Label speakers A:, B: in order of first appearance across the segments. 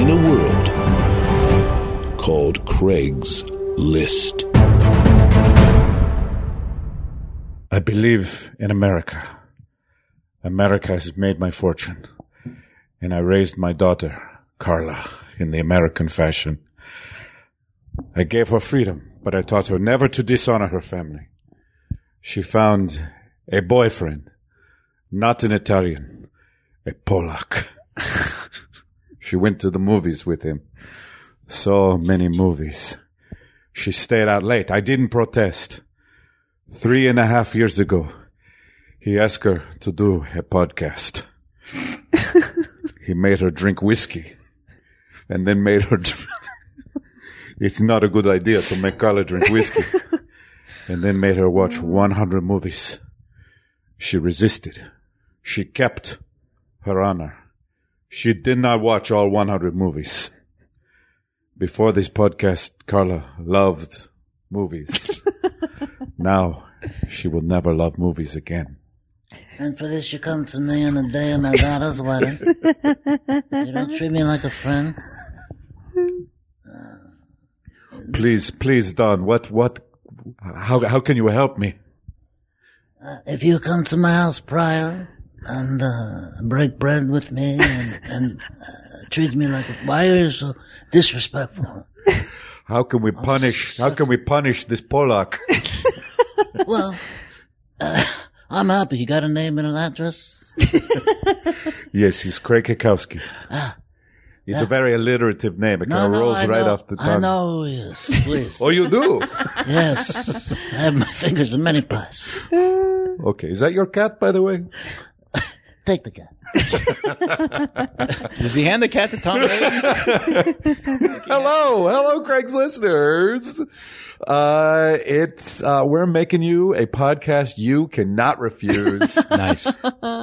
A: in a world called Craig's List.
B: I believe in America. America has made my fortune. And I raised my daughter, Carla, in the American fashion. I gave her freedom, but I taught her never to dishonor her family. She found a boyfriend, not an Italian, a Polak. she went to the movies with him. So many movies. She stayed out late. I didn't protest. Three and a half years ago, he asked her to do a podcast. he made her drink whiskey and then made her. Dr- it's not a good idea to make Carla drink whiskey. and then made her watch 100 movies. She resisted. She kept her honor. She did not watch all 100 movies. Before this podcast, Carla loved movies. now she will never love movies again.
C: And for this, you come to me on the day of my daughter's wedding. you don't treat me like a friend.
B: Please, please, Don, what, what, how, how can you help me?
C: If you come to my house prior and uh, break bread with me and, and uh, treat me like, why are you so disrespectful?
B: How can we punish, how can we punish this Polak?
C: Well, uh, I'm happy. You got a name and an address?
B: yes, he's Craig Kakowski. It's a very alliterative name. It kind of rolls
C: Ah. I
B: right
C: know,
B: off the
C: I
B: tongue.
C: know who he is. Please.
B: Oh, you do?
C: yes. I have my fingers in many pies.
B: okay. Is that your cat, by the way?
C: Take the guy.
D: Does he hand the cat to Tom Brady?
B: Hello, hello, Craig's listeners. Uh, it's uh, we're making you a podcast you cannot refuse.
D: nice.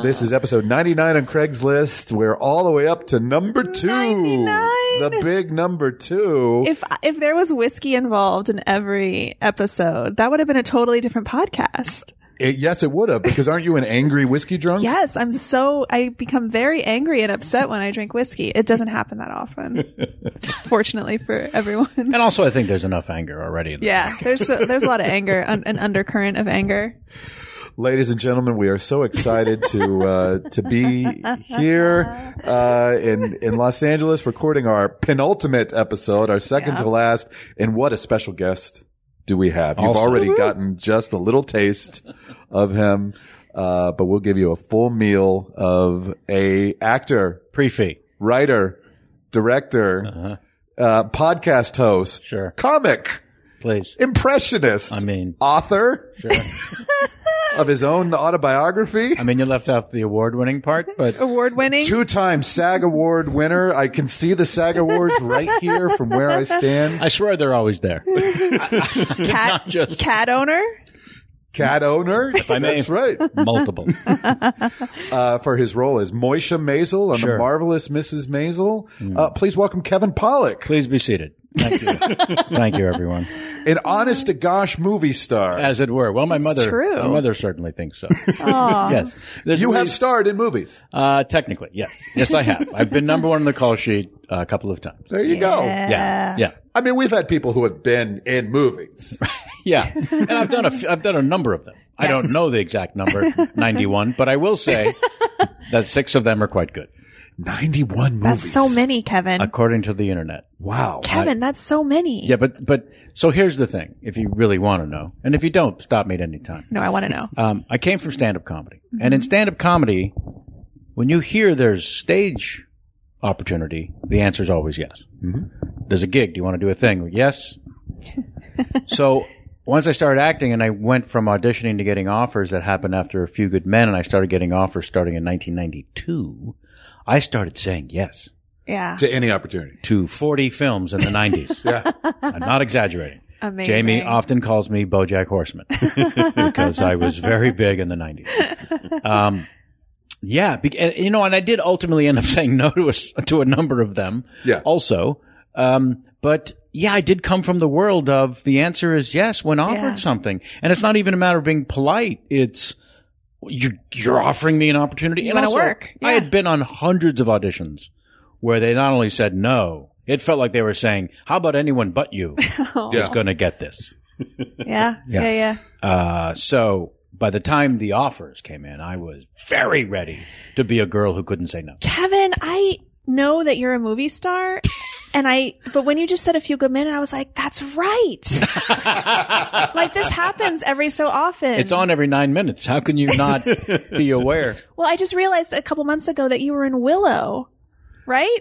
B: this is episode ninety nine on Craig's list. We're all the way up to number two,
E: 99?
B: the big number two.
E: if if there was whiskey involved in every episode, that would have been a totally different podcast.
B: It- yes, it would have because aren't you an angry whiskey drunk?
E: Yes, I'm so I become very angry and upset when I drink whiskey. It doesn't happen that often, fortunately for everyone.
D: And also, I think there's enough anger already. In
E: Yeah, there's a, there's a lot of anger, an, an undercurrent of anger.
B: Ladies and gentlemen, we are so excited to uh, to be here uh, in in Los Angeles, recording our penultimate episode, our second to last. And what a special guest do we have! You've
D: Awesome.
B: already gotten just a little taste of him, uh, but we'll give you a full meal of a actor,
D: Pre-fee.
B: writer, director,
D: Uh-huh.
B: uh podcast host,
D: Sure.
B: comic,
D: Please.
B: impressionist,
D: I mean,
B: author
D: sure.
B: of his own autobiography.
D: I mean, you left out the award-winning part, but
E: Award winning.
B: Two-time SAG Award winner. I can see the SAG Awards right here from where I stand.
D: I swear they're always there.
E: cat
D: just-
E: cat owner.
B: Cat owner.
D: I may.
B: That's right.
D: Multiple.
B: Uh, for his role as Moisha Maisel on the
D: Sure. Hmm.
B: marvelous Mrs. Maisel. Uh, please welcome Kevin Pollock,
D: Please be seated. Thank you. Thank you, everyone.
B: an honest to gosh movie star.
D: As it were. Well, my mother.
E: true.
D: My mother certainly thinks so.
E: Aw.
D: yes. There's
B: you
D: at
B: have
D: least-
B: starred in movies.
D: Uh, technically, yes. Yes, I have. I've been number one on the call sheet uh, a couple of times.
B: There you go.
D: Yeah. Yeah.
B: I mean, we've had people who have been in movies.
D: Yeah, and I've done a f- I've done a number of them. I don't know the exact number, ninety one, but I will say that six of them are quite good,
B: 91 movies.
E: That's so many, Kevin.
D: according to the internet.
B: Wow.
E: Kevin, that's so many.
D: Yeah, but but so here's the thing: if you really want to know, and if you don't, stop me at any time.
E: No, I want to know.
D: Um, I came from stand up comedy, and in stand up comedy, when you hear there's stage opportunity, the answer is always yes. There's a gig. Do you want to do a thing? Yes. so once I started acting, and I went from auditioning to getting offers that happened after a few good men, and I started getting offers starting in 1992. I started saying yes.
E: Yeah.
B: to any opportunity.
D: to 40 films in the 90s.
B: Yeah.
D: I'm not exaggerating.
E: Amazing.
D: Jamie often calls me BoJack Horseman because I was very big in the 90s. Um, yeah, be- and, you know, and I did ultimately end up saying no to a, s- to a number of them.
B: Yeah.
D: Also, um, but yeah, I did come from the world of the answer is yes when offered
E: Yeah.
D: something, and it's not even a matter of being polite. It's you're you're offering me an opportunity. and
E: wanna
D: also,
E: work.
D: I
E: Yeah.
D: had been on hundreds of auditions where they not only said no, it felt like they were saying, "How about anyone but you
B: Yeah.
D: is going to get this?"
E: Oh, yeah. Yeah. Yeah.
D: Uh, so by the time the offers came in, I was very ready to be a girl who couldn't say no.
E: Kevin, I know that you're a movie star. And I, but when you just said a few good men, I was like, that's right. like this happens every so often.
D: It's on every nine minutes. How can you not be aware?
E: Well, I just realized a couple months ago that you were in Willow, right?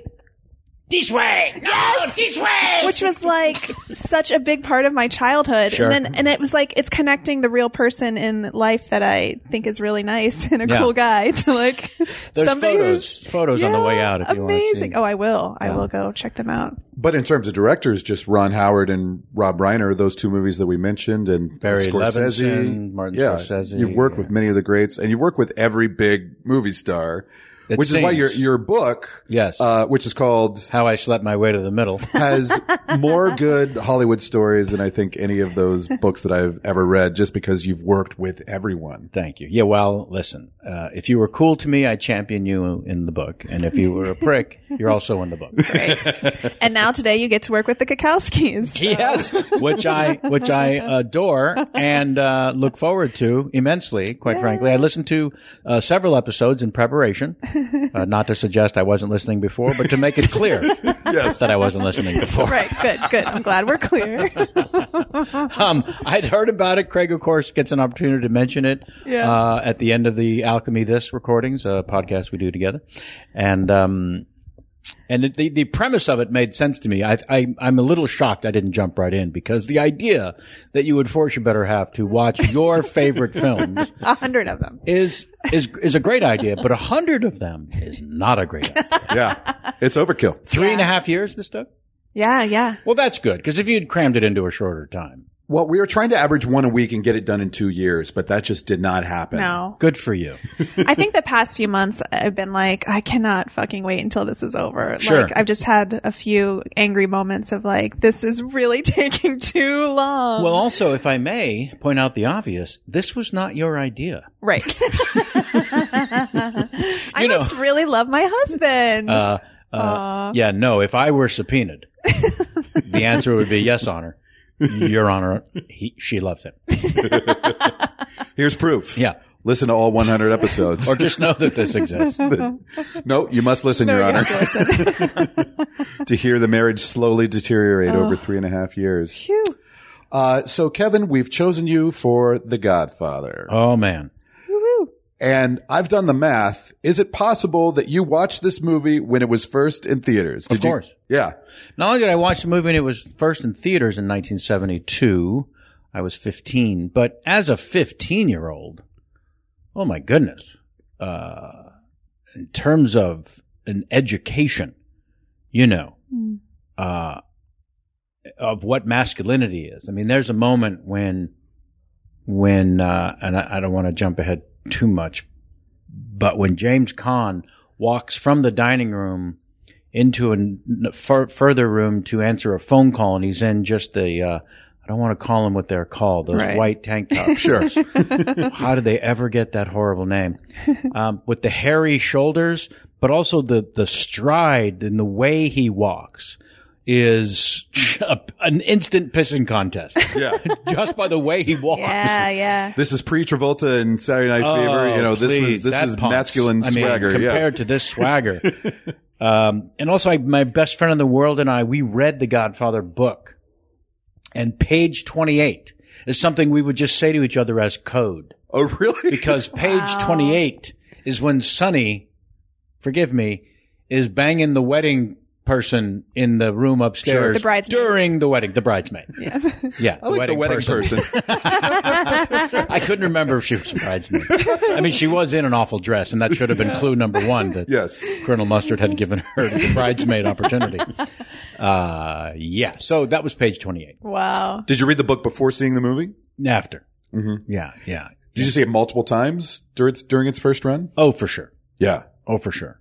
D: This way.
E: Yes!
D: this way.
E: Which was like such a big part of my childhood.
D: Sure.
E: And then, and it was like, it's connecting the real person in life that I think is really nice and a
D: Yeah.
E: cool guy to like
D: There's
E: somebody
D: photos.
E: who's
D: Photos on the way out. If
E: amazing.
D: you want to see.
E: Oh, I will. I will go check them out.
B: But in terms of directors, just Ron Howard and Rob Reiner, those two movies that we mentioned, and
D: Barry
B: Scorsese,
D: Levinson, Martin
B: yeah,
D: Scorsese,
B: You've worked
D: yeah.
B: with many of the greats, and you work with every big movie star,
D: It
B: which is why
D: seems.
B: your your book,
D: Yes.
B: uh, which is called,
D: How I slept my way to the middle.
B: has more good Hollywood stories than I think any of those books that I've ever read, just because you've worked with everyone.
D: Thank you. Yeah. Well, listen. Uh, if you were cool to me, I champion you in the book, and if you were a prick, you're also in the book.
E: Great. and now today you get to work with the Kakowskis.
D: Yes, which I which I adore and uh, look forward to immensely. Quite frankly, I listened to uh, several episodes in preparation. Uh, not to suggest I wasn't listening before, but to make it clear that I wasn't listening before.
E: Right. Good. Good. I'm glad we're clear.
D: Um, I'd heard about it. Craig, of course, gets an opportunity to mention it
E: Yeah.
D: uh, at the end of the Alchemy This recordings, a podcast we do together, and um, and it, the the premise of it made sense to me. I, I I'm a little shocked I didn't jump right in because the idea that you would force your better half to watch your favorite films
E: A hundred of them.
D: is is is a great idea, but a hundred of them is not a great idea.
B: Yeah, it's overkill.
D: Three and a half years this took.
E: Yeah. Yeah.
D: Well, that's good because if you'd crammed it into a shorter time,
B: Well, we were trying to average one a week and get it done in two years, but that just did not happen.
E: No.
D: good for you.
E: I think the past few months I've been like, I cannot fucking wait until this is over.
D: Sure.
E: Like I've just had a few angry moments of like, this is really taking too long.
D: Well, also, if I may point out the obvious, this was not your idea.
E: right. I
D: You know.
E: must really love my husband.
D: Uh, uh,
E: Aw.
D: yeah, no, if I were subpoenaed, the answer would be yes, Honor. Your Honor, he, she loves him.
B: Here's proof.
D: Yeah.
B: Listen to all 100 episodes.
D: Or just know that this exists.
B: no, you must listen,
E: No,
B: Your
E: you
B: Honor.
E: have to listen.
B: to hear the marriage slowly deteriorate over three and a half years.
E: Phew.
B: Uh, so, Kevin, we've chosen you for The Godfather.
D: Oh, man.
B: And I've done the math. Is it possible that you watched this movie when it was first in theaters? Did you-
D: course.
B: Yeah.
D: Not only did I watch the movie and it was first in theaters in 1972, I was 15, but as a 15 year old, oh my goodness, uh, in terms of an education, you know, uh, of what masculinity is. I mean, there's a moment when, when, uh, and I, I don't want to jump ahead too much, but when James Caan walks from the dining room into a n- fur- further room to answer a phone call, and he's in just the. Uh, I don't want to call them what they're called. Those
E: Right.
D: white tank tops.
B: Sure.
D: How did they ever get that horrible name? Um, with the hairy shoulders, but also the the stride and the way he walks is a, an instant pissing contest.
B: yeah.
D: just by the way he walks.
E: Yeah. Yeah.
B: This is pre Travolta and Saturday Night Fever.
D: Oh,
B: You know, this
D: please,
B: was this
D: that
B: is
D: punks.
B: masculine
D: I mean,
B: swagger.
D: compared to this swagger. um, and also, I, my best friend in the world and I, we read the Godfather book, and page twenty-eight is something we would just say to each other as code
B: yeah. Oh, really?
D: because page
E: Wow.
D: twenty-eight is when Sonny, forgive me, is banging the wedding person in the room upstairs
E: The bridesmaid.
D: during the wedding. The bridesmaid. Yeah. Yeah.
B: I like the wedding person.
D: I couldn't remember if she was a bridesmaid. I mean, she was in an awful dress, and that should have been clue number one that
B: yes.
D: Colonel Mustard had given her the bridesmaid opportunity. Uh, yeah. So that was page 28.
E: Wow.
B: Did you read the book before seeing the movie?
D: After.
B: Mhm.
D: Yeah. Yeah.
B: Did you see it multiple times during its, during its first run?
D: Oh, for sure.
B: Yeah.
D: Oh, for sure.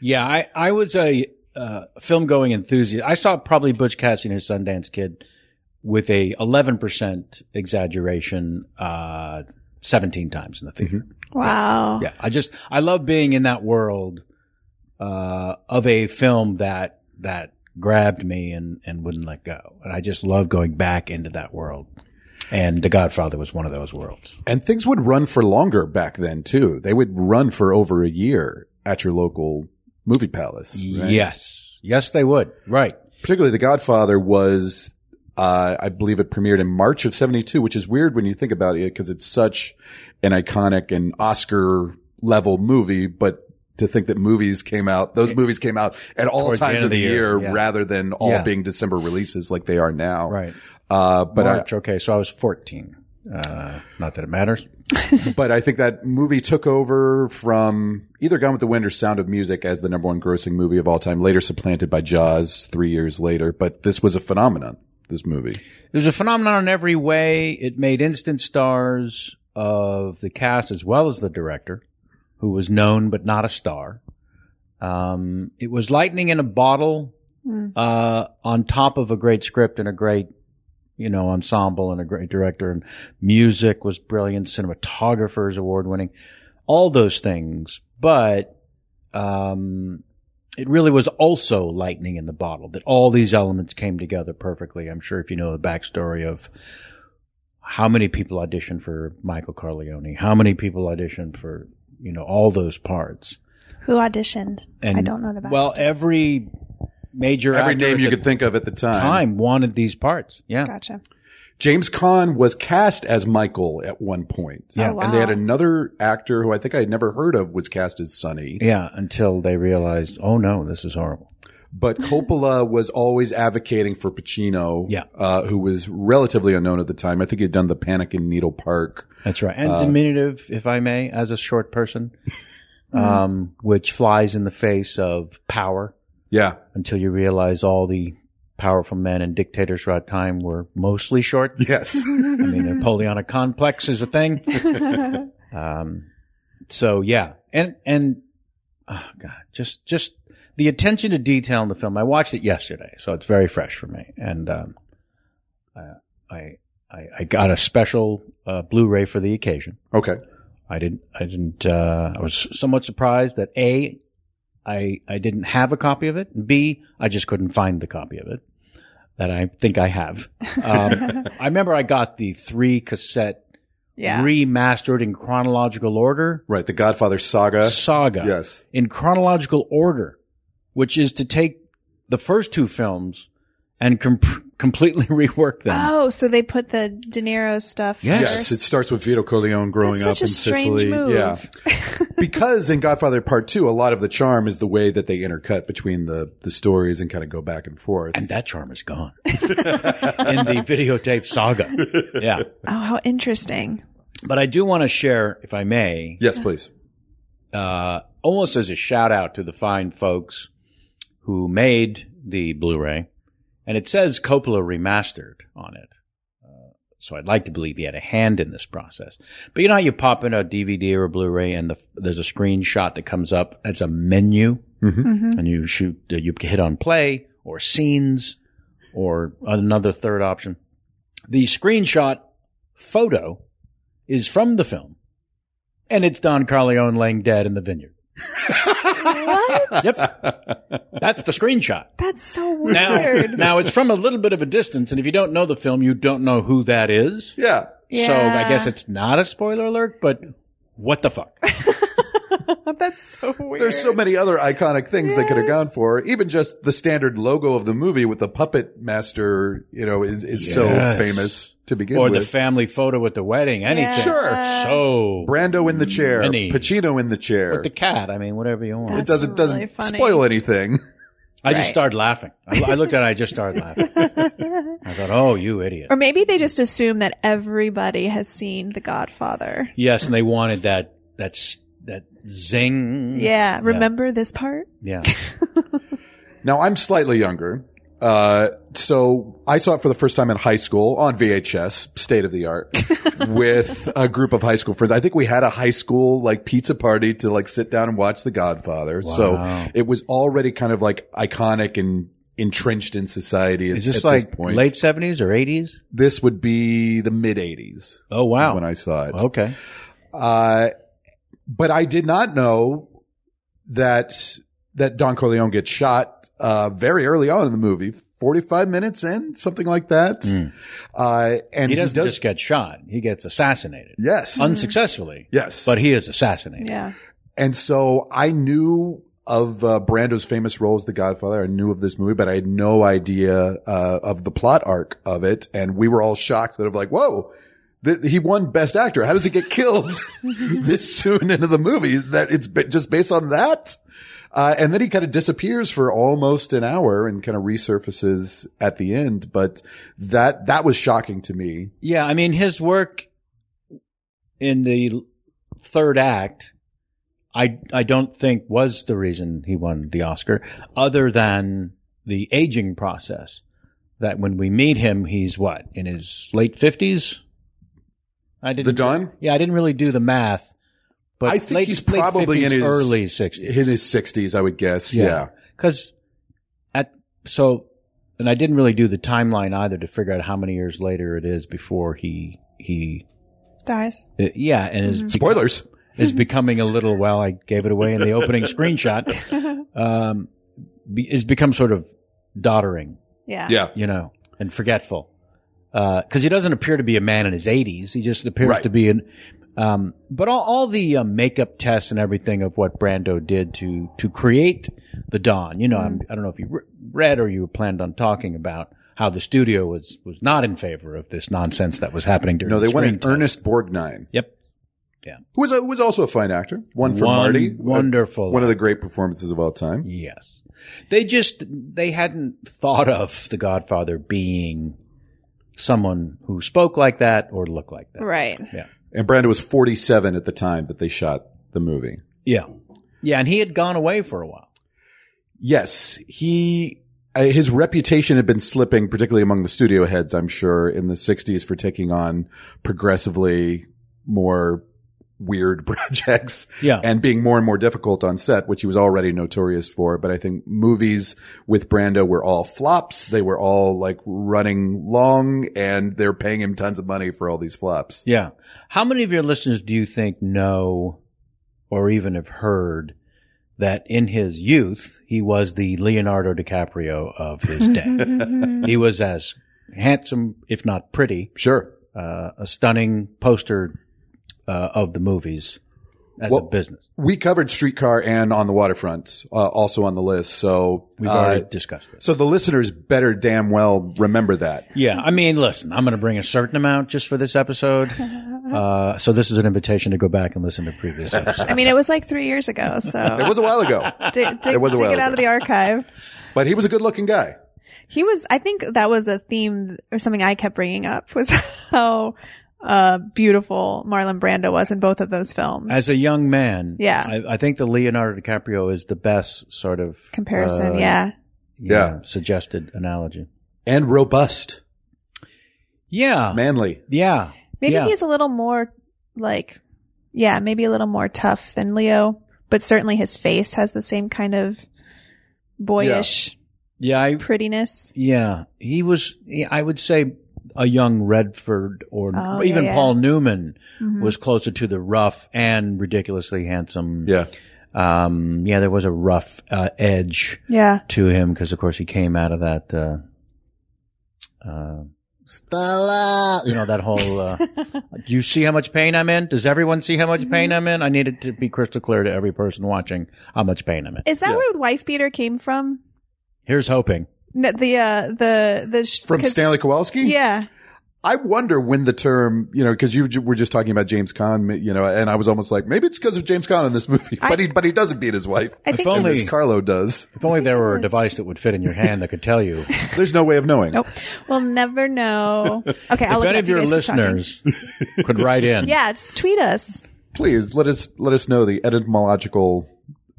D: Yeah, I, I was a uh, film going enthusiast. I saw probably Butch Cassidy and his Sundance Kid with a 11% exaggeration uh, 17 times in the theater.
E: Wow.
D: Yeah, I just I love being in that world uh, of a film that that grabbed me and and wouldn't let go. And I just love going back into that world. And The Godfather was one of those worlds.
B: And things would run for longer back then too. They would run for over a year at your local movie palace. right?
D: Yes, yes, they would. Right.
B: Particularly The Godfather was, uh, I believe it premiered in March of 72, which is weird when you think about it because it's such an iconic and Oscar level movie, but to think that movies came out, those movies came out at all
D: Towards the
B: times
D: end
B: of the year,
D: yeah.
B: rather than all
D: Yeah.
B: being December releases like they are now.
D: Right.
B: Uh, but I,
D: March. okay, so I was fourteen. Uh, not that it matters.
B: but I think that movie took over from either Gone with the Wind or Sound of Music as the number one grossing movie of all time, later supplanted by Jaws three years later. But this was a phenomenon, this movie.
D: It was a phenomenon in every way. It made instant stars of the cast as well as the director, who was known but not a star. Um, it was lightning in a bottle uh, on top of a great script and a great, you know, ensemble and a great director. And music was brilliant. Cinematographers award winning. All those things. But um, it really was also lightning in the bottle that all these elements came together perfectly. I'm sure if you know the backstory of how many people auditioned for Michael Carleone, how many people auditioned for, you know, all those parts.
E: Who auditioned?
D: And
E: I don't know the best.
D: Well, every major
B: Every
D: actor
B: name
D: at
B: you
D: the
B: could think of at the time.
D: time wanted these parts. Yeah.
E: gotcha.
B: James Caan was cast as Michael at one point.
D: Yeah.
E: Oh,
B: And they had
E: wow.
B: another actor who I think I had never heard of was cast as Sonny.
D: Yeah, until they realized, oh no, this is horrible.
B: But Coppola was always advocating for Pacino,
D: Yeah.
B: uh, who was relatively unknown at the time. I think he had done the Panic in Needle Park.
D: That's right. And
B: Uh,
D: diminutive, if I may, as a short person,
E: Mm-hmm.
D: um, which flies in the face of power.
B: Yeah.
D: until you realize all the powerful men and dictators throughout time were mostly short.
B: Yes.
D: I mean, the Napoleonic complex is a thing. um, so yeah, and and oh god, just just the attention to detail in the film. I watched it yesterday, so it's very fresh for me, and um, uh, I, I I got a special uh, Blu-ray for the occasion.
B: okay.
D: I didn't. I didn't. Uh, I was somewhat surprised that a, I I didn't have a copy of it. and B, I just couldn't find the copy of it that I think I have. Um, I remember I got the three cassette
E: Yeah.
D: remastered in chronological order
B: Right. The Godfather saga.
D: saga
B: Yes.
D: in chronological order, which is to take the first two films and com- completely rework them.
E: Oh, so they put the De Niro stuff.
D: Yes.
B: Yes,
E: first.
B: it starts with Vito Corleone growing
E: That's
B: up
E: such
B: in
E: a strange
B: Sicily.
E: move.
B: Yeah, because in Godfather Part Two, a lot of the charm is the way that they intercut between the the stories and kind of go back and forth.
D: And that charm is gone in the videotape saga. Yeah.
E: Oh, how interesting.
D: But I do want to share, if I may,
B: yes, please.
D: uh, almost as a shout out to the fine folks who made the Blu-ray, and it says Coppola remastered on it. Uh, So I'd like to believe he had a hand in this process. But you know how you pop in a DVD or a Blu-ray and the, there's a screenshot that comes up. It's a menu
E: Mm-hmm.
D: and you shoot, uh, you hit on play or scenes or another third option. The screenshot photo is from the film and it's Don Carleone laying dead in the vineyard.
E: What?
D: Yep. That's the screenshot.
E: That's so
D: Now,
E: weird.
D: now it's from a little bit of a distance, and if you don't know the film, you don't know who that is.
B: Yeah,
E: yeah.
D: So I guess it's not a spoiler alert, but what the fuck?
E: that's so weird.
B: there's so many other iconic things they could have gone for. Even just the standard logo of the movie with the puppet master, you know, is is so
D: Yes.
B: famous to begin
D: or the
B: with.
D: family photo at the wedding, anything.
E: Yeah.
B: Sure.
D: So
B: Brando in the chair,
D: Many.
B: Pacino in the chair.
D: with the cat, I mean, whatever you want.
B: it doesn't doesn't
E: That's really funny.
B: spoil anything.
D: I just
E: Right.
D: started laughing. I, I looked at it. I just started laughing. I thought, "Oh, you idiot!"
E: Or maybe they just assume that everybody has seen The Godfather.
D: Yes, and they wanted that that s- that zing.
E: Yeah. Remember this part?
D: Yeah.
B: Now I'm slightly younger. Uh, so I saw it for the first time in high school on VHS, state of the art, with a group of high school friends. I think we had a high school like pizza party to like sit down and watch The Godfather.
D: Wow.
B: So it was already kind of like iconic and entrenched in society. at-
D: Is
B: at
D: this like
B: point.
D: late seventies or eighties?
B: This would be the mid '80s
D: Oh
B: is
D: wow.
B: when I saw it.
D: okay.
B: Uh, but I did not know that that Don Corleone gets shot uh, very early on in the movie, forty five minutes in, something like that.
D: Mm.
B: Uh, and
D: he doesn't
B: does,
D: just get shot; he gets assassinated
B: yes,
D: unsuccessfully.
B: yes.
D: But he is assassinated.
E: Yeah.
B: and so I knew of uh, Brando's famous role as The Godfather. I knew of this movie, but I had no idea uh, of the plot arc of it. And we were all shocked that of like, whoa. th- He won Best Actor. How does he get killed this soon into the movie? That it's ba- just based on that, uh, and then he kind of disappears for almost an hour and kind of resurfaces at the end. But that that was shocking to me.
D: Yeah, I mean his work in the third act I I don't think was the reason he won the Oscar other than the aging process that when we meet him he's what in his late 50s I didn't
B: The Don,
D: Yeah, I didn't really do the math but
B: I think
D: late,
B: he's
D: late
B: probably
D: 50s,
B: in his-
D: early 60s
B: in his sixties, I would guess. yeah.
D: because at so, and I didn't really do the timeline either to figure out how many years later it is before he he
E: Dies.
D: uh, yeah, and is beco-
B: Spoilers.
D: is becoming a little well. I gave it away in the opening screenshot. Um, be, is become sort of doddering,
E: Yeah.
B: Yeah.
D: you know, and forgetful. Because he doesn't appear to be a man in his 80s. He just appears
B: Right.
D: to be an. Um, but all, all the uh, makeup tests and everything of what Brando did to to create the Don, you know, I'm- I don't know if you re- read or you planned on talking about how the studio was was not in favor of this nonsense that was happening during.
B: No, they
D: the screen
B: wanted
D: test.
B: Ernest Borgnine.
D: Yep,
B: who was, a, who was also a fine actor. One for
D: One
B: Marty. uh,
D: wonderful
B: One of the great performances of all time.
D: Yes. They just they hadn't thought of the Godfather being someone who spoke like that or looked like that.
E: Right.
B: And Brando was 47 at the time that they shot the movie.
D: Yeah. Yeah, and he had gone away for a while.
B: Yes, he uh, his reputation had been slipping, particularly among the studio heads, I'm sure, in the 60s for taking on progressively more weird projects
D: Yeah.
B: and being more and more difficult on set, which he was already notorious for. But I think movies with Brando were all flops. They were all like running long and they're paying him tons of money for all these flops.
D: yeah. How many of your listeners do you think know or even have heard that in his youth he was the Leonardo DiCaprio of his day? he was as handsome, if not pretty,
B: Sure.
D: uh, a stunning poster uh, of the movies as
B: Well,
D: a business.
B: We covered Streetcar and On the Waterfront, uh, also on the list. So,
D: We've
B: uh,
D: already discussed this.
B: so the listeners better damn well remember that.
D: Yeah, I mean, listen, I'm going to bring a certain amount just for this episode. Uh, so this is an invitation to go back and listen to previous episodes.
E: I mean, it was like three years ago,
B: It
E: so
B: was a while ago,
E: dig, dig,
B: it was a
E: dig
B: while
E: it
B: ago.
E: out of the archive.
B: but he was a good looking guy.
E: He was, I think that was a theme or something I kept bringing up was how uh, beautiful Marlon Brando was in both of those films.
D: As a young man,
E: Yeah.
D: I, I think the Leonardo DiCaprio is the best sort of
E: comparison,
D: uh,
E: yeah.
D: yeah,
B: Yeah.
D: suggested analogy.
B: And robust.
D: Yeah,
B: Manly.
D: yeah,
E: Maybe
D: yeah.
E: he's a little more like, yeah, maybe a little more tough than Leo, but certainly his face has the same kind of boyish
D: yeah. I,
E: prettiness.
D: yeah, he was. yeah, I would say a young Redford or
E: Oh, yeah,
D: even
E: yeah.
D: Paul Newman
E: Mhm.
D: was
F: Mm-hmm.
D: closer to the rough and ridiculously handsome.
B: Yeah.
D: um, yeah, there was a rough uh, edge.
E: yeah.
D: to him because, of course, he came out of that, uh, uh,
C: Stella.
D: you know, that whole. Uh, do you see how much pain I'm in? Does everyone see how much pain
F: Mm-hmm.
D: I'm in? I need it to be crystal clear to every person watching how much pain I'm in.
E: Is that where wife beater came from?
D: Here's hoping.
E: No, the uh, the the sh-
B: From
E: 'cause-
B: Stanley Kowalski?
E: Yeah,
B: I wonder when the term, you know, because you j- were just talking about James Caan, you know, and I was almost like, maybe it's because of James Caan in this movie,
F: I-
B: but he but he doesn't beat his wife.
F: I think
B: And
D: only-
B: Miss Carlo does.
D: If only there were a device that would fit in your hand that could tell you.
B: There's no way of knowing.
F: Nope. We'll never know. Okay, I'll look
D: if
F: it
D: any
F: up.
D: of your
F: You guys keep talking.
D: listeners could write in,
E: Yeah, just tweet us.
B: Please let us let us know the etymological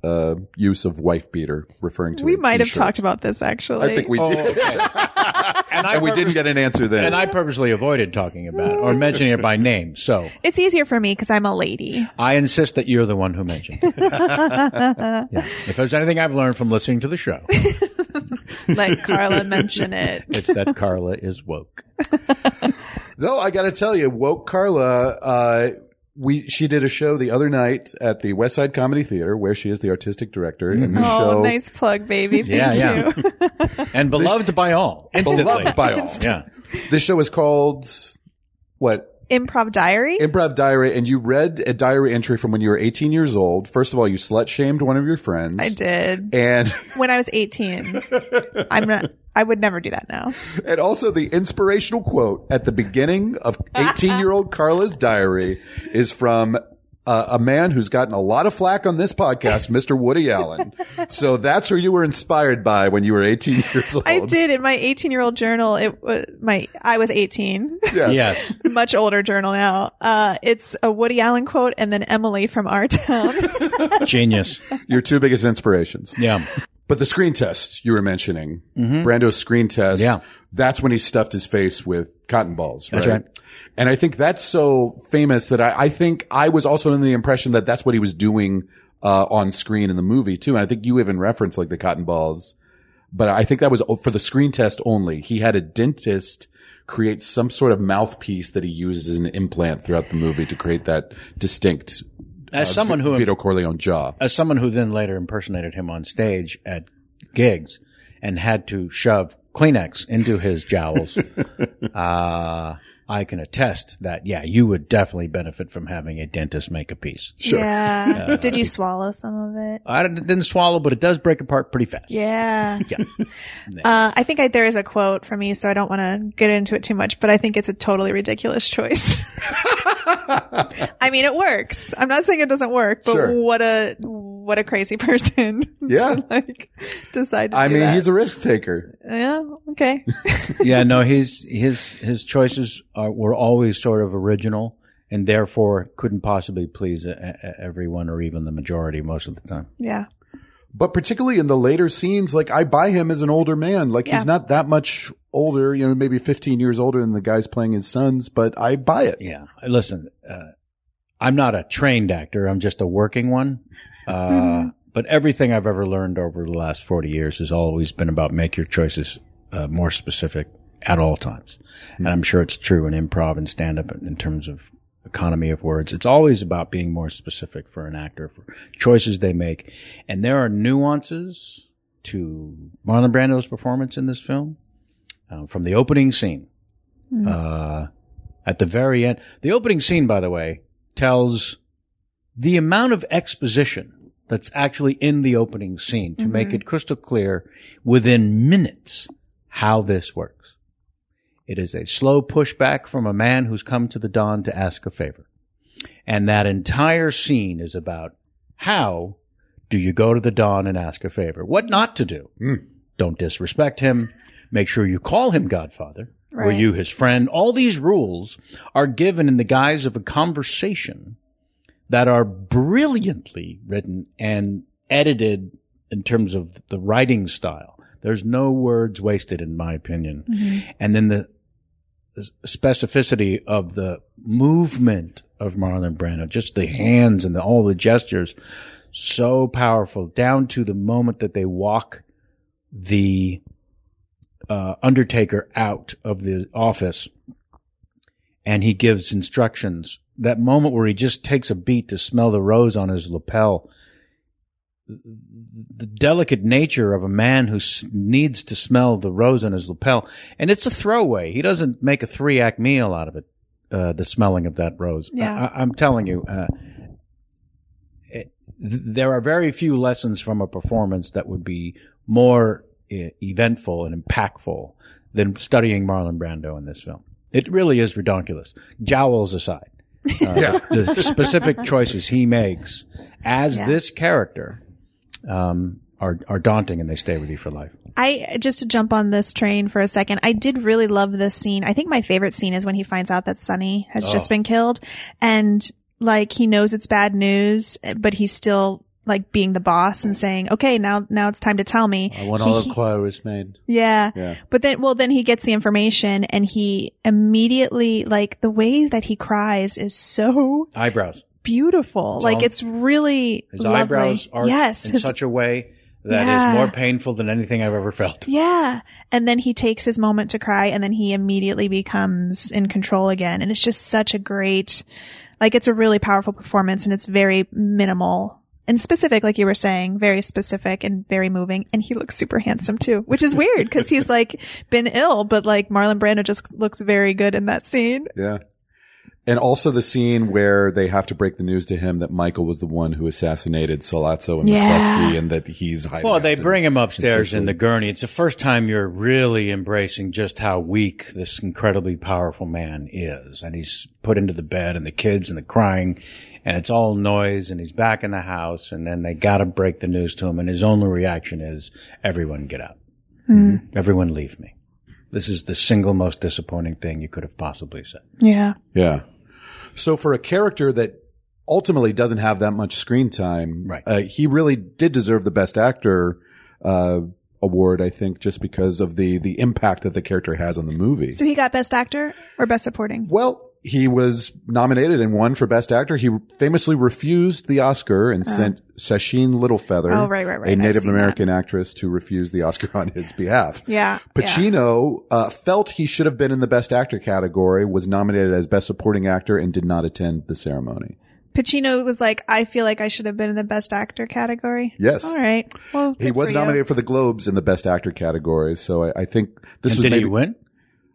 B: uh, use of wife beater referring to.
F: we
B: a
F: might have
B: t-shirt.
F: talked about this actually.
B: I think we
D: Oh,
B: did,
D: okay. and, I
B: and we
D: purpose-
B: didn't get an answer then.
D: And I purposely avoided talking about it or mentioning it by name. So
E: It's easier for me because I'm a lady.
D: I insist that you're the one who mentioned. it. yeah. If there's anything I've learned from listening to the show,
F: Let Carla mention it.
D: it's that Carla is woke.
B: Though I got to tell you, woke Carla. Uh, we she did a show the other night at the West Side Comedy Theater where she is the artistic director, and her
F: Oh,
B: show
F: nice plug, baby. Thank
D: Yeah, yeah.
F: you.
D: And beloved by all. Instantly.
B: beloved by all.
D: Yeah.
B: This show is called what?
F: Improv diary.
B: Improv diary, and you read a diary entry from when you were 18 years old. First of all, you slut shamed one of your friends.
F: I did
B: And
F: when I was 18. I'm not. I would never do that now.
B: and also the inspirational quote at the beginning of 18 year old Carla's diary is from uh, a man who's gotten a lot of flack on this podcast, Mr. Woody Allen. So that's who you were inspired by when you were 18 years old.
F: I did in my 18 year old journal. It was my. I was 18.
B: Yes.
D: Yes.
F: much older journal now. Uh, it's a Woody Allen quote and then Emily from Our Town.
D: Genius.
B: Your two biggest inspirations.
D: Yeah.
B: But the screen test you were mentioning, Brando's screen test,
D: Mm-hmm. Yeah.
B: that's when he stuffed his face with cotton balls, right?
D: That's right.
B: And I think that's so famous that I, I think I was also in the impression that that's what he was doing uh, on screen in the movie too. And I think you even referenced like the cotton balls, but I think that was o- for the screen test only. He had a dentist create some sort of mouthpiece that he used as an implant throughout the movie to create that distinct
D: As someone who
B: Vito Corleone jaw.
D: as someone who then later impersonated him on stage at gigs and had to shove Kleenex into his jowls, uh, I can attest that, yeah, you would definitely benefit from having a dentist make a piece.
F: Yeah. Did you swallow some of it?
D: I didn't didn't swallow, but it does break apart pretty fast.
F: Yeah.
D: Yeah.
F: Uh, I think I, there is a quote from me, so I don't want to get into it too much, but I think it's a totally ridiculous choice. I mean, it works. I'm not saying it doesn't work, but
B: Sure.
F: what a, what a crazy person. to,
B: Yeah.
F: like, decide to
B: I
F: do
B: mean,
F: that.
B: he's a risk taker.
F: yeah. Okay.
D: yeah, no, he's his his choices are, were always sort of original, and therefore couldn't possibly please uh, uh, everyone or even the majority most of the time.
F: Yeah.
B: But particularly in the later scenes, like I buy him as an older man. Like
F: Yeah.
B: he's not that much older, you know, maybe 15 years older than the guys playing his sons, but I buy it.
D: Yeah, listen, uh, I'm not a trained actor; I'm just a working one. Uh, but everything I've ever learned over the last 40 years has always been about make your choices uh, more specific at all times, and I'm sure it's true in improv and stand up in terms of economy of words. It's always about being more specific for an actor for choices they make. And there are nuances to Marlon Brando's performance in this film uh, from the opening scene. Uh, at the very end, the opening scene, by the way, tells the amount of exposition that's actually in the opening scene to make it crystal clear within minutes how this works. It is a slow pushback from a man who's come to the Don to ask a favor. And that entire scene is about how do you go to the Don and ask a favor? What not to do? Don't disrespect him. Make sure you call him Godfather. Were
F: Right.
D: you his friend? All these rules are given in the guise of a conversation that are brilliantly written and edited in terms of the writing style. There's no words wasted, in my opinion. And then the specificity of the movement of Marlon Brando, just the hands and the, all the gestures, so powerful, down to the moment that they walk the uh, Undertaker out of the office and he gives instructions. That moment where he just takes a beat to smell the rose on his lapel. The delicate nature of a man who s- needs to smell the rose on his lapel. And it's a throwaway. He doesn't make a three act meal out of it, uh, the smelling of that rose.
F: Yeah.
D: I- I- I'm telling you, uh, it- th- there are very few lessons from a performance that would be more uh, eventful and impactful than studying Marlon Brando in this film. It really is redonkulous. Jowls aside, uh, the specific choices he makes as this character um, are are daunting, and they stay with you for life.
E: I just to jump on this train for a second. I did really love this scene. I think my favorite scene is when he finds out that Sonny has just
D: Oh.
E: been killed, and like he knows it's bad news, but he's still like being the boss and saying, "Okay, now now it's time to tell me." He- he-
D: inquiries made.
E: yeah.
B: Yeah.
E: But then, well, then he gets the information and he immediately, like, the ways that he cries is so
D: Eyebrows.
E: beautiful.
D: It's
E: like,
D: all-
E: it's really
D: His
E: lovely.
D: eyebrows are
E: yes.
D: in
E: his-
D: such a way that is
E: Yeah.
D: more painful than anything I've ever felt.
E: yeah. And then he takes his moment to cry and then he immediately becomes in control again. And it's just such a great, like, it's a really powerful performance and it's very minimal. And specific, like you were saying, very specific and very moving. And he looks super handsome too, which is weird because he's like been ill, but like Marlon Brando just looks very good in that scene.
B: Yeah. And also the scene where they have to break the news to him that Michael was the one who assassinated Salazzo and
E: Yeah.
B: McCluskey and that he's hiding.
D: Well, they
B: out in-
D: bring him upstairs in
B: essentially-
D: the gurney. It's the first time you're really embracing just how weak this incredibly powerful man is. And he's put into the bed and the kids and the crying and it's all noise and he's back in the house and then they gotta break the news to him and his only reaction is everyone get out. Everyone leave me. This is the single most disappointing thing you could have possibly said.
E: Yeah.
B: Yeah. So for a character that ultimately doesn't have that much screen time,
D: Right.
B: uh, he really did deserve the Best Actor uh, award, I think, just because of the the impact that the character has on the movie.
E: So he got Best Actor or Best Supporting?
B: Well, he was nominated and won for Best Actor. He famously refused the Oscar and sent Sasheen Littlefeather,
E: Oh, right, right, right.
B: a
E: I've
B: Native
E: seen that.
B: American actress, to refuse the Oscar on his behalf.
E: Yeah. yeah.
B: Pacino uh, felt he should have been in the Best Actor category, was nominated as Best Supporting Actor, and did not attend the ceremony.
E: Pacino was like, I feel like I should have been in the Best Actor category.
B: Yes.
E: All right. Well,
B: He
E: good
B: was
E: for you.
B: nominated for the Globes in the Best Actor category, so I, I think this
D: and
B: was
D: did
B: maybe,
D: he win?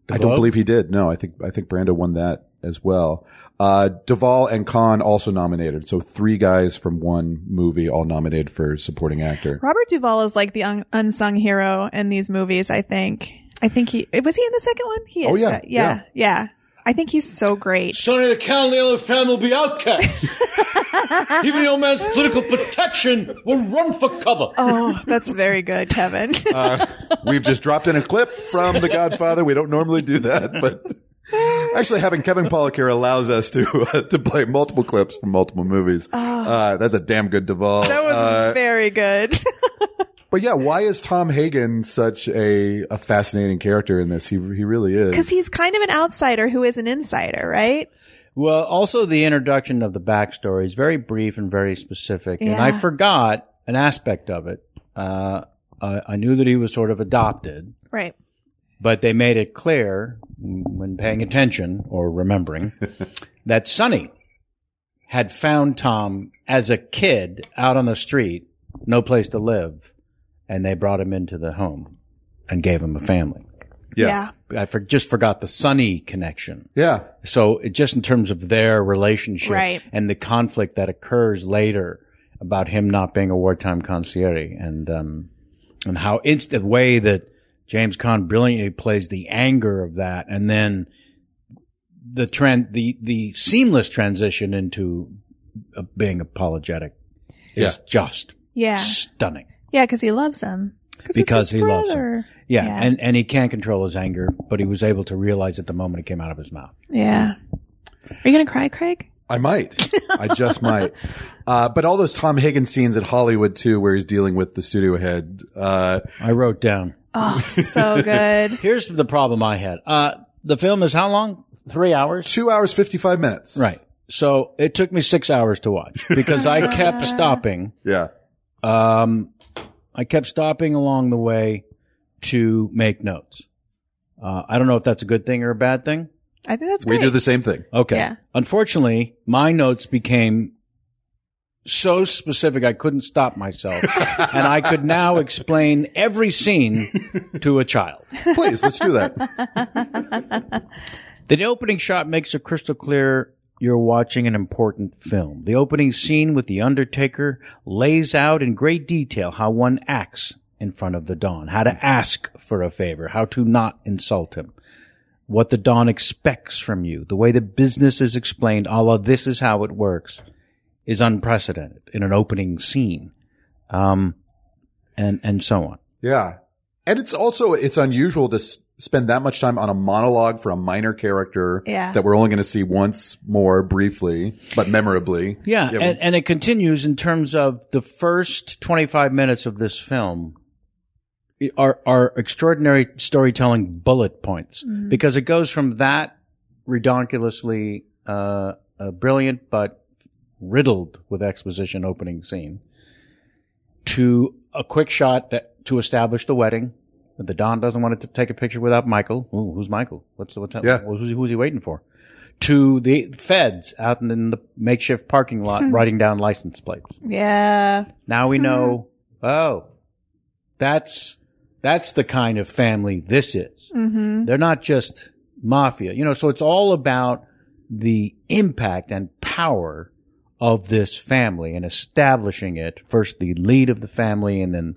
D: The
B: I don't
D: Globe?
B: believe he did. No, I think I think Brando won that as well. Uh, Duvall and Khan also nominated, so three guys from one movie all nominated for supporting actor.
E: Robert Duvall is like the un- unsung hero in these movies. I think. I think he was he in the second one. He is.
B: Oh, yeah,
E: right? yeah. Yeah. I think he's so great.
D: Sonny the Count and the other family will be outcast. Even the old man's political protection will run for cover.
E: oh, that's very good, Kevin.
B: We've just dropped in a clip from The Godfather. We don't normally do that, but actually having Kevin Pollak here allows us to uh, to play multiple clips from multiple movies. Uh, that's a damn good Duvall.
E: Oh. that was
B: Uh,
E: very good.
B: but yeah, why is Tom Hagen such a, a fascinating character in this? He he really is.
E: Because he's kind of an outsider who is an insider, right?
D: Well, also the introduction of the backstory is very brief and very specific, and I
E: Yeah.
D: forgot an aspect of it. Uh, I, I knew that he was sort of adopted,
E: Right.
D: but they made it clear when paying attention or remembering that Sonny had found Tom as a kid out on the street, no place to live, and they brought him into the home and gave him a family.
E: yeah.
D: I for, just forgot the Sonny connection.
B: yeah.
D: So it, just in terms of their relationship
E: Right.
D: and the conflict that occurs later about him not being a wartime concierge and um, and how it's the way that James Caan brilliantly plays the anger of that and then the trend the the seamless transition into uh, being apologetic is
B: Yeah.
D: just
E: Yeah.
D: stunning.
E: Yeah, because he loves him.
D: Because
E: it's his
D: he loves him.
E: brother.
D: Yeah,
E: Yeah.
D: And, and he can't control his anger, but he was able to realize it the moment it came out of his mouth.
E: Yeah. Are you gonna cry, Craig?
B: I might. I just might. Uh, but all those Tom Hagen scenes at Hollywood too, where he's dealing with the studio head. Uh,
D: I wrote down
E: Oh, so good.
D: Here's the problem I had. Uh, the film is how long? Three hours.
B: two hours, 55 minutes.
D: Right. So it took me six hours to watch because I kept stopping.
B: Yeah.
D: Um, I kept stopping along the way to make notes. Uh, I don't know if that's a good thing or a bad thing.
E: I think that's
B: We
E: great.
B: do the same thing.
D: Okay.
E: Yeah.
D: Unfortunately, my notes became so specific I couldn't stop myself, and I could now explain every scene to a child.
B: Please, let's do that.
D: The opening shot makes it crystal clear you're watching an important film. The opening scene with The Undertaker lays out in great detail how one acts in front of the Don, how to ask for a favor, how to not insult him. what the Don expects from you, the way the business is explained, a la this is how it works, is unprecedented in an opening scene, um, and and so on.
B: Yeah. And it's also, it's unusual to s- spend that much time on a monologue for a minor character
F: Yeah.
B: that we're only going to see once more briefly, but memorably.
D: Yeah,
B: Yeah,
D: and, and it continues in terms of the first 25 minutes of this film are, are extraordinary storytelling bullet points because it goes from that redonkulously uh, uh, brilliant but riddled with exposition opening scene to a quick shot that to establish the wedding. The Don doesn't want to t- take a picture without Michael. Ooh, who's Michael? What's what's that?
B: Yeah.
D: Who's, he- who's he waiting for? to the feds out in the makeshift parking lot writing down license plates.
F: Yeah.
D: Now we know, oh, that's, that's the kind of family this is.
F: Mm-hmm.
D: They're not just mafia, you know, so it's all about the impact and power of this family and establishing it first the lead of the family and then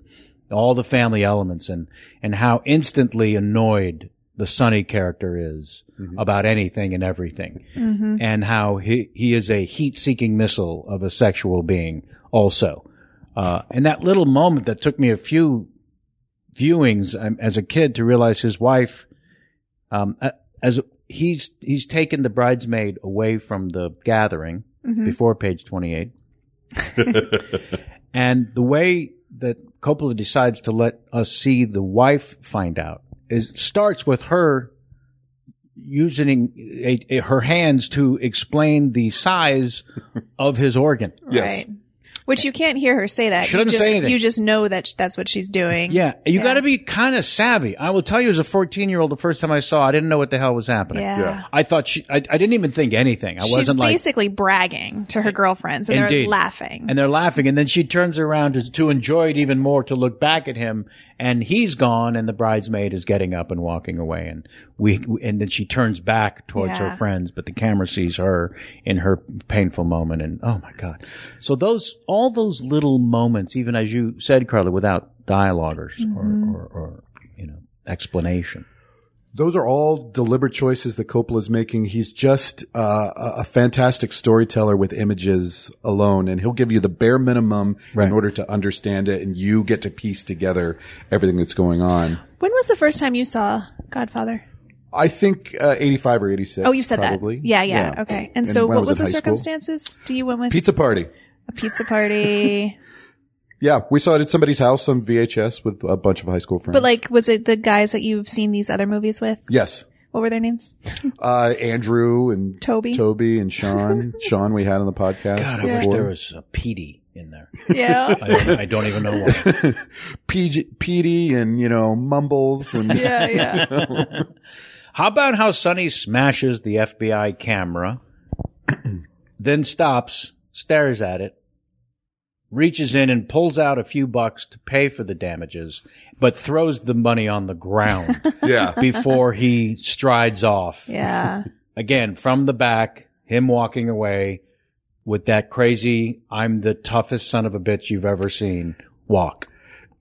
D: all the family elements and, and how instantly annoyed the sunny character is about anything and everything
F: Mm-hmm.
D: and how he, he is a heat seeking missile of a sexual being also. Uh, and that little moment that took me a few viewings um, as a kid to realize his wife, um, a- as he's, he's taken the bridesmaid away from the gathering before page 28. and the way that Coppola decides to let us see the wife find out is starts with her using a, a- her hands to explain the size of his organ.
B: Yes.
F: Right. Which you can't hear her say that.
D: She
F: you
D: doesn't
F: just,
D: say anything.
F: You just know that sh- that's what she's doing.
D: Yeah, you
F: Yeah.
D: got to be kind of savvy. I will tell you, as a 14 year old, the first time I saw, it, I didn't know what the hell was happening.
F: Yeah.
B: Yeah.
D: I thought she, I, I didn't even think anything. I
F: She's
D: wasn't like,
F: basically bragging to her girlfriends, and
D: Indeed.
F: they're laughing.
D: and they're laughing. And then she turns around to, to enjoy it even more, to look back at him, and he's gone, and the bridesmaid is getting up and walking away. And we, we- and then she turns back towards her
F: Yeah.
D: friends, but the camera sees her in her painful moment. And oh my God. So those, all those little moments, even as you said, Carla, without dialogue or, or, or, or, you know, explanation.
B: Those are all deliberate choices that Coppola's making. He's just uh, a a fantastic storyteller with images alone, and he'll give you the bare minimum
D: Right.
B: in order to understand it, and you get to piece together everything that's going on.
F: when was the first time you saw Godfather?
B: I think uh, 85 or 86.
F: Oh, you said
B: probably.
F: that. Yeah, yeah, Okay. And, so,
B: when I
F: what was
B: in
F: the
B: high school.
F: circumstances? Do you went with
B: Pizza party.
F: a pizza party?
B: Yeah, we saw it at somebody's house on VHS with a bunch of high school friends.
F: but like, was it the guys that you've seen these other movies with?
B: yes,
F: What were their names?
B: uh, Andrew and
F: Toby.
B: Toby and Sean. Sean, we had on the podcast.
D: God, I wish
B: before.
D: there was a PD in there.
F: Yeah.
D: I don't, I don't even know why.
B: PG, Petey and you know Mumbles and
F: yeah, yeah.
D: How about how Sonny smashes the FBI camera, then stops, stares at it, reaches in and pulls out a few bucks to pay for the damages, but throws the money on the ground
B: yeah.
D: before he strides off.
F: Yeah.
D: Again, from the back, him walking away with that crazy, I'm the toughest son of a bitch you've ever seen walk.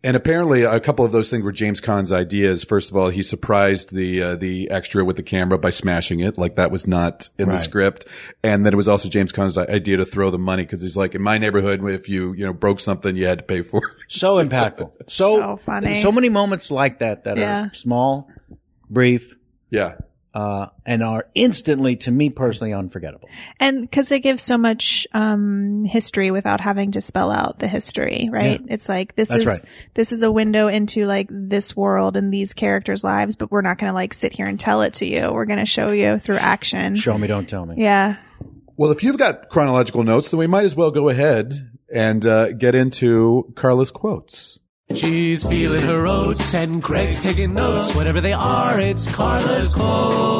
B: And apparently, a couple of those things were James Caan's ideas. First of all, he surprised the uh, the extra with the camera by smashing it, like that was not in the
D: Right.
B: script. And then it was also James Caan's i- idea to throw the money because he's like, in my neighborhood, if you you know broke something, you had to pay for it.
D: So impactful. So,
F: So funny.
D: So many moments like that that
F: Yeah.
D: are small, brief,
B: yeah,
D: uh, and are instantly, to me personally, unforgettable.
F: And because they give so much um, history without having to spell out the history, right? It's like this
D: That's
F: is
D: right.
F: this is a window into like this world and these characters' lives, but we're not going to like sit here and tell it to you. We're going to show you through action.
D: Show me, don't tell me.
F: Yeah,
B: Well, if you've got chronological notes, then we might as well go ahead and uh, get into Carla's quotes.
G: She's feeling her oats, and Craig's taking notes. Whatever they are, it's Carla's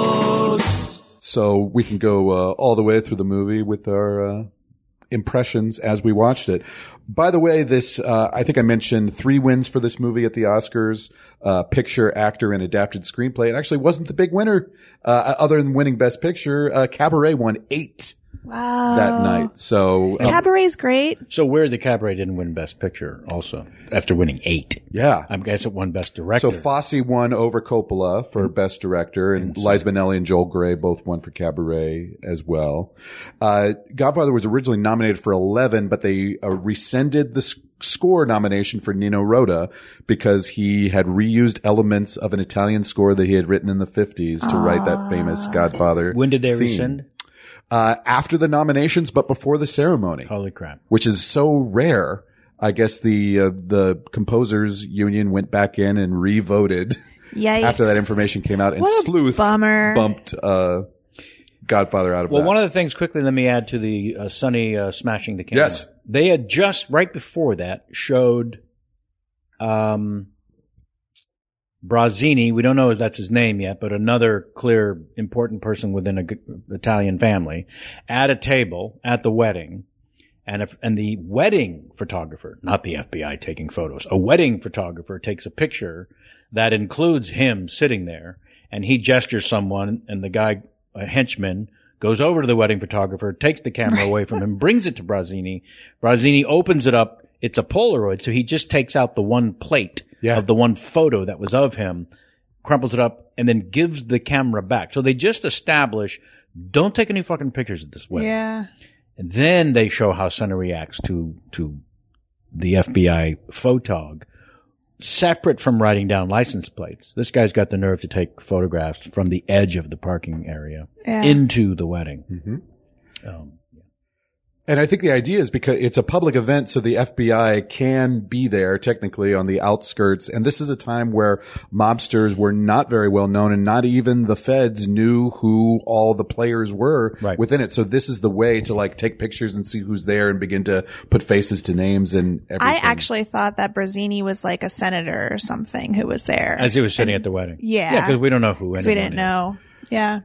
G: quotes.
B: So we can go uh, all the way through the movie with our uh, impressions as we watched it. By the way, this uh, I think I mentioned three wins for this movie at the Oscars: uh, picture, actor, and adapted screenplay. It actually wasn't the big winner, uh, other than winning Best Picture. Uh, Cabaret won eight
E: Wow.
B: that night. So uh,
E: Cabaret's great.
D: So where the cabaret didn't win Best Picture also after winning eight.
B: yeah.
D: I guess it won Best Director.
B: So Fosse won over Coppola for Best Director, and Liza Minnelli and Joel Grey both won for Cabaret as well. Uh, Godfather was originally nominated for 11, but they uh, rescinded the s- score nomination for Nino Rota because he had reused elements of an Italian score that he had written in the 50s to write that famous Godfather.
D: when did they
B: theme.
D: rescind?
B: Uh, after the nominations, but before the ceremony
D: Holy crap!
B: which is so rare. I guess the uh, the composers union went back in and re-voted
F: Yikes.
B: after that information came out, and
F: What a
B: Sleuth
F: bummer.
B: bumped uh, Godfather out of
D: Well,
B: that.
D: one of the things quickly let me add to the uh, Sunny uh, smashing the camera.
B: Yes.
D: they had just right before that showed, um, Brazzini. We don't know if that's his name yet, but another clear important person within a g- Italian family at a table at the wedding. And, if, and the wedding photographer, not the FBI taking photos, a wedding photographer takes a picture that includes him sitting there and he gestures someone and the guy, a henchman, goes over to the wedding photographer, takes the camera away from him, brings it to Brazzini. Brazzini opens it up. It's a Polaroid. So he just takes out the one plate
B: Yeah.
D: of the one photo that was of him, crumples it up and then gives the camera back. So they just establish don't take any fucking pictures at this wedding.
F: Yeah.
D: And then they show how Senna reacts to to the FBI photog. Separate from writing down license plates, this guy's got the nerve to take photographs from the edge of the parking area
F: Yeah.
D: into the wedding.
B: Mhm.
D: Um,
B: and I think the idea is because it's a public event, so the FBI can be there technically on the outskirts. And this is a time where mobsters were not very well known, and not even the feds knew who all the players were
D: Right.
B: within it. So this is the way to like take pictures and see who's there and begin to put faces to names and everything.
F: I actually thought that Brazzini was like a senator or something who was there.
D: as he was sitting at the wedding.
F: Yeah.
D: because we don't know who.
F: 'Cause we
D: anyone
F: didn't
D: is.
F: know. Yeah.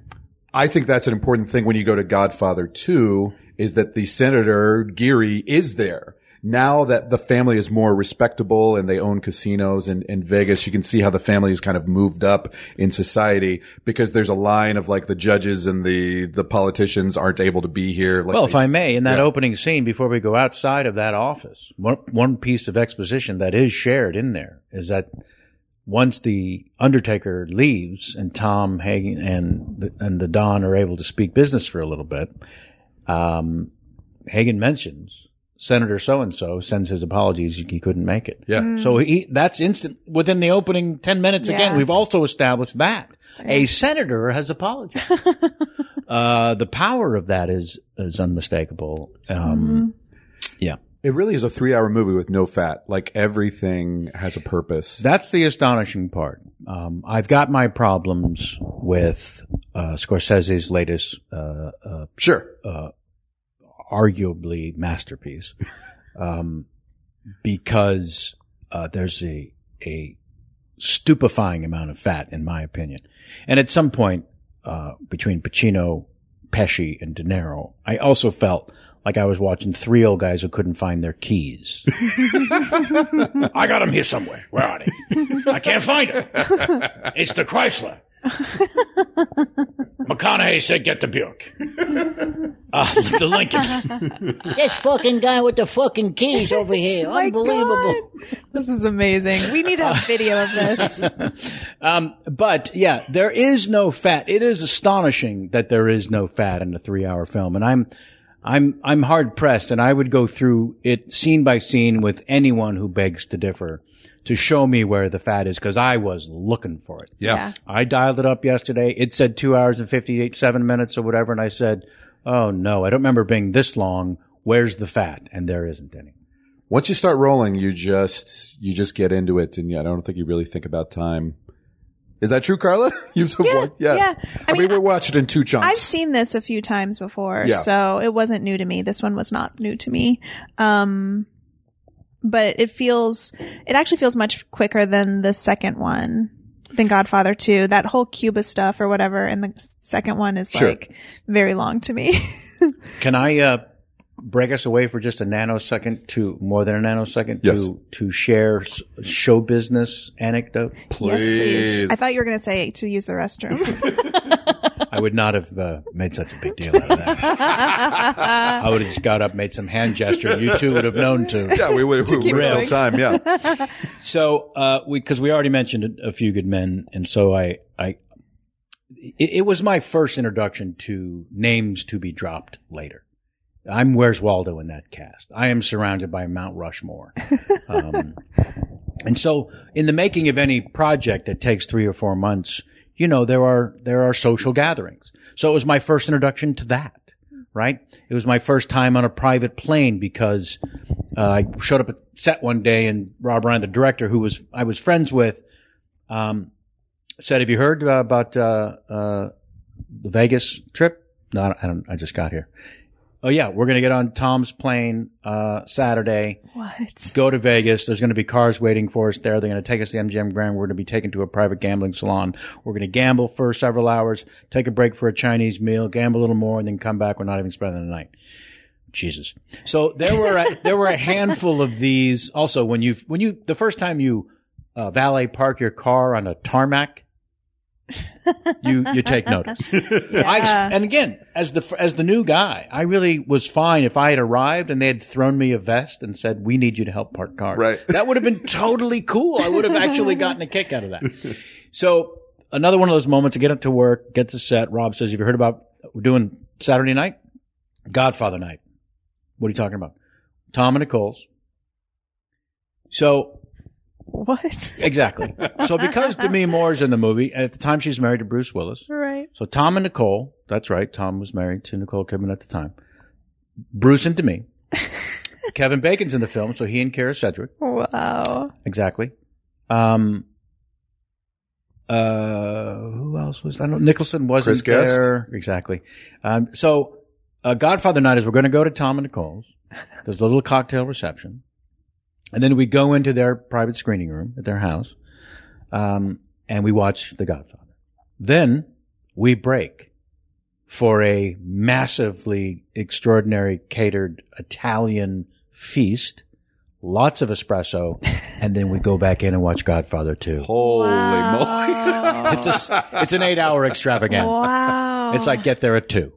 B: I think that's an important thing when you go to Godfather 2 is that the Senator Geary is there. Now that the family is more respectable and they own casinos in, in Vegas, you can see how the family has kind of moved up in society because there's a line of like the judges and the, the politicians aren't able to be here. Like
D: Well,
B: they
D: if I
B: s-
D: may, in that
B: Yeah.
D: opening scene, before we go outside of that office, one, one piece of exposition that is shared in there is that once the Undertaker leaves and Tom Hagen and the, and the Don are able to speak business for a little bit, um, Hagen mentions Senator so and so sends his apologies. He couldn't make it.
B: Yeah.
D: So he, that's instant within the opening 10 minutes again.
F: Yeah.
D: We've also established that a senator has apologized. uh, the power of that is, is unmistakable. Um,
B: It really is a three hour movie with no fat. Like everything has a purpose.
D: That's the astonishing part. Um, I've got my problems with, uh, Scorsese's latest, uh, uh,
B: sure.
D: arguably masterpiece, um, because uh, there's a a stupefying amount of fat, in my opinion. And at some point uh, between Pacino, Pesci, and De Niro, I also felt like I was watching three old guys who couldn't find their keys. I got them here somewhere. Where are they? I can't find them. It's the Chrysler. McConaughey said, "Get the Buick." Uh, the Lincoln.
H: This fucking guy with the fucking keys over
D: Oh
H: here. Unbelievable.
F: This is amazing. We need to have video of this.
D: Um, but yeah, there is no fat. It is astonishing that there is no fat in a three-hour film, and I'm, I'm, I'm hard pressed, and I would go through it scene by scene with anyone who begs to differ to show me where the fat is because I was looking for it.
F: Yeah.
D: I dialed it up yesterday. It said two hours and fifty-eight seven minutes or whatever, and I said, "Oh no, I don't remember it being this long. Where's the fat?" And there isn't any.
B: once you start rolling, you just you just get into it, and yeah, I don't think you really think about time. Is that true, Carla? You've so
F: Yeah, yeah.
B: I,
F: I
B: mean,
F: mean,
B: we watched it in two chunks.
F: I've seen this a few times before,
B: Yeah.
F: so it wasn't new to me. This one was not new to me. Um, but it feels, it actually feels much quicker than the second one, than Godfather 2. That whole Cuba stuff or whatever, and the second one is
B: Sure.
F: like very long to me.
D: Can I uh, break us away for just a nanosecond to more than a nanosecond
B: Yes.
D: to to share s- show business anecdote?
F: yes, please. I thought you were going to say to use the restroom.
D: I I would not have uh, made such a big deal out of that. I would have just got up, made some hand gesture. and You two would have known to.
B: Yeah, we would. we, we,
D: keep
B: real
D: going.
B: time. Yeah.
D: So, uh, we, cause we already mentioned a few good men. And so I, I, it, it was my first introduction to names to be dropped later. I'm Where's Waldo in that cast. I am surrounded by Mount Rushmore. Um, and so in the making of any project that takes three or four months, you know, there are, there are social gatherings. So it was my first introduction to that, right? It was my first time on a private plane because uh, I showed up at set one day and Rob Ryan, the director who was, I was friends with, um, said, have you heard uh, about, uh, uh, the Vegas trip? No, I don't, I don't, I just got here. Oh yeah, we're going to get on Tom's plane, uh, Saturday
F: What?
D: go to Vegas. There's going to be cars waiting for us there. They're going to take us to MGM Grand. We're going to be taken to a private gambling salon. We're going to gamble for several hours, take a break for a Chinese meal, gamble a little more, and then come back. We're not even spending the night. Jesus. So there were a, there were a handful of these. Also, when you when you the first time you uh, valet park your car on a tarmac, you you take notice. I ex-
E: Uh.
D: and again, as the as the new guy, I really was fine if I had arrived and they had thrown me a vest and said, "We need you to help park cars."
B: Right.
D: That would have been totally cool. I would have actually gotten a kick out of that. So another one of those moments. I get up to work, get to set. Rob says, "Have you heard about we're doing Saturday night, Godfather night?" What are you talking about? Tom and Nicole's. So
F: What?
D: exactly. so because Demi Moore's in the movie at the time, she's married to Bruce Willis.
F: Right.
D: So Tom and Nicole, that's right. Tom was married to Nicole Kidman at the time. Bruce and to me. Kevin Bacon's in the film, so he and Kara Sedgwick.
F: Wow.
D: Exactly. Um, uh, who else was, I don't, Nicholson wasn't
B: Chris Guest?
D: there. Exactly. Um, so, uh, Godfather night is we're going to go to Tom and Nicole's. There's a little cocktail reception. And then we go into their private screening room at their house. Um, and we watch The Godfather. Then we break for a massively extraordinary catered Italian feast, lots of espresso, and then we go back in and watch Godfather 2.
B: Holy moly!
D: It's, a s it's an eight hour extravaganza.
F: Wow.
D: It's like get there at two.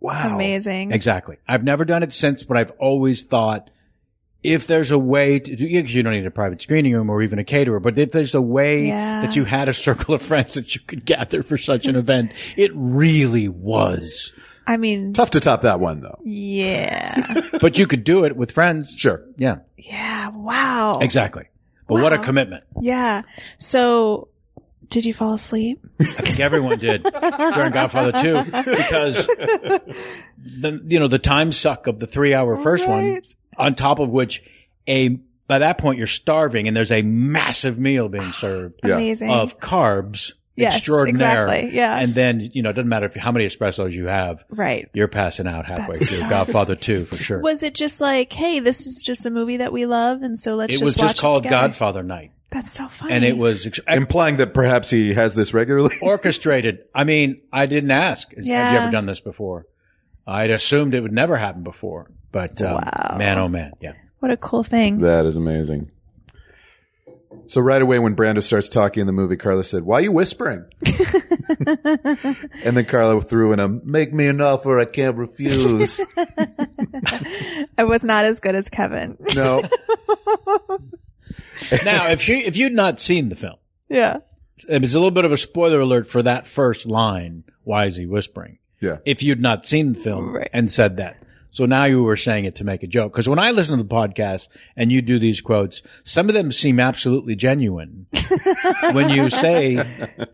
B: wow.
F: amazing.
D: Exactly. I've never done it since, but I've always thought if there's a way to do, because you don't need a private screening room or even a caterer, but if there's a way
F: Yeah.
D: that you had a circle of friends that you could gather for such an event, it really was.
F: I mean,
B: Tough to top that one though.
F: yeah.
D: But you could do it with friends.
B: Sure.
D: Yeah.
F: yeah. Wow.
D: Exactly. But what a
F: Wow.
D: commitment.
F: Yeah. So, did you fall asleep?
D: I think everyone did during Godfather 2 because the, you know, the time suck of the three hour first one
F: Right.
D: on top of which a, by that point you're starving and there's a massive meal being served
B: Yeah.
F: Amazing.
D: of carbs.
F: Yes,
D: extraordinaire.
F: exactly, yeah.
D: And then, you know, it doesn't matter if, how many espressos you have,
F: right.
D: you're passing out halfway
F: That's
D: through
F: so-
D: Godfather 2 for sure.
F: Was it just like, hey, this is just a movie that we love, and so let's
D: it
F: just
D: was
F: watch
D: just called
F: it together?
D: Godfather Night
F: That's so funny.
D: and it was ex-
B: Implying that perhaps he has this regularly.
D: orchestrated. I mean, I didn't ask. Is- Have you
F: Yeah.
D: ever done this before? I'd assumed it would never happen before, but um,
F: Wow.
D: man, oh man, yeah.
F: what a cool thing.
B: That is amazing. So right away when Brando starts talking in the movie, Carla said, "Why are you whispering?" and then Carla threw in a "Make me an offer I can't refuse."
F: I was not as good as Kevin.
B: no,
D: Now, if she, if you'd not seen the film,
F: yeah.
D: it's a little bit of a spoiler alert for that first line. Why is he whispering?
B: Yeah.
D: If you'd not seen the film
F: Right.
D: and said that. So now you were saying it to make a joke. Cause when I listen to the podcast and you do these quotes, some of them seem absolutely genuine when you say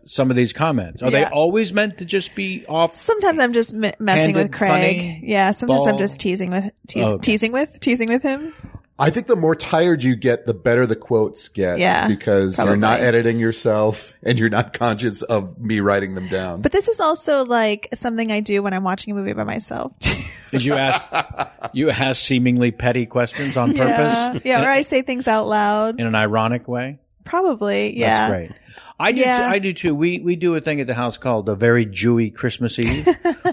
D: some of these comments. Are they
F: Yeah.
D: always meant to just be off
F: Sometimes I'm just m- messing
D: Candid,
F: with Craig.
D: funny,
F: yeah, sometimes I'm
D: ball.
F: just teasing with teas-
D: Oh, okay.
F: teasing with teasing with him.
B: I think the more tired you get, the better the quotes get.
F: Yeah,
B: because you're not
F: probably.
B: editing yourself and you're not conscious of me writing them down.
F: But this is also like something I do when I'm watching a movie by myself.
D: Did you ask you ask seemingly petty questions on
F: yeah.
D: purpose
F: yeah, or I say things out loud.
D: in an ironic way?
F: Probably, yeah.
D: That's great. I do
F: Yeah.
D: too, I do too. We we do a thing at the house called the very Jewy Christmas Eve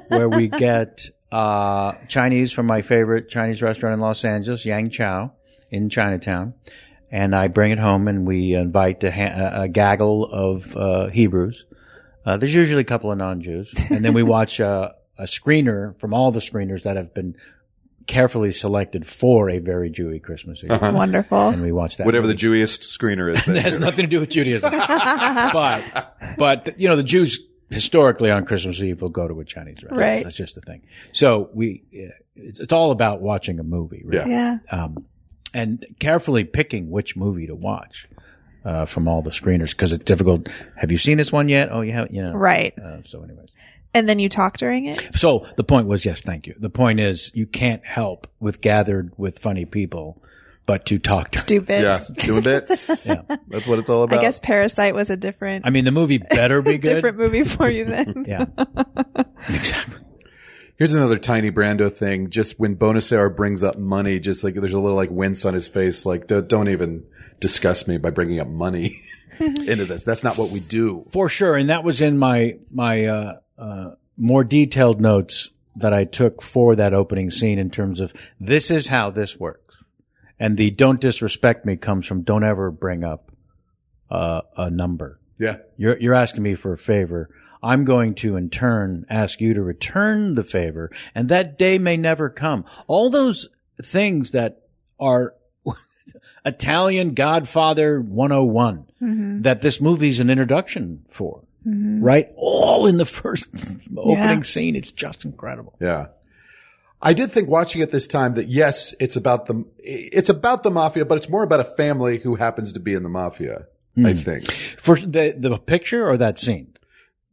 D: where we get uh Chinese from my favorite Chinese restaurant in Los Angeles, Yang Chow in Chinatown. And I bring it home and we invite a, ha- a gaggle of uh Hebrews Uh, there's usually a couple of non-Jews, and then we watch uh, a screener from all the screeners that have been carefully selected for a very Jewy Christmas Eve,
F: Wonderful.
D: and we watch that.
B: Uh-huh. Whatever
D: movie.
B: the Jewiest screener is.
D: It has nothing to do with Judaism. but but you know the Jews historically on Christmas Eve will go to a Chinese restaurant.
F: Right.
D: That's just the thing. So we it's, it's all about watching a movie, really.
F: Yeah.
D: Um, and carefully picking which movie to watch uh, from all the screeners because it's difficult. Have you seen this one yet? Oh, you haven't. You know.
F: Right.
D: Uh, so, anyways.
F: And then you talk during it.
D: So the point was, yes, thank you. The point is, you can't help with gathered with funny people, but to talk to.
F: Do bits.
B: Yeah, doing bits.
D: Yeah.
B: That's what it's all about.
F: I guess Parasite was a different
D: I mean, the movie better be good.
F: different movie for you then.
D: Yeah. exactly.
B: Here's another tiny Brando thing. Just when Bonasera brings up money, just like there's a little like wince on his face, like don't, don't even discuss me by bringing up money into this. That's not what we do.
D: For sure, and that was in my my uh, uh, more detailed notes that I took for that opening scene in terms of this is how this works, and the "don't disrespect me" comes from don't ever bring up uh, a number.
B: Yeah.
D: You're you're asking me for a favor. I'm going to in turn ask you to return the favor, and that day may never come. All those things that are Italian Godfather 101 that this movie's an introduction for, right? All in the first opening scene. It's just incredible.
B: Yeah. I did think watching it this time that yes, it's about the it's about the mafia, but it's more about a family who happens to be in the mafia. I think
D: For the the picture or that scene?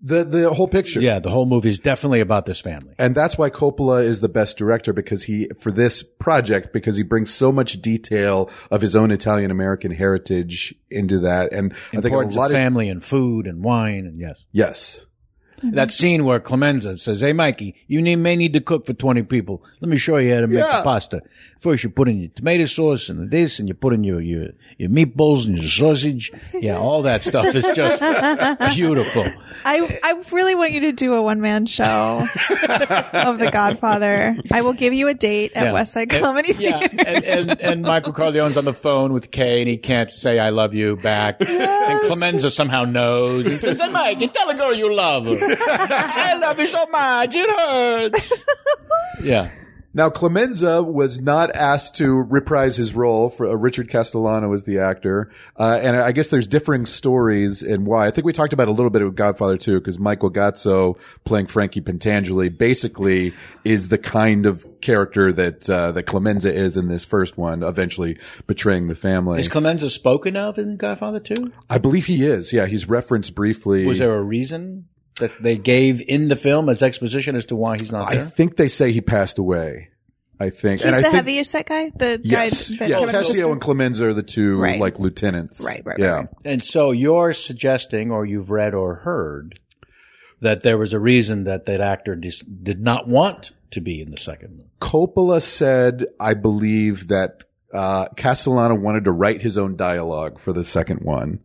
B: the the whole picture.
D: Yeah, the whole movie is definitely about this family.
B: And that's why Coppola is the best director because he, for this project, because he brings so much detail of his own Italian American heritage into that. And I think
D: Importance
B: a lot
D: of
B: of,
D: family and food and wine and yes.
B: yes.
D: That scene where Clemenza says, Hey, Mikey, you need, may need to cook for 20 people. Let me show you how to make
B: Yeah.
D: the pasta. First, you put in your tomato sauce and this, and you put in your, your, your meatballs and your sausage. Yeah, all that stuff is just beautiful.
F: I I really want you to do a one man show of The Godfather. I will give you a date at
D: Yeah.
F: West Side Comedy
D: Yeah,
F: Theater.
D: and, and, and Michael Corleone's on the phone with Kay, and he can't say "I love you" back. And Clemenza somehow knows. He says, "Hey, Mike, tell a girl you love her. I love you so much it hurts." yeah,
B: Now, Clemenza was not asked to reprise his role for uh, Richard Castellano is the actor. Uh, and I guess there's differing stories and why. I think we talked about it a little bit with Godfather too, because Michael Gazzo playing Frankie Pentangeli basically is the kind of character that, uh, that Clemenza is in this first one, eventually betraying the family.
D: is Clemenza spoken of in Godfather Two?
B: I believe he is. Yeah. He's referenced briefly.
D: Was there a reason that they gave in the film as exposition as to why he's not
B: I
D: there?
B: think they say he passed away. I think.
F: He's
B: I
F: the
B: think,
F: heaviest set guy. The
B: Yes.
F: guy that
B: Yeah.
F: Kevin
B: Tessio
F: Costner-
B: and Clemenza are the two
F: Right.
B: like lieutenants.
F: Right, right, right,
B: Yeah.
F: right.
D: And so you're suggesting, or you've read or heard, that there was a reason that that actor dis- did not want to be in the second movie.
B: Coppola said, I believe that uh, Castellano wanted to write his own dialogue for the second one.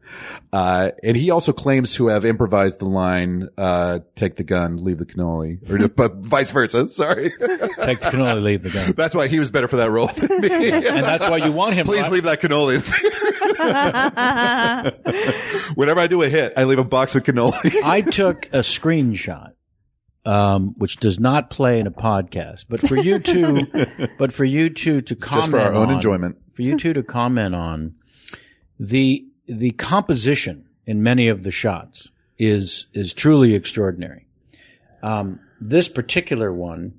B: Uh, and he also claims to have improvised the line, uh, take the gun, leave the cannoli, or but vice versa. Sorry.
D: Take the cannoli, leave the gun.
B: That's why he was better for that role than me.
D: And that's why you want him.
B: Please
D: right?
B: leave that cannoli. Whenever I do a hit, I leave a box of cannoli.
D: I took a screenshot, um, which does not play in a podcast, but for you two, but for you two to comment
B: Just for our own
D: on-
B: enjoyment.
D: for you two to comment on the the composition in many of the shots is is truly extraordinary. Um, this particular one,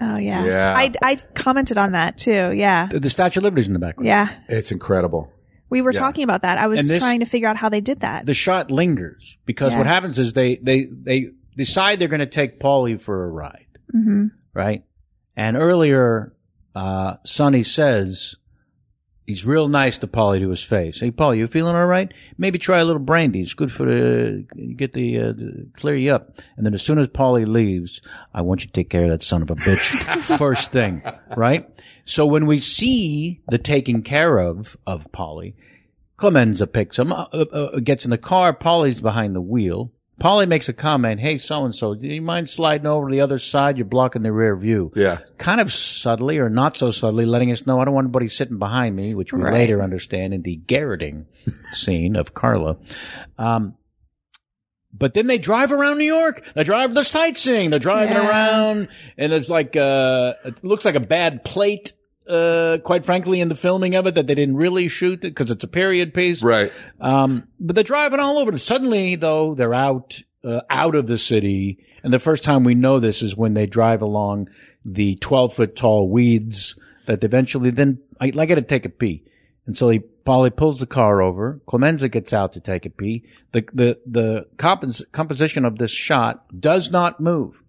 F: Oh yeah.
B: Yeah.
F: I I commented on that too. Yeah.
D: the, the Statue of Liberty is in the background.
F: Yeah.
B: It's incredible.
F: We were talking about that. I was
D: And this-
F: trying to figure out how they did that.
D: the shot lingers because
F: Yeah.
D: what happens is they they they decide they're going to take Paulie for a ride,
E: Mm-hmm.
F: Mhm.
D: right? And earlier, uh, Sonny says he's real nice to Paulie to his face. Hey, Paulie, you feeling all right? Maybe try a little brandy. It's good for the get the, uh, the clear you up. And then as soon as Paulie leaves, I want you to take care of that son of a bitch first thing, right? So when we see the taking care of of Polly, Clemenza picks him, up, uh, uh, gets in the car. Polly's behind the wheel. Polly makes a comment, "Hey, so and so, do you mind sliding over to the other side? You're blocking the rear view."
B: Yeah.
D: Kind of subtly, or not so subtly, letting us know I don't want anybody sitting behind me, which we later understand in the garroting scene of Carla. Um, But then they drive around New York. They drive. They're sightseeing. They're driving
F: Yeah.
D: around, and it's like uh, it looks like a bad plate. Uh, quite frankly, in the filming of it, that they didn't really shoot it because it's a period piece.
B: Right.
D: Um, but they're driving all over. Suddenly, though, they're out uh, out of the city, and the first time we know this is when they drive along the twelve foot tall weeds that eventually then I, I got to take a pee, and so he Polly pulls the car over. Clemenza gets out to take a pee. The the the compos- composition of this shot does not move.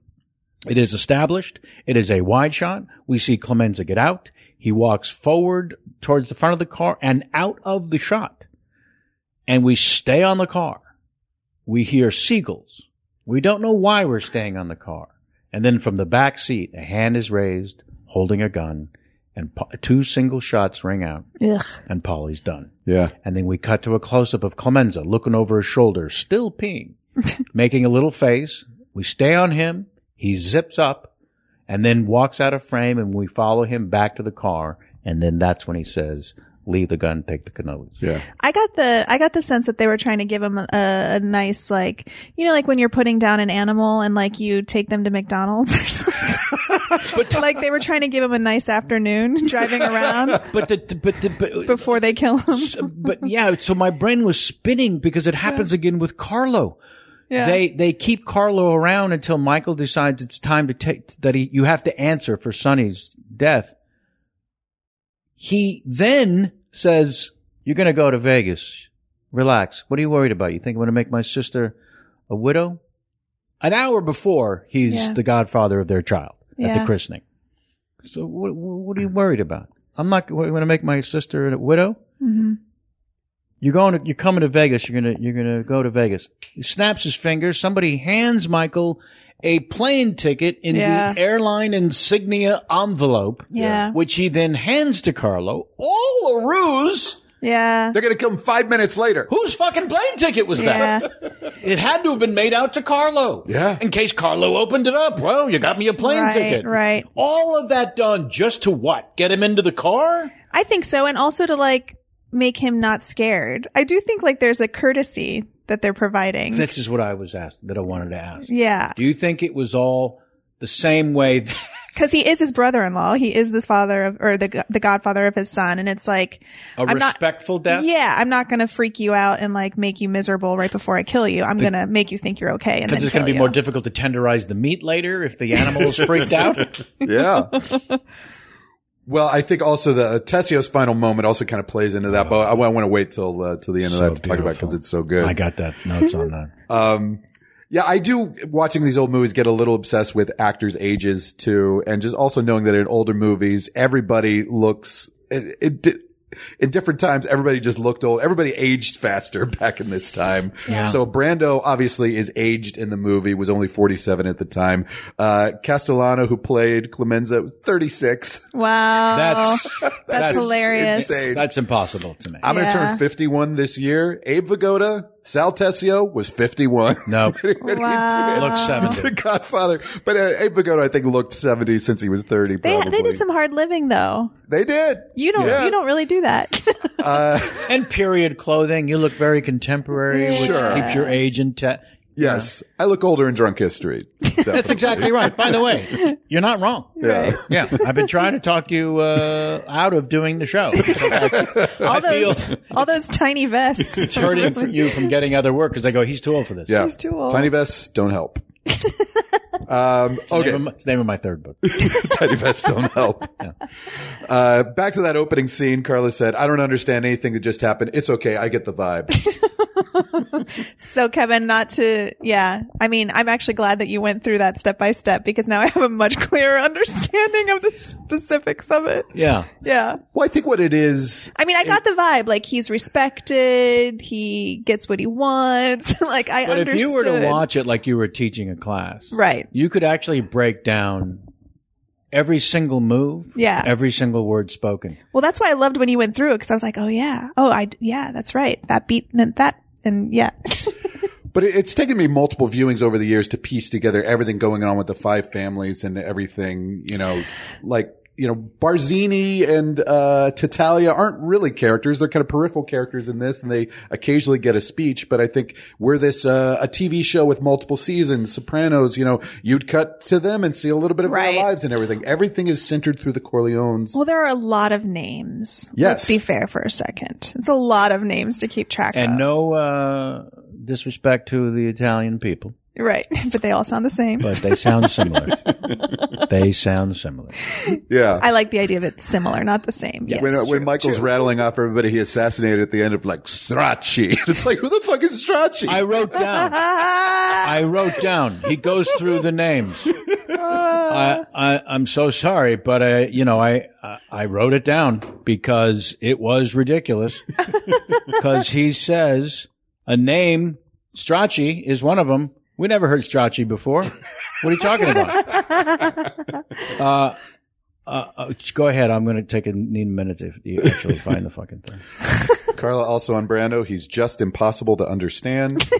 D: It is established. It is a wide shot. We see Clemenza get out. He walks forward towards the front of the car and out of the shot and we stay on the car. We hear seagulls. We don't know why we're staying on the car. And then from the back seat, a hand is raised holding a gun and po- two single shots ring out
F: Ugh.
D: and Polly's done.
I: Yeah.
D: And then we cut to a close up of Clemenza looking over his shoulder, still peeing, making a little face. We stay on him. He zips up and then walks out of frame and we follow him back to the car. And then that's when he says, leave the gun, take the cannolis.
B: Yeah.
E: I got the I got the sense that they were trying to give him a, a nice like you know like when you're putting down an animal and like you take them to McDonald's or something. like they were trying to give him a nice afternoon driving around
D: But the, but the, but,
E: before they kill him.
D: S- but yeah, so my brain was spinning because it happens again with Carlo.
E: Yeah.
D: They they keep Carlo around until Michael decides it's time to take that he you have to answer for Sonny's death. He then says, "You're going to go to Vegas. Relax. What are you worried about? You think I'm going to make my sister a widow?" An hour before, he's
E: Yeah.
D: the godfather of their child at the
E: Yeah.
D: christening. So what, what are you worried about? I'm not going to make my sister a widow.
E: Mm-hmm.
D: You're going to, you're coming to Vegas. You're going to, you're going to go to Vegas. He snaps his fingers. Somebody hands Michael a plane ticket in
E: Yeah.
D: the airline insignia envelope,
E: Yeah.
D: which he then hands to Carlo. All a ruse.
E: yeah.
B: They're going to come five minutes later.
D: Whose fucking plane ticket was
E: Yeah.
D: that? It had to have been made out to Carlo.
B: Yeah.
D: In case Carlo opened it up. Well, you got me a plane
E: right,
D: ticket.
E: right.
D: All of that done just to what? Get him into the car?
E: I think so, and also to like make him not scared. I do think like there's a courtesy that they're providing.
D: This is what I was asked that I wanted to ask.
E: yeah,
D: Do you think it was all the same way? That,
E: because he is his brother-in-law. He is the father of, or the the godfather of his son, and it's like,
D: a
E: I'm not-
D: respectful
E: yeah,
D: death?
E: I'm not gonna freak you out and like make you miserable right before I kill you. I'm gonna make you think you're okay, and then
D: Because it's
E: kill
D: going to be
E: you.
D: more difficult to tenderize the meat later if the animal is freaked out.
B: Yeah. well, I think also the uh, Tessio's final moment also kind of plays into that, but I, want to wait till uh, till the end
D: So
B: of that to talk about
D: beautiful.
B: because it's so good.
D: I got that notes on that.
B: Um, yeah, I do watching these old movies get a little obsessed with actors' ages too, and just also knowing that in older movies, everybody looks it, it di- in different times. Everybody just looked old. Everybody aged faster back in this time. So Brando obviously is aged in the movie. Was only forty seven at the time. Uh, Castellano, who played Clemenza, was thirty six.
E: Wow,
D: That's
E: That's
D: that's
E: hilarious.
B: insane.
D: that's impossible to me.
B: I'm going
E: Yeah.
B: to turn 51 this year. Abe Vigoda, Sal Tessio was 51.
D: No,
E: Wow.
D: looks
B: The
D: seventy.
B: Godfather. But uh, Abe Vigoda, I think, looked 70 since he was 30,
E: They
B: probably.
E: they did some hard living though.
B: They did.
E: You don't
B: Yeah.
E: you don't really do that.
B: Uh,
D: And period clothing. You look very contemporary, which
B: Sure.
D: keeps your age in te-
B: yes. I look older in drunk history.
D: That's exactly right. By the way, you're not wrong.
B: Yeah.
D: Yeah, I've been trying to talk you uh, out of doing the show. I
E: all those
D: feel
E: all those tiny vests.
D: it's hurting for you from getting other work because they go, he's too old for this.
B: Yeah.
E: He's too old.
B: Tiny vests don't help. um,
D: It's the name
B: okay.
D: of my- it's the name of my third book.
B: Teddy vests don't help. Uh, back to that opening scene. Carla said, I don't understand anything that just happened. It's okay. I get the vibe.
E: So Kevin, not to, yeah. I mean, I'm actually glad that you went through that step by step because now I have a much clearer understanding of the specifics of it.
D: Yeah.
E: Yeah.
B: well, I think what it is.
E: I mean, I got the vibe. Like he's respected. He gets what he wants. like I
D: But if
E: understood.
D: you were to watch it like you were teaching a class,
E: Right.
D: you could actually break down every single move,
E: Yeah.
D: every single word spoken.
E: Well, that's why I loved when you went through it because I was like, oh yeah. Oh, I, yeah, that's right. That beat meant that. And yeah.
B: But it, it's taken me multiple viewings over the years to piece together everything going on with the five families and everything, you know, like you know, Barzini and uh, Tatalia aren't really characters. They're kind of peripheral characters in this, and they occasionally get a speech. But I think were this uh, a TV show with multiple seasons, Sopranos, you know, you'd cut to them and see a little bit of
E: Right.
B: their lives and everything. Everything is centered through the Corleones.
E: Well, there are a lot of names.
B: Yes.
E: Let's be fair for a second. It's a lot of names to keep track
D: And
E: of.
D: no uh, disrespect to the Italian people,
E: Right. But they all sound the same.
D: but they sound similar. they sound similar.
B: yeah.
E: I like the idea of it similar, not the same. Yes.
B: when, uh, when Michael's rattling off everybody he assassinated at the end of like Stracci, it's like who the fuck is Stracci?
D: I wrote down.
E: Ah!
D: I wrote down. He goes through the names. I, I, I'm so sorry, but I, you know, I, I- I wrote it down because it was ridiculous. Because he says a name, Stracci is one of them. We never heard Stracci before. What are you talking about? uh, uh, uh, go ahead. I'm going to take a need a minute to you actually find the fucking thing.
B: Carla also on Brando. He's just impossible to understand.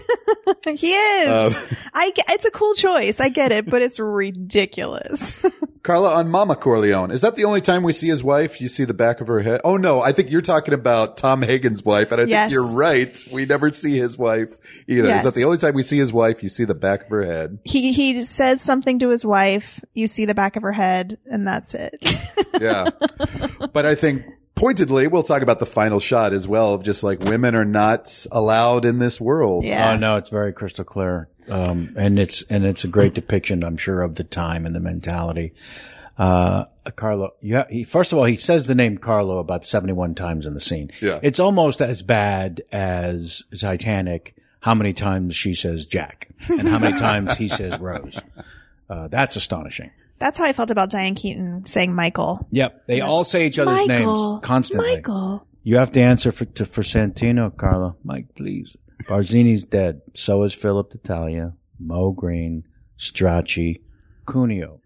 E: he is.
D: Um,
E: I ge- it's a cool choice. I get it, but it's ridiculous.
B: Carla on Mama Corleone. Is that the only time we see his wife? You see the back of her head. Oh no, I think you're talking about Tom Hagen's wife, and I
E: Yes.
B: think you're right. We never see his wife either.
E: Yes.
B: Is that the only time we see his wife? You see the back of her head.
E: he he says something to his wife. You see the back of her head, and that's it.
B: Yeah, but I think. Pointedly, we'll talk about the final shot as well of just like women are not allowed in this world.
E: yeah.
D: Oh no, it's very crystal clear, um, and it's and it's a great depiction, I'm sure, of the time and the mentality. Uh, Carlo, yeah. He, first of all, he says the name Carlo about 71 times in the scene.
B: Yeah.
D: it's almost as bad as Titanic. How many times she says Jack, and how many times he says Rose. Uh, that's astonishing.
E: That's how I felt about Diane Keaton saying Michael.
D: Yep, they all say each other's
E: Michael.
D: names constantly.
E: Michael.
D: You have to answer for to, for Santino, Carlo. Mike, please. Barzini's dead. So is Philip D'Italia, Mo Green, Stracci, Cuneo.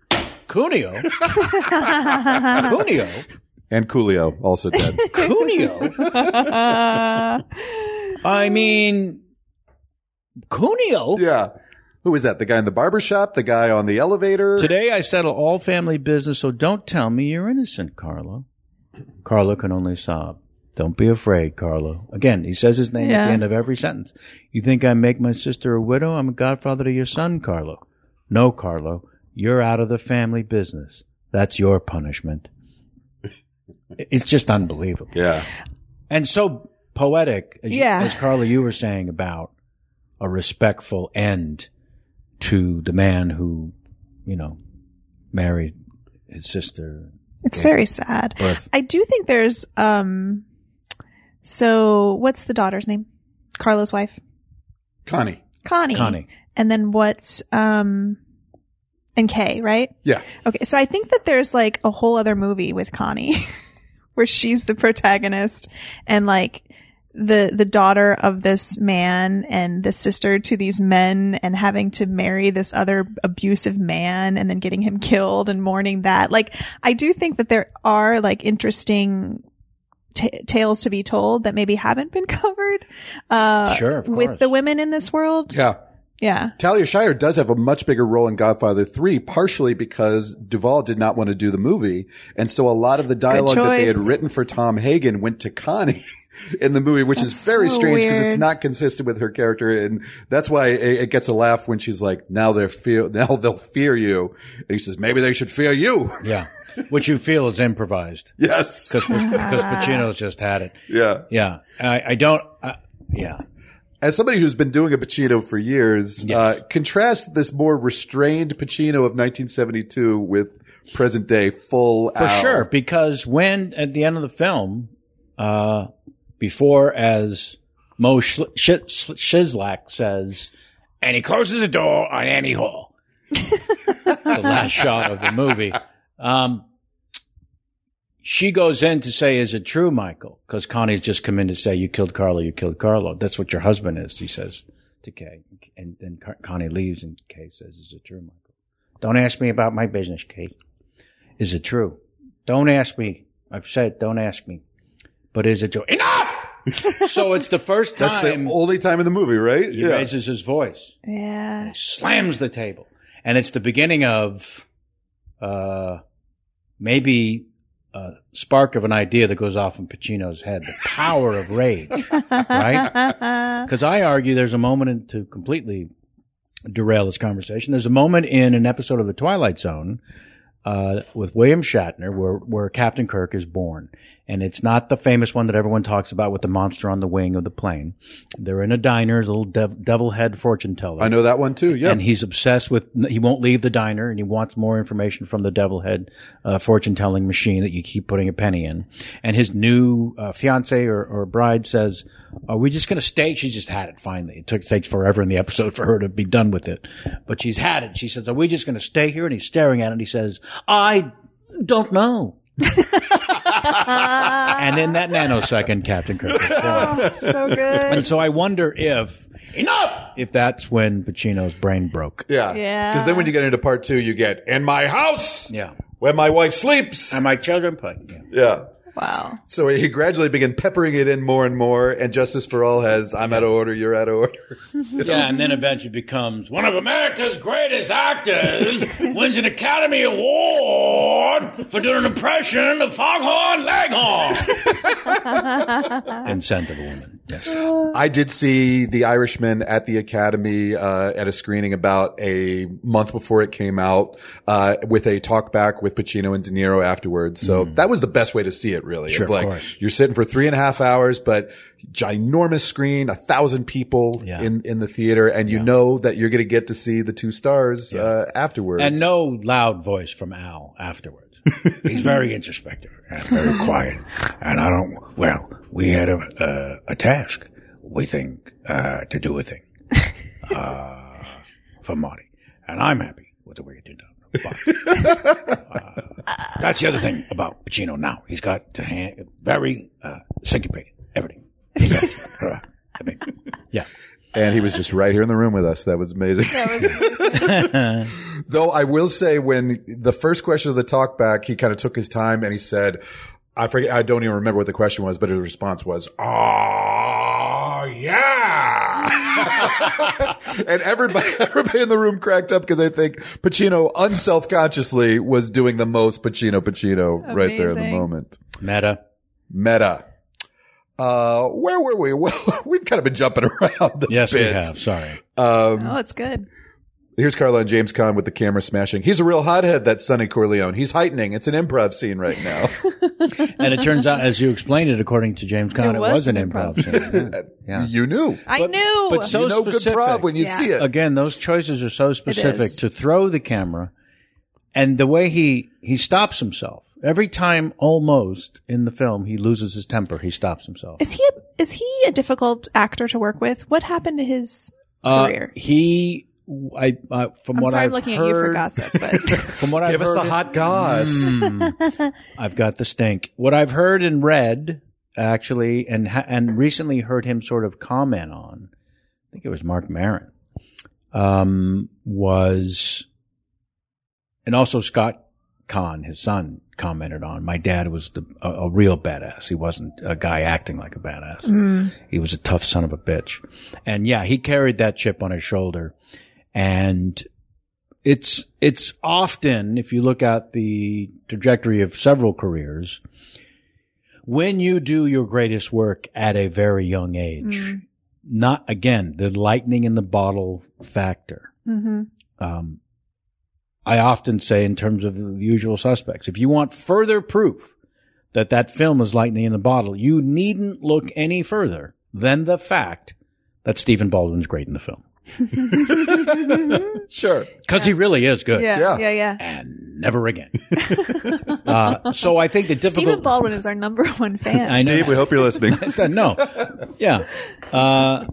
D: Cuneo? Cuneo?
B: And Coolio also dead.
D: Cuneo? I mean, Cuneo?
B: yeah. Who is that? The guy in the barber shop? The guy on the elevator?
D: Today I settle all family business, so don't tell me you're innocent, Carlo. Carlo can only sob. Don't be afraid, Carlo. Again, he says his name at
E: Yeah.
D: the end of every sentence. You think I make my sister a widow? I'm a godfather to your son, Carlo. No, Carlo, you're out of the family business. That's your punishment. It's just unbelievable
B: Yeah.
D: and so poetic as, you-
E: Yeah.
D: as carla you were saying about a respectful end to the man who you know married his sister
E: It's very sad.
D: birth
E: I do think there's um. So what's the daughter's name? Carla's wife,
B: Connie.
E: Connie.
D: connie
E: And then what's um, and Kay, right?
B: Yeah.
E: Okay, so I think that there's like a whole other movie with Connie where she's the protagonist and like the the daughter of this man and the sister to these men and having to marry this other abusive man and then getting him killed and mourning that. Like I do think that there are like interesting t- tales to be told that maybe haven't been covered uh
D: Sure, of
E: with
D: course.
E: the women in this world.
B: Yeah.
E: Yeah.
B: Talia Shire does have a much bigger role in Godfather 3, partially because Duvall did not want to do the movie. And so a lot of the dialogue that they had
E: choice.
B: written for Tom Hagen went to Connie in the movie, which is
E: That's
B: very
E: so
B: strange because it's
E: weird.
B: not consistent with her character. And that's why it, it gets a laugh when she's like, now they're fear, now they'll fear you. And he says, maybe they should fear you.
D: yeah which you feel is improvised
B: yes.
D: because because pacino's just had it
B: Yeah.
D: yeah i, I don't I, yeah
B: as somebody who's been doing a Pacino for years, uh, contrast this more restrained Pacino of 1972 with present day full
D: For sure, because when at the end of the film, uh, before as Mo Schl- Sh- Sh- Shizlak says, and he closes the door on Annie Hall. the last shot of the movie. Um, she goes in to say, "Is it true, Michael?" Because Connie's just come in to say, "You killed Carlo. You killed Carlo. That's what your husband is." He says to Kay, and then Car- Connie leaves, and Kay says, "Is it true, Michael?" Don't ask me about my business, Kay. Is it true? Don't ask me. I've said, don't ask me. But is it true? Enough! so it's the first
B: That's
D: time
B: the only time in the movie, right?
D: he raises his voice,
E: Yeah.
D: slams the table, and it's the beginning of uh, maybe a spark of an idea that goes off in Pacino's head, the power of rage, right?
F: Uh-huh.
D: Because I argue there's a moment in, to completely derail this conversation. There's a moment in an episode of The Twilight Zone uh, with William Shatner where, where Captain Kirk is born. And it's not the famous one that everyone talks about with the monster on the wing of the plane. They're in a diner, there's a little dev- devil head fortune teller.
B: I know that one too. Yeah.
D: And he's obsessed with, he won't leave the diner and he wants more information from the devil head uh, fortune telling machine that you keep putting a penny in. And his new uh, fiance or, or bride says, Are we just going to stay? She just had it finally. It took, takes forever in the episode for her to be done with it. But she's had it. She says, Are we just going to stay here? And he's staring at it and he says, I don't know. and in that nanosecond, Captain Kirk is born.
F: so good.
D: And so I wonder if enough if that's when Pacino's brain broke.
B: Yeah.
F: Yeah.
B: Because then when you get into part two, you get in my house
D: Yeah.
B: where my wife sleeps.
D: And my children play. Yeah.
B: Yeah.
F: Wow.
B: So he gradually began peppering it in more and more. And Justice for All has I'm out of order, you're out of order.
D: yeah, and then eventually becomes one of America's greatest actors, wins an Academy Award for doing an impression of Foghorn Leghorn. and send to the woman. Yes.
B: I did see The Irishman at the Academy uh, at a screening about a month before it came out uh, with a talk back with Pacino and De Niro afterwards. So that was the best way to see it, really.
D: Mm-hmm. Sure,
B: Of
D: of
B: like,
D: course.
B: You're sitting for three and a half hours, but ginormous screen, a thousand people
D: Yeah.
B: in, in the theater, and you know that you're going to get to see the two stars uh, afterwards.
D: And no loud voice from Al afterwards. He's very introspective and very quiet. And I don't, well, we had a, uh, a task, we think, uh, to do a thing uh, for Marty. And I'm happy with the way it turned out. But, uh, that's the other thing about Pacino now. He's got to hand, very uh, syncopated, everything. I mean, yeah.
B: And he was just right here in the room with us. That was amazing. Though I will say when the first question of the talk back, he kind of took his time and he said, I forget, I don't even remember what the question was, but his response was, oh, yeah. and everybody, everybody in the room cracked up because I think Pacino unselfconsciously was doing the most Pacino Pacino right there in the
F: Amazing.
B: moment.
D: Meta.
B: Meta. Uh, where were we? Well, we've kind of been jumping around. A
D: Yes, we
B: bit.
D: have. Sorry.
B: Um,
F: Oh, it's good.
B: Here's Carlon James Conn with the camera smashing. He's a real hothead, that Sonny Corleone. He's heightening. It's an improv scene right now.
D: and it turns out, as you explained it, according to James Conn, it, was, an improv scene. Yeah.
B: You knew.
F: I knew.
D: but so
B: you know good
D: specific. Uh,
B: prov when you
F: Yeah.
B: see it.
D: Again, those choices are so specific
F: is.
D: to throw the camera, and the way he he stops himself every time, almost in the film, he loses his temper. He stops himself.
F: is he a, is he a difficult actor to work with? What happened to his
D: Uh,
F: career?
D: he, I, uh, from
F: I'm
D: what
F: sorry,
D: I've
F: I'm looking
D: heard,
F: at you for gossip, but
D: From what I've heard,
B: goss.
D: Mm. I've got the stink. What I've heard and read, actually, and ha- and recently heard him sort of comment on, I think it was Mark Maron, um, was, and also Scott Kahn, his son, commented on. My dad was the a, a real badass. He wasn't a guy acting like a badass.
F: Mm-hmm.
D: He was a tough son of a bitch, and yeah, he carried that chip on his shoulder, and it's it's often if you look at the trajectory of several careers when you do your greatest work at a very young age not again the lightning in the bottle factor
F: Mhm.
D: um, i often say in terms of the usual suspects if you want further proof that that film is lightning in the bottle you needn't look any further than the fact that stephen baldwin's great in the film
B: Sure.
D: because he really is good
B: Yeah.
F: yeah, yeah, yeah.
D: and never again. uh, so I think the
F: Stephen
D: difficult.
F: Baldwin is our number one fan.
D: I know.
B: Steve, we hope you're listening.
D: no, yeah. Uh,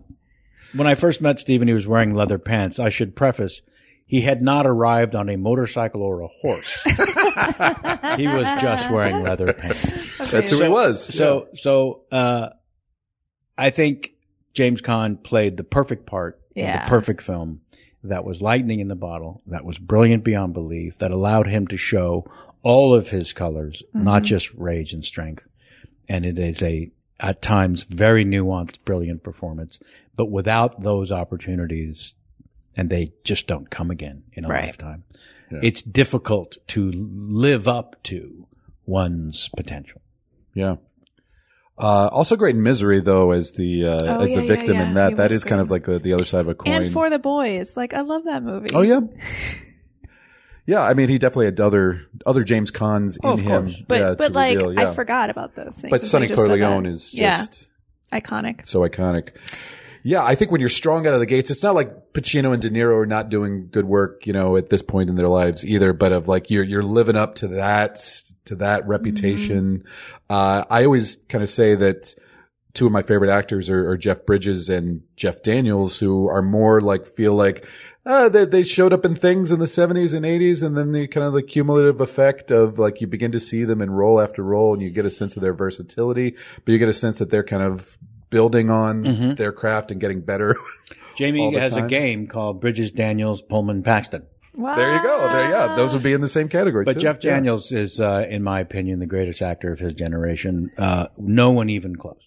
D: when I first met Stephen, he was wearing leather pants. I should preface. He had not arrived on a motorcycle or a horse. he was just wearing leather pants.
B: That's who he was.
D: So, so, uh, I think James Caan played the perfect part of
F: Yeah.
D: the perfect film that was lightning in the bottle, that was brilliant beyond belief, that allowed him to show all of his colors, not just rage and strength. And it is a, at times, very nuanced, brilliant performance. But without those opportunities, and they just don't come again in a
E: Right.
D: lifetime. It's difficult to live up to one's potential.
B: Yeah. Uh, also great in misery though as the uh,
E: Oh,
B: as
E: yeah,
B: the
E: yeah,
B: victim
E: yeah.
B: in that
E: He
B: that
E: was
B: is kind of like
E: great.
B: the, the other side of a coin.
E: And for the boys, like I love that movie.
B: oh yeah, yeah. I mean he definitely had other other James Cons in
E: Oh, of
B: him.
E: course. But
B: yeah,
E: but
B: to
E: like
B: reveal, yeah.
E: I forgot about those things.
B: But
E: until
B: Sonny
E: you just said
B: Corleone
E: that.
B: is just
E: yeah iconic.
B: so iconic. Yeah, I think when you're strong out of the gates, it's not like Pacino and De Niro are not doing good work, you know, at this point in their lives either, but of like you're you're living up to that to that reputation. Uh I always kind of say that two of my favorite actors are, are Jeff Bridges and Jeff Daniels, who are more like feel like uh, they, they showed up in things in the 70s and 80s, and then the kind of the cumulative effect of like you begin to see them in role after role, and you get a sense of their versatility, but you get a sense that they're kind of building on
D: Mm-hmm.
B: their craft and getting better. All
D: Jamie
B: the
D: has a
B: time.
D: game called Bridges, Daniels, Pullman, Paxton.
E: Wow.
B: there you go. There, yeah, those would be in the same category.
D: Ah. But
B: too.
D: Jeff
B: Yeah.
D: Daniels is, uh, in my opinion, the greatest actor of his generation. Uh, no one even close.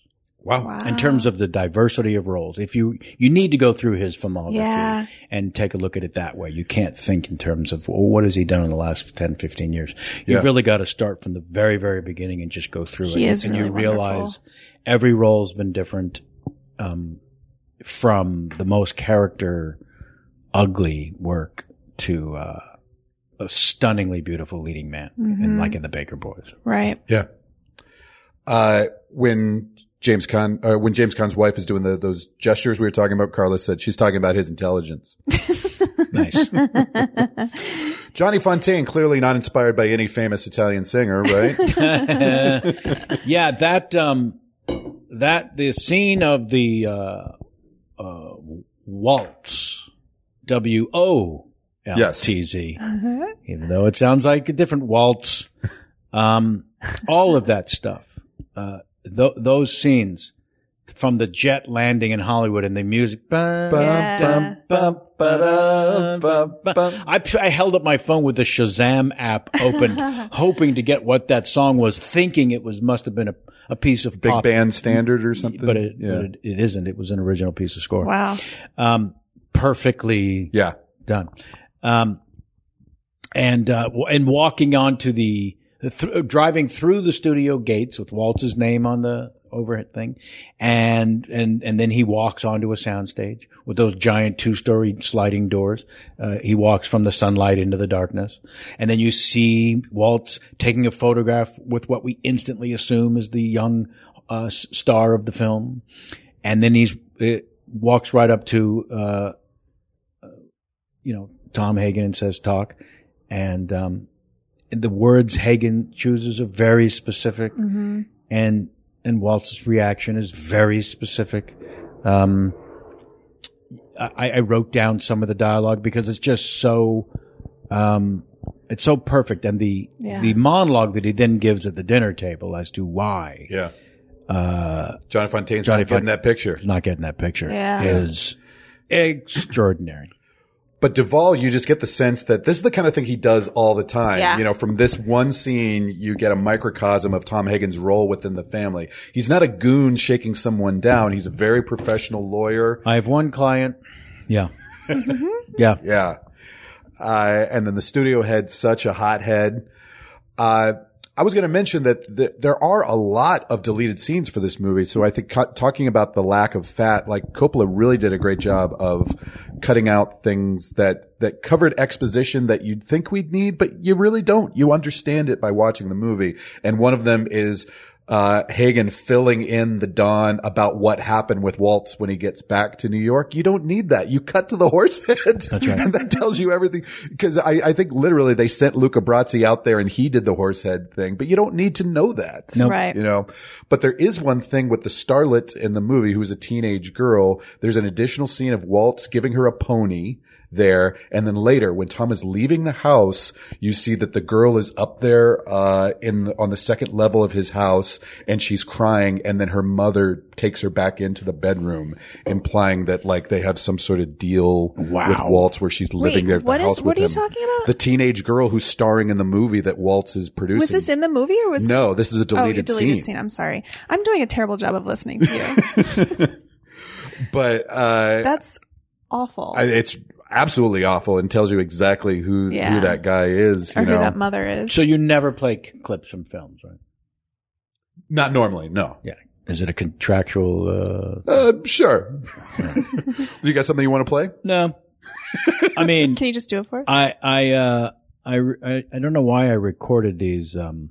E: Wow.
D: in terms of the diversity of roles. If you you need to go through his filmography
E: Yeah.
D: and take a look at it that way. You can't think in terms of well, what has he done in the last 10, 15 years. You
B: Yeah.
D: really got to start from the very very beginning and just go through
E: He
D: it
E: is
D: and you
E: really
D: realize
E: wonderful.
D: every role's been different um from the most character ugly work to uh a stunningly beautiful leading man,
E: Mm-hmm.
D: and like in the Baker Boys.
E: Right.
B: Yeah. Uh, when James Con, uh, when James Con's wife is doing the, those gestures we were talking about, Carla said she's talking about his intelligence.
D: Nice.
B: Johnny Fontaine, clearly not inspired by any famous Italian singer, right?
D: yeah, that um, that the scene of the uh, uh, waltz, W O L T Z. Even though it sounds like a different waltz, um, all of that stuff, uh, th- those scenes from the jet landing in Hollywood and the music.
E: Yeah.
D: Bum, bum, ba-da, bum, bum. I, I held up my phone with the Shazam app open, hoping to get what that song was, thinking it was must have been a, a piece of
B: Big
D: pop,
B: band standard or something.
D: but, it,
B: yeah.
D: but it, it isn't. It was an original piece of score.
E: Wow.
D: Um, perfectly
B: yeah.
D: done. Um, and uh, w- and walking onto the th- driving through the studio gates with Waltz's name on the overhead thing, and and and then he walks onto a soundstage with those giant two-story sliding doors. Uh, he walks from the sunlight into the darkness, and then you see Waltz taking a photograph with what we instantly assume is the young uh, s- star of the film, and then he's it walks right up to. Uh, you know, Tom Hagen and says talk. And, um, the words Hagen chooses are very specific
E: Mm-hmm.
D: and, and Walt's reaction is very specific. Um, I, I wrote down some of the dialogue because it's just so, um, it's so perfect. And the,
E: Yeah.
D: the monologue that he then gives at the dinner table as to why
B: Yeah. Uh, Johnny Fontaine's Johnny
D: Johnny
B: not getting
D: Fon-
B: that picture.
D: not getting that picture
E: Yeah.
D: is extraordinary.
B: But Duvall, you just get the sense that this is the kind of thing he does all the time.
E: Yeah.
B: You know, from this one scene, you get a microcosm of Tom Hagen's role within the family. He's not a goon shaking someone down. He's a very professional lawyer.
D: I have one client. Yeah.
E: Mm-hmm.
D: yeah.
B: Yeah. Uh, and then the studio had such a hot head. Uh, I was going to mention that th- there are a lot of deleted scenes for this movie. So I think cu- talking about the lack of fat, like Coppola really did a great job of cutting out things that, that covered exposition that you'd think we'd need, but you really don't. You understand it by watching the movie. And one of them is, uh, Hagen filling in the Don about what happened with Waltz when he gets back to New York. You don't need that. You cut to the horse head. and that tells you everything. Cause I, I think literally they sent Luca Brazzi out there and he did the horse head thing, but you don't need to know that.
E: Right.
B: You know, but there is one thing with the starlet in the movie who's a teenage girl. There's an additional scene of Waltz giving her a pony there. And then later when Tom is leaving the house, you see that the girl is up there, uh, in, on the second level of his house and she's crying. And then her mother takes her back into the bedroom, implying that like they have some sort of deal with Waltz where she's living there at the
E: what is-
B: house with
E: what are you
B: him.
E: talking about?
B: The teenage girl who's starring in the movie that Waltz is producing.
E: Was this in the movie or was
B: No, this is a
E: Oh,
B: deleted,
E: you deleted
B: scene.
E: scene. I'm sorry. I'm doing a terrible job of listening to you.
B: But uh,
E: That's awful.
B: I, it's absolutely awful and tells you exactly who
E: Yeah.
B: who that guy is.
E: or
B: You
E: who
B: know,
E: that mother is.
D: So you never play c- clips from films, right?
B: not normally. No.
D: Yeah. Is it a contractual? Uh,
B: Uh, sure. you got something you want to play?
D: no. I mean,
E: Can you just do it for us?
D: I I uh I re- I, I don't know why I recorded these. Um,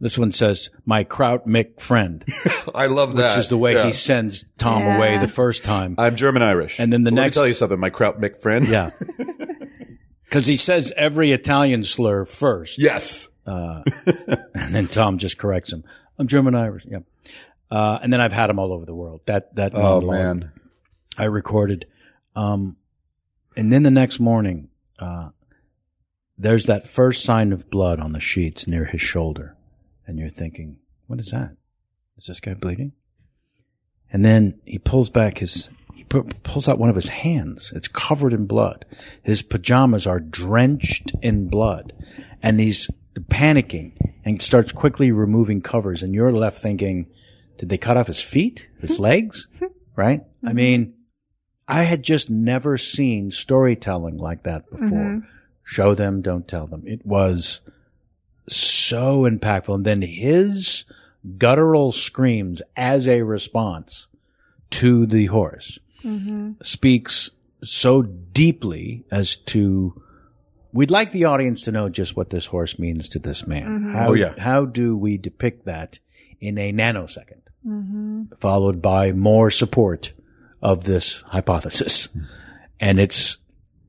D: this one says my Kraut Mick friend, which
B: I love that.
D: is the way
B: Yeah.
D: he sends Tom away
E: Yeah.
D: the first time.
B: I'm German Irish.
D: And then the
B: But
D: next-
B: Let me tell you something, my Kraut Mick friend.
D: yeah. Because he says every Italian slur first, uh,
B: Yes.
D: and then Tom just corrects him. I'm German Irish. Yeah. Uh, and then I've had him all over the world. That that
B: Oh
D: monologue
B: man.
D: I recorded, um, and then the next morning, uh, there's that first sign of blood on the sheets near his shoulder, and you're thinking, "What is that? Is this guy bleeding?" And then he pulls back his he pu- pulls out one of his hands. It's covered in blood. His pajamas are drenched in blood, and he's panicking and starts quickly removing covers. And you're left thinking, "Did they cut off his feet? His legs?" Right? I mean, I had just never seen storytelling like that before. Show them, don't tell them. It was so impactful. And then his guttural screams as a response to the horse speaks so deeply as to we'd like the audience to know just what this horse means to this man. How,
B: Oh, yeah.
D: how do we depict that in a nanosecond? Followed by more support of this hypothesis.
B: Hmm.
D: And it's,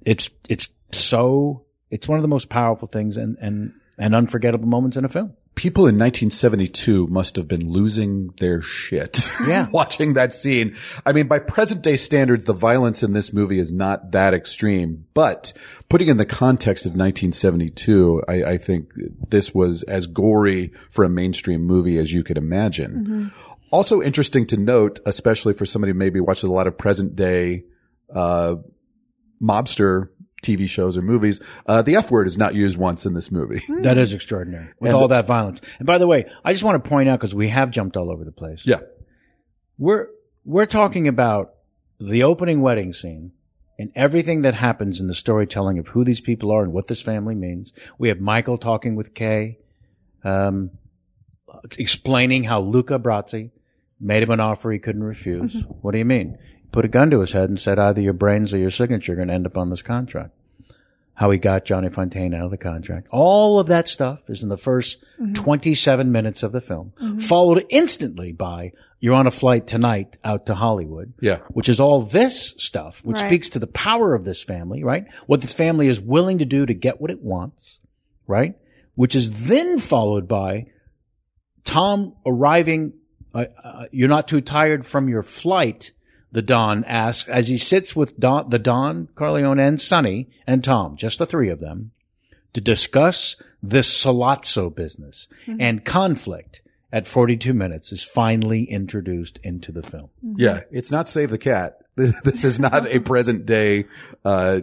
D: it's, it's so, it's one of the most powerful things and, and, and unforgettable moments in a film.
B: People in 1972 must have been losing their shit.
D: Yeah.
B: Watching that scene. I mean, by present day standards, the violence in this movie is not that extreme, but putting in the context of 1972, I, I think this was as gory for a mainstream movie as you could imagine. Also interesting to note, especially for somebody who maybe watches a lot of present day, uh, mobster TV shows or movies, uh, the F word is not used once in this movie.
D: That is extraordinary with all that violence. And by the way, I just want to point out because we have jumped all over the place.
B: yeah.
D: We're we're talking about the opening wedding scene and everything that happens in the storytelling of who these people are and what this family means. We have Michael talking with Kay, um, explaining how Luca Brazzi made him an offer he couldn't refuse. What do you mean? Put a gun to his head and said, either your brains or your signature are going to end up on this contract. How he got Johnny Fontaine out of the contract. All of that stuff is in the 1st 27 minutes of the film, followed instantly by you're on a flight tonight out to Hollywood
B: Yeah.
D: which is all this stuff, which
E: Right.
D: speaks to the power of this family, right? What this family is willing to do to get what it wants, right? Which is then followed by Tom arriving. Uh, uh, you're not too tired from your flight. The Don asks as he sits with Don, the Don Carleone and Sonny and Tom, just the three of them, to discuss this Salazzo business and conflict. At 42 minutes is finally introduced into the film.
B: Yeah, it's not save the cat. This is not a present day, uh,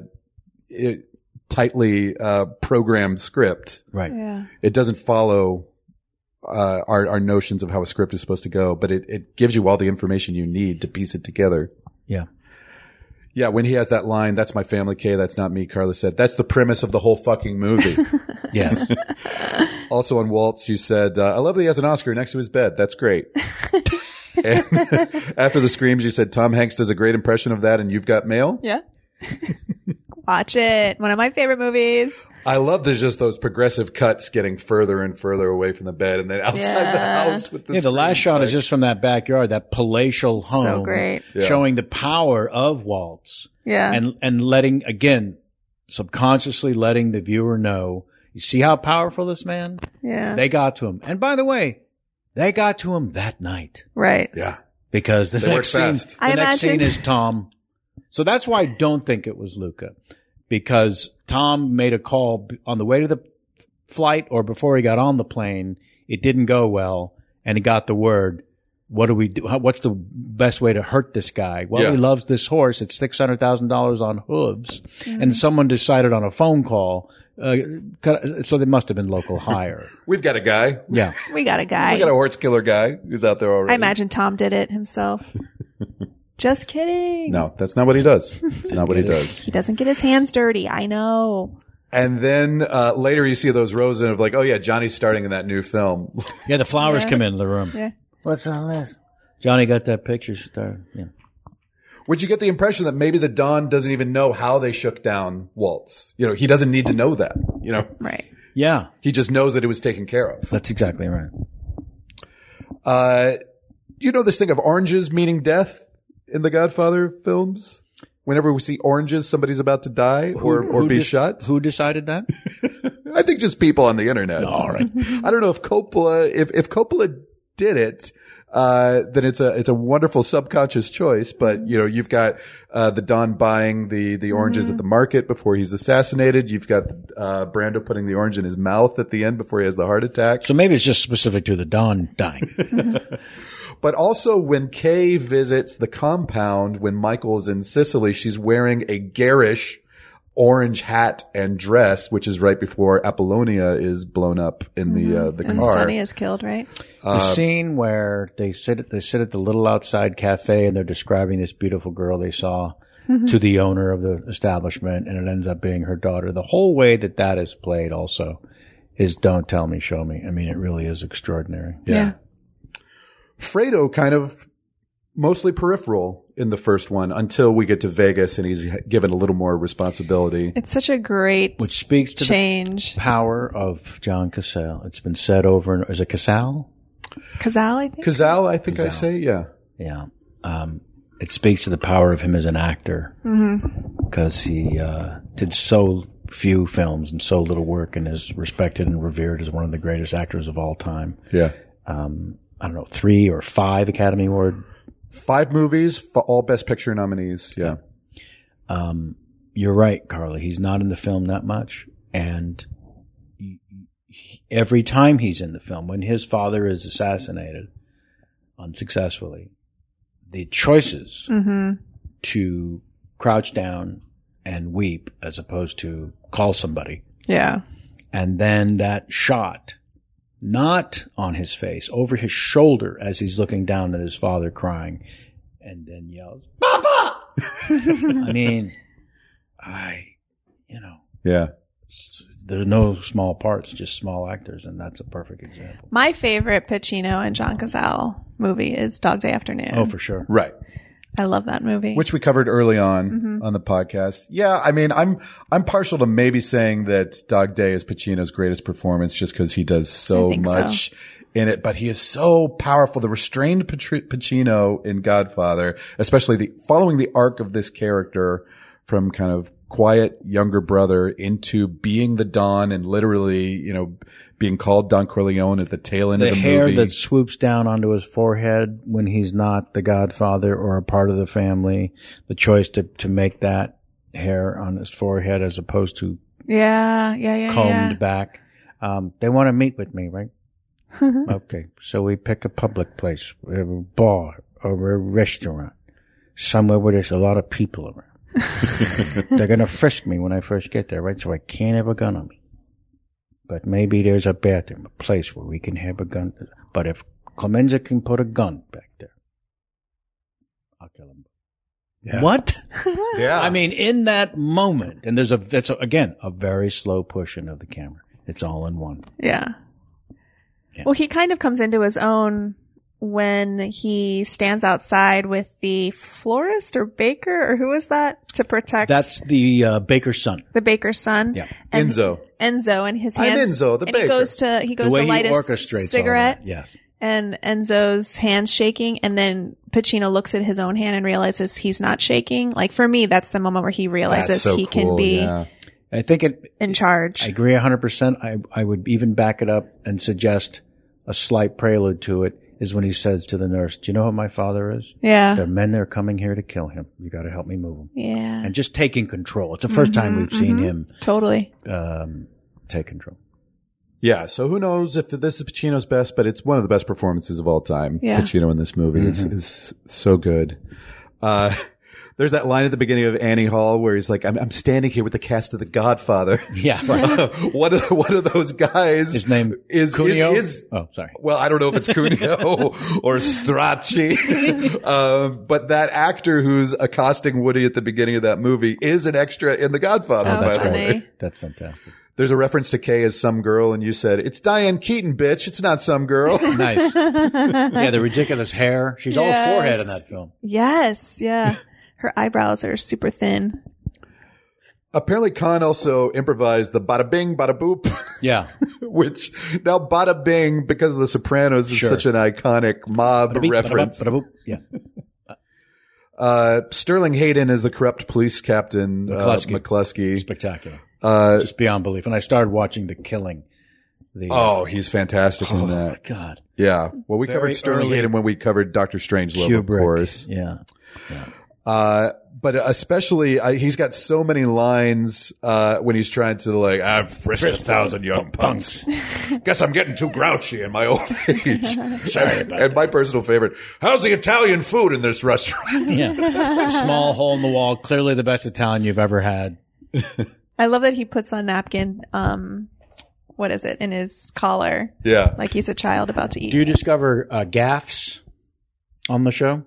B: it, tightly uh, programmed script.
D: Right.
E: yeah.
B: It doesn't follow uh, our our notions of how a script is supposed to go, but it it gives you all the information you need to piece it together.
D: Yeah.
B: Yeah, when he has that line, "That's my family, K. That's not me," Carla said. That's the premise of the whole fucking movie.
D: Yes.
B: also on Waltz, you said, uh, "I love that he has an Oscar next to his bed. That's great." And after the screams, you said, "Tom Hanks does a great impression of that," and you've got mail.
E: Yeah. Watch it. One of my favorite movies.
B: I love there's just those progressive cuts getting further and further away from the bed, and then outside the
E: Yeah.
B: house with the
D: yeah, the last
B: screen,
D: shot is
B: like-
D: just from that backyard, that palatial home.
B: Oh.
E: So great.
B: Yeah.
D: Showing the power of Waltz
E: Yeah.
D: and and letting again, subconsciously letting the viewer know, you see how powerful this man?
E: yeah.
D: They got to him. And by the way, they got to him that night.
E: right.
B: yeah.
D: Because the
B: They work
D: next scene
B: fast.
E: I
D: the next
E: imagine-
D: scene is Tom. So that's why I don't think it was Luca. Because Tom made a call b- on the way to the flight or before he got on the plane. It didn't go well and he got the word. What do we do? How, what's the best way to hurt this guy? Well,
B: Yeah.
D: he loves this horse. It's six hundred thousand dollars on hooves,
E: Mm-hmm.
D: and someone decided on a phone call. Uh, cut- so they must have been local hire.
B: We've got a guy.
D: yeah,
E: We got a guy.
B: We got a horse killer guy who's out there already.
E: I imagine Tom did it himself. Just kidding.
B: No, that's not what he does. It's not what he does.
E: He doesn't get his hands dirty. I know.
B: And then uh, later you see those rows of like, oh yeah, Johnny's starting in that new film.
D: Yeah, the flowers come into the room.
C: What's on this?
D: Johnny got that picture started. Yeah.
B: Would you get the impression that maybe the Don doesn't even know how they shook down Waltz? You know, he doesn't need to know that. You know,
E: Right.
D: yeah,
B: he just knows that it was taken care of.
D: that's exactly right.
B: Uh, you know this thing of oranges meaning death in the Godfather films? Whenever we see oranges, somebody's about to die or, or
D: who
B: be
D: dis-
B: shot.
D: Who decided that?
B: I think just people on the internet. All right. I don't know if Coppola, if, if Coppola did it, uh, then it's a, it's a wonderful subconscious choice, but you know, you've got, uh, the Don buying the, the oranges at the market before he's assassinated. You've got, uh, Brando putting the orange in his mouth at the end before he has the heart attack.
D: So maybe it's just specific to the Don dying.
B: But also when Kay visits the compound when Michael is in Sicily, she's wearing a garish orange hat and dress, which is right before Apollonia is blown up in the uh, the
E: And
B: car.
E: Sonny is killed, right?
B: Uh,
D: the scene where they sit at, they sit at the little outside cafe and they're describing this beautiful girl they saw to the owner of the establishment and it ends up being her daughter. The whole way that that is played also is don't tell me, show me. I mean, it really is extraordinary.
E: Yeah.
B: Fredo kind of mostly peripheral in the first one until we get to Vegas and he's given a little more responsibility.
E: It's such a great
D: Which speaks to
E: change.
D: the power of John Cassell. It's been said over and is it Cassell?
E: Kazal, I think.
B: Kazal, I think I say, yeah.
D: Yeah. Um, it speaks to the power of him as an actor because he uh, did so few films and so little work and is respected and revered as one of the greatest actors of all time.
B: Yeah.
D: Um, I don't know, three or five Academy Award.
B: Five movies, f- all Best Picture nominees. Yeah.
D: Um, you're right, Carly. He's not in the film that much. And he- he- every time he's in the film, when his father is assassinated unsuccessfully, the choices
E: Mm-hmm.
D: to crouch down and weep as opposed to call somebody.
E: Yeah.
D: And then that shot, not on his face, over his shoulder as he's looking down at his father crying and then yells, Papa! I mean, I, you know,
B: Yeah.
D: there's no small parts, just small actors. And that's a perfect example.
E: My favorite Pacino and John Cazal movie is Dog Day Afternoon.
D: Oh, for sure.
B: Right.
E: I love that movie.
B: which we covered early on
E: Mm-hmm.
B: on the podcast. Yeah, I mean, I'm I'm partial to maybe saying that Dog Day is Pacino's greatest performance just because he does
E: I
B: so
E: think so.
B: much in it, but he is so powerful. The restrained Patri- Pacino in Godfather, especially the following the arc of this character from kind of quiet younger brother into being the Don and literally, you know, being called Don Corleone at the tail end
D: the,
B: of the
D: hair
B: movie.
D: that swoops down onto his forehead when he's not the godfather or a part of the family the choice to, to make that hair on his forehead as opposed to
E: yeah, yeah, yeah,
D: combed
E: yeah.
D: back um, they want to meet with me right okay so we pick a public place a bar or a restaurant somewhere where there's a lot of people around they're going to frisk me when i first get there right so i can't have a gun on me but maybe there's a bathroom, a place where we can have a gun. But if Clemenza can put a gun back there, I'll kill him. What?
B: yeah.
D: I mean, in that moment, and there's a that's a, again a very slow pushing of the camera. It's all in one.
E: Yeah. Well, he kind of comes into his own when he stands outside with the florist or baker or who is that to protect
D: That's the uh, baker's son.
E: the baker's son.
D: Yeah.
E: And
B: Enzo.
E: Enzo and his
B: I'm
E: hands.
B: Enzo, the
E: and He
B: baker.
E: goes to he
D: The
E: goes
D: way
E: to light
D: he
E: a
D: orchestrates all
E: cigarette
D: that. Yes.
E: and Enzo's hands shaking, and then Pacino looks at his own hand and realizes he's not shaking. Like for me, that's the moment where he realizes
B: That's so
E: he can
B: cool,
E: be
B: yeah.
D: I think it.
E: in charge.
D: I agree 100%. I, I would even back it up and suggest a slight prelude to it is when he says to the nurse, Do you know who my father is?
E: yeah,
D: There are men that are coming here to kill him. You got to help me move him.
E: yeah,
D: and just taking control.
E: Mm-hmm,
D: It's the 1st time we've seen him
E: totally.
D: um, take control.
B: Yeah, so who knows if this is Pacino's best, but it's one of the best performances of all time.
E: Yeah.
D: Mm-hmm.
B: Pacino in this movie is, is so good. Uh, There's that line at the beginning of Annie Hall where he's like, "I'm, I'm standing here with the cast of The Godfather."
D: Yeah.
B: what are, what are those guys?
D: His name
B: is
D: Cuneo?
B: Is, is,
D: Oh, sorry.
B: Well, I don't know if it's Cuneo or Stracci, um, but that actor who's accosting Woody at the beginning of that movie is an extra in The Godfather. by
E: Oh, that's
B: the way.
E: funny.
D: That's fantastic.
B: There's a reference to Kay as some girl, and you said it's Diane Keaton, bitch. It's not some girl.
D: Nice. yeah, the ridiculous hair. She's
E: Yes.
D: all forehead in that film.
E: Yes, yeah. Her eyebrows are super thin.
B: Apparently, Khan also improvised the bada bing, bada boop,
D: Yeah.
B: which now bada bing because of The Sopranos is
D: Sure.
B: such an iconic mob
D: Bada-beep,
B: reference.
D: bada-bop, bada-boop. Yeah.
B: Uh, Sterling Hayden is the corrupt police captain,
D: McCluskey.
B: Uh, McCluskey.
D: Spectacular.
B: Uh,
D: Just beyond belief. And I started watching The Killing. The, uh,
B: oh, he's fantastic
D: oh
B: in
D: my
B: that.
D: God.
B: Yeah. Well, we
D: Very
B: covered Sterling
D: early
B: Hayden when we covered Doctor Strangelove, of
D: Kubrick.
B: course.
D: Yeah.
B: Uh, but especially, uh, he's got so many lines uh, when he's trying to like, I've frisked a thousand young punks. Guess I'm getting too grouchy in my old age. and, my personal favorite, how's the Italian food in this restaurant?
D: Yeah. Small hole in the wall. Clearly the best Italian you've ever had.
E: I love that he puts on napkin. Um, what is it in his collar?
B: yeah.
E: Like he's a child about to eat.
D: Do you discover uh, gaffs on the show?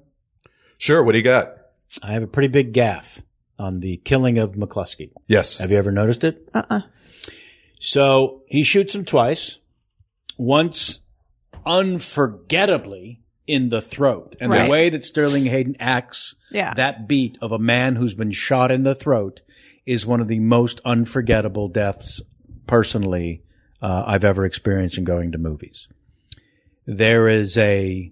B: Sure. What do you got?
D: I have a pretty big gaff on the killing of McCluskey.
B: Yes.
D: Have you ever noticed it?
E: uh-uh.
D: So he shoots him twice. Once unforgettably in the throat. And
E: Right.
D: the way that Sterling Hayden acts,
E: Yeah.
D: that beat of a man who's been shot in the throat is one of the most unforgettable deaths personally uh, I've ever experienced in going to movies. There is a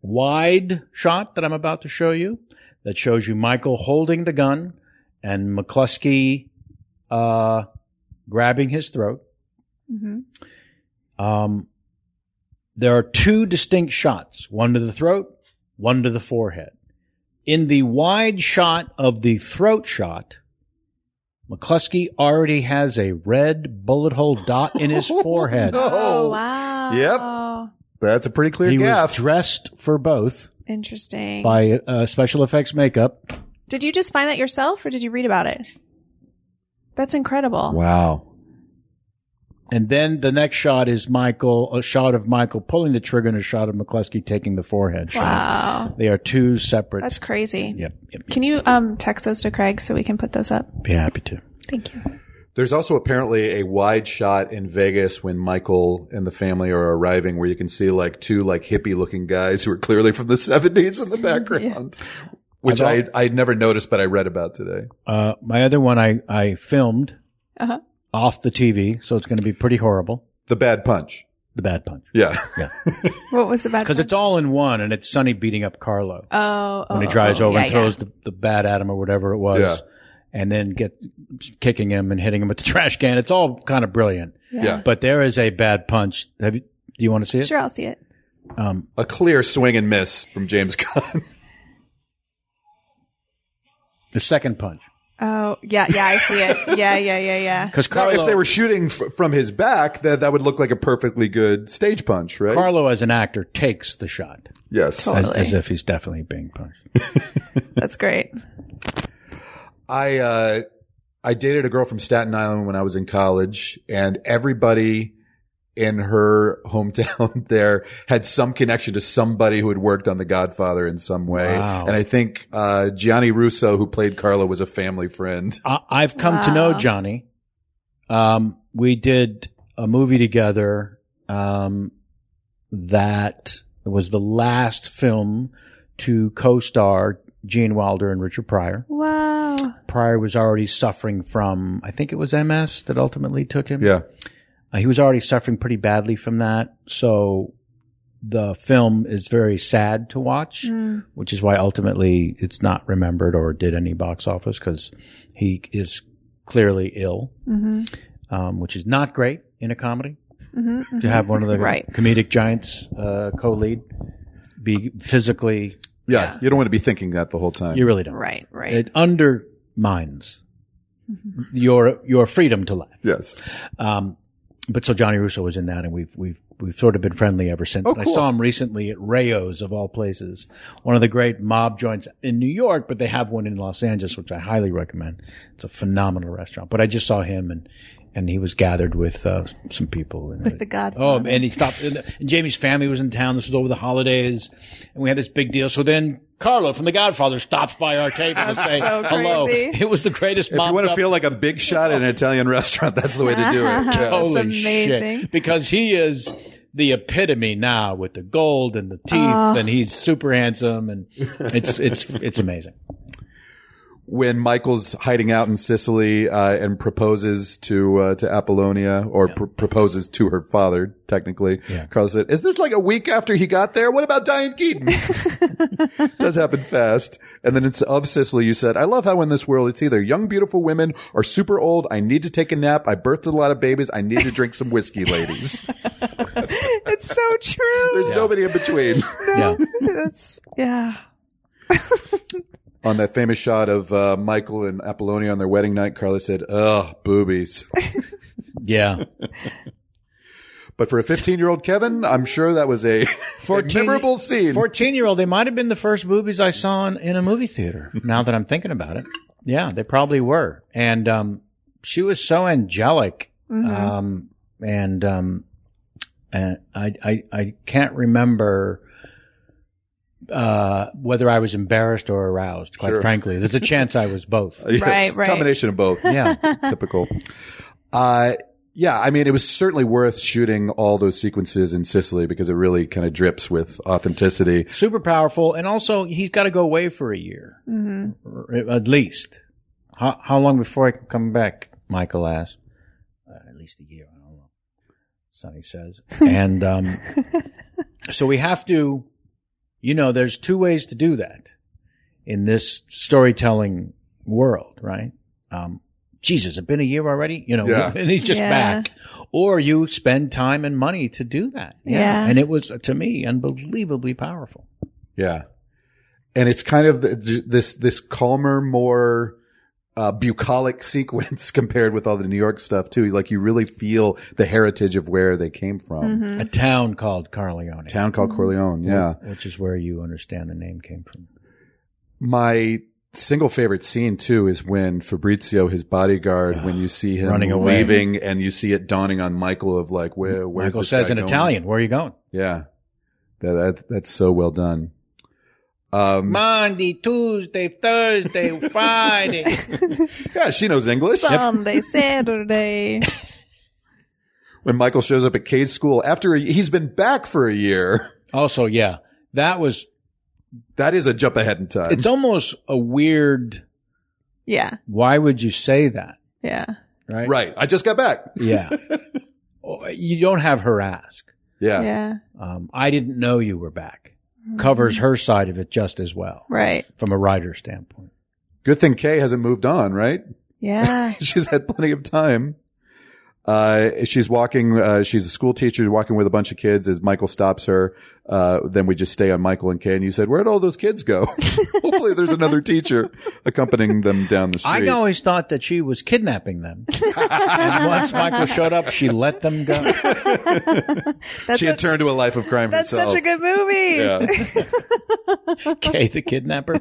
D: wide shot that I'm about to show you that shows you Michael holding the gun and McCluskey uh, grabbing his throat.
E: Mm-hmm.
D: Um, there are two distinct shots one to the throat, one to the forehead. In the wide shot of the throat shot, McCluskey already has a red bullet hole dot in his forehead.
E: Oh, wow. Yep.
B: That's a pretty clear
D: He was
B: gaff.
D: dressed for both
E: Interesting.
D: by uh, special effects makeup.
E: Did you just find that yourself or did you read about it? That's incredible.
B: wow.
D: And then the next shot is Michael, a shot of Michael pulling the trigger and a shot of McCluskey taking the forehead shot.
E: Wow.
D: They are two separate.
E: That's crazy.
D: yep, yep.
E: Can you um, text those to Craig so we can put those up?
D: Be happy to.
E: Thank you.
B: There's also apparently a wide shot in Vegas when Michael and the family are arriving where you can see like two like hippie looking guys who are clearly from the 70s in the background, which I,
D: I've
B: I'd never noticed, but I read about today.
D: Uh, my other one I, I filmed
E: Uh-huh.
D: off the TV, so it's going to be pretty horrible.
B: The bad punch.
D: The bad punch.
B: Yeah.
E: What was the bad
D: Because it's all in one, and it's Sonny beating up Carlo
E: Oh, oh,
D: when he drives
E: oh,
D: over
E: yeah,
D: and throws the, the bat at him or whatever it was,
B: Yeah.
D: and then get kicking him and hitting him with the trash can. It's all kind of brilliant.
E: Yeah.
B: Yeah.
D: But there is a bad punch. Have you, do you want to see
E: yeah.
D: it?
E: Sure, I'll see it.
D: Um,
B: A clear swing and miss from James Gunn.
D: the second punch.
E: Oh, yeah, yeah, I see it. Yeah, yeah, yeah, yeah.
D: Because
B: now,
D: Carlo,
B: if they were shooting f- from his back, that, that would look like a perfectly good stage punch, right?
D: Carlo as an actor takes the shot
B: yes.
D: as,
E: Totally.
D: as if he's definitely being punched.
E: That's great.
B: I uh, I dated a girl from Staten Island when I was in college, and everybody in her hometown there had some connection to somebody who had worked on The Godfather in some way.
D: Wow.
B: And I think uh, Gianni Russo, who played Carlo, was a family friend.
D: I, I've come to know Johnny. Um, we did a movie together um, that was the last film to co-star Gene Wilder and Richard Pryor.
E: Wow.
D: Pryor was already suffering from, I think it was MS that ultimately took him.
B: Yeah.
D: Uh, he was already suffering pretty badly from that. So the film is very sad to watch,
E: Mm,
D: which is why ultimately it's not remembered or did any box office because he is clearly ill,
E: hmm
D: um, which is not great in a comedy
E: mm-hmm.
D: to have one of the
E: Right.
D: comedic giants uh, co lead be physically.
B: Yeah. You don't want to be thinking that the whole time.
D: You really don't.
E: Right, right.
D: It undermines
E: Mm-hmm.
D: your your freedom to laugh.
B: yes.
D: Um, but so Johnny Russo was in that, and we've we've we've sort of been friendly ever since.
B: Oh,
D: And I
B: cool.
D: saw him recently at Rayo's of all places, one of the great mob joints in New York, but they have one in Los Angeles, which I highly recommend. It's a phenomenal restaurant. But I just saw him and and he was gathered with uh, some people. And
E: with the God.
D: Oh, and he stopped. And, and Jamie's family was in town. This was over the holidays, and we had this big deal. So then Carlo from The Godfather stops by our table to say
E: so
D: hello.
E: crazy.
D: It was the greatest.
B: If you want to feel like a big shot at an Italian restaurant, that's the way to do it. Yeah.
E: That's
D: holy
E: amazing.
D: shit, because he is the epitome now with the gold and the teeth,
E: Uh.
D: and he's super handsome, and it's it's it's amazing.
B: when Michael's hiding out in Sicily uh, and proposes to uh, to Apollonia or pr- proposes to her father, technically,
D: Yeah.
B: Carlos said, "Is this like a week after he got there? What about Diane Keaton?" Does happen fast. And then it's of Sicily. You said, "I love how in this world it's either young beautiful women or super old. I need to take a nap. I birthed a lot of babies. I need to drink some whiskey, ladies.
E: it's so true.
B: There's nobody in between."
D: Yeah,
E: That's yeah.
B: on that famous shot of uh, Michael and Apollonia on their wedding night, Carlos said, "Ugh, boobies."
D: yeah.
B: But for a 15 year old Kevin, I'm sure that was a, memorable scene.
D: Fourteen year old. They might have been the first movies I saw in, in a movie theater. Now that I'm thinking about it, yeah, they probably were. And um, she was so angelic,
E: Mm-hmm,
D: um, and um, and I I I can't remember uh, whether I was embarrassed or aroused. Quite
B: Sure.
D: frankly, there's a chance I was both.
B: Yes,
E: Right, right.
B: Combination of both.
D: Yeah.
B: Typical. Uh, yeah, I mean, it was certainly worth shooting all those sequences in Sicily because it really kind of drips with authenticity.
D: super powerful, and also he's got to go away for a year,
E: mm-hmm,
D: Or at least. How, how long before he can come back? Michael asks. Uh, at least a year. I don't know. Sonny says, and um, so we have to. You know, there's two ways to do that in this storytelling world, right? Um, Jesus, it's been a year already, you know,
B: Yeah.
D: and he's just
E: Yeah.
D: back. Or you spend time and money to do that.
E: Yeah.
D: And it was, to me, unbelievably powerful.
B: Yeah. And it's kind of the, this, this calmer, more, uh, bucolic sequence compared with all the New York stuff too. Like you really feel the heritage of where they came from.
E: Mm-hmm.
D: a town called Carleone,
B: Town called Corleone. Yeah.
D: which is where you understand the name came from.
B: My single favorite scene too is when Fabrizio, his bodyguard, when you see him
D: Running away.
B: leaving and you see it dawning on Michael of like, where, where's
D: Michael
B: this
D: says
B: guy
D: in
B: going?
D: Italian, "Where are you going?"
B: Yeah. That, that, that's so well done. Um,
D: Monday, Tuesday, Thursday, Friday.
B: yeah, she knows English.
E: Sunday, Saturday.
B: When Michael shows up at Cade's school after a, he's been back for a year,
D: also, yeah, that was.
B: that is a jump ahead in time.
D: It's almost a weird.
E: Yeah,
D: Why would you say that?
E: yeah.
D: Right.
B: right. I just got back.
D: Yeah. Or you don't have her ask.
B: Yeah.
E: Yeah.
D: Um, I didn't know you were back. Covers her side of it just as well
E: Right.
D: from a writer's standpoint.
B: Good thing Kay hasn't moved on, right?
E: Yeah.
B: she's had plenty of time. Uh, she's walking, uh, she's a school teacher walking with a bunch of kids as Michael stops her. Uh, then we just stay on Michael and Kay and you said, where'd all those kids go? Hopefully there's another teacher accompanying them down the street.
D: I always thought that she was kidnapping them. and once Michael showed up, she let them go.
E: That's
B: She had
E: such-
B: turned to a life of crime
E: That's
B: herself.
E: such a good movie.
B: Yeah.
D: Kay the kidnapper.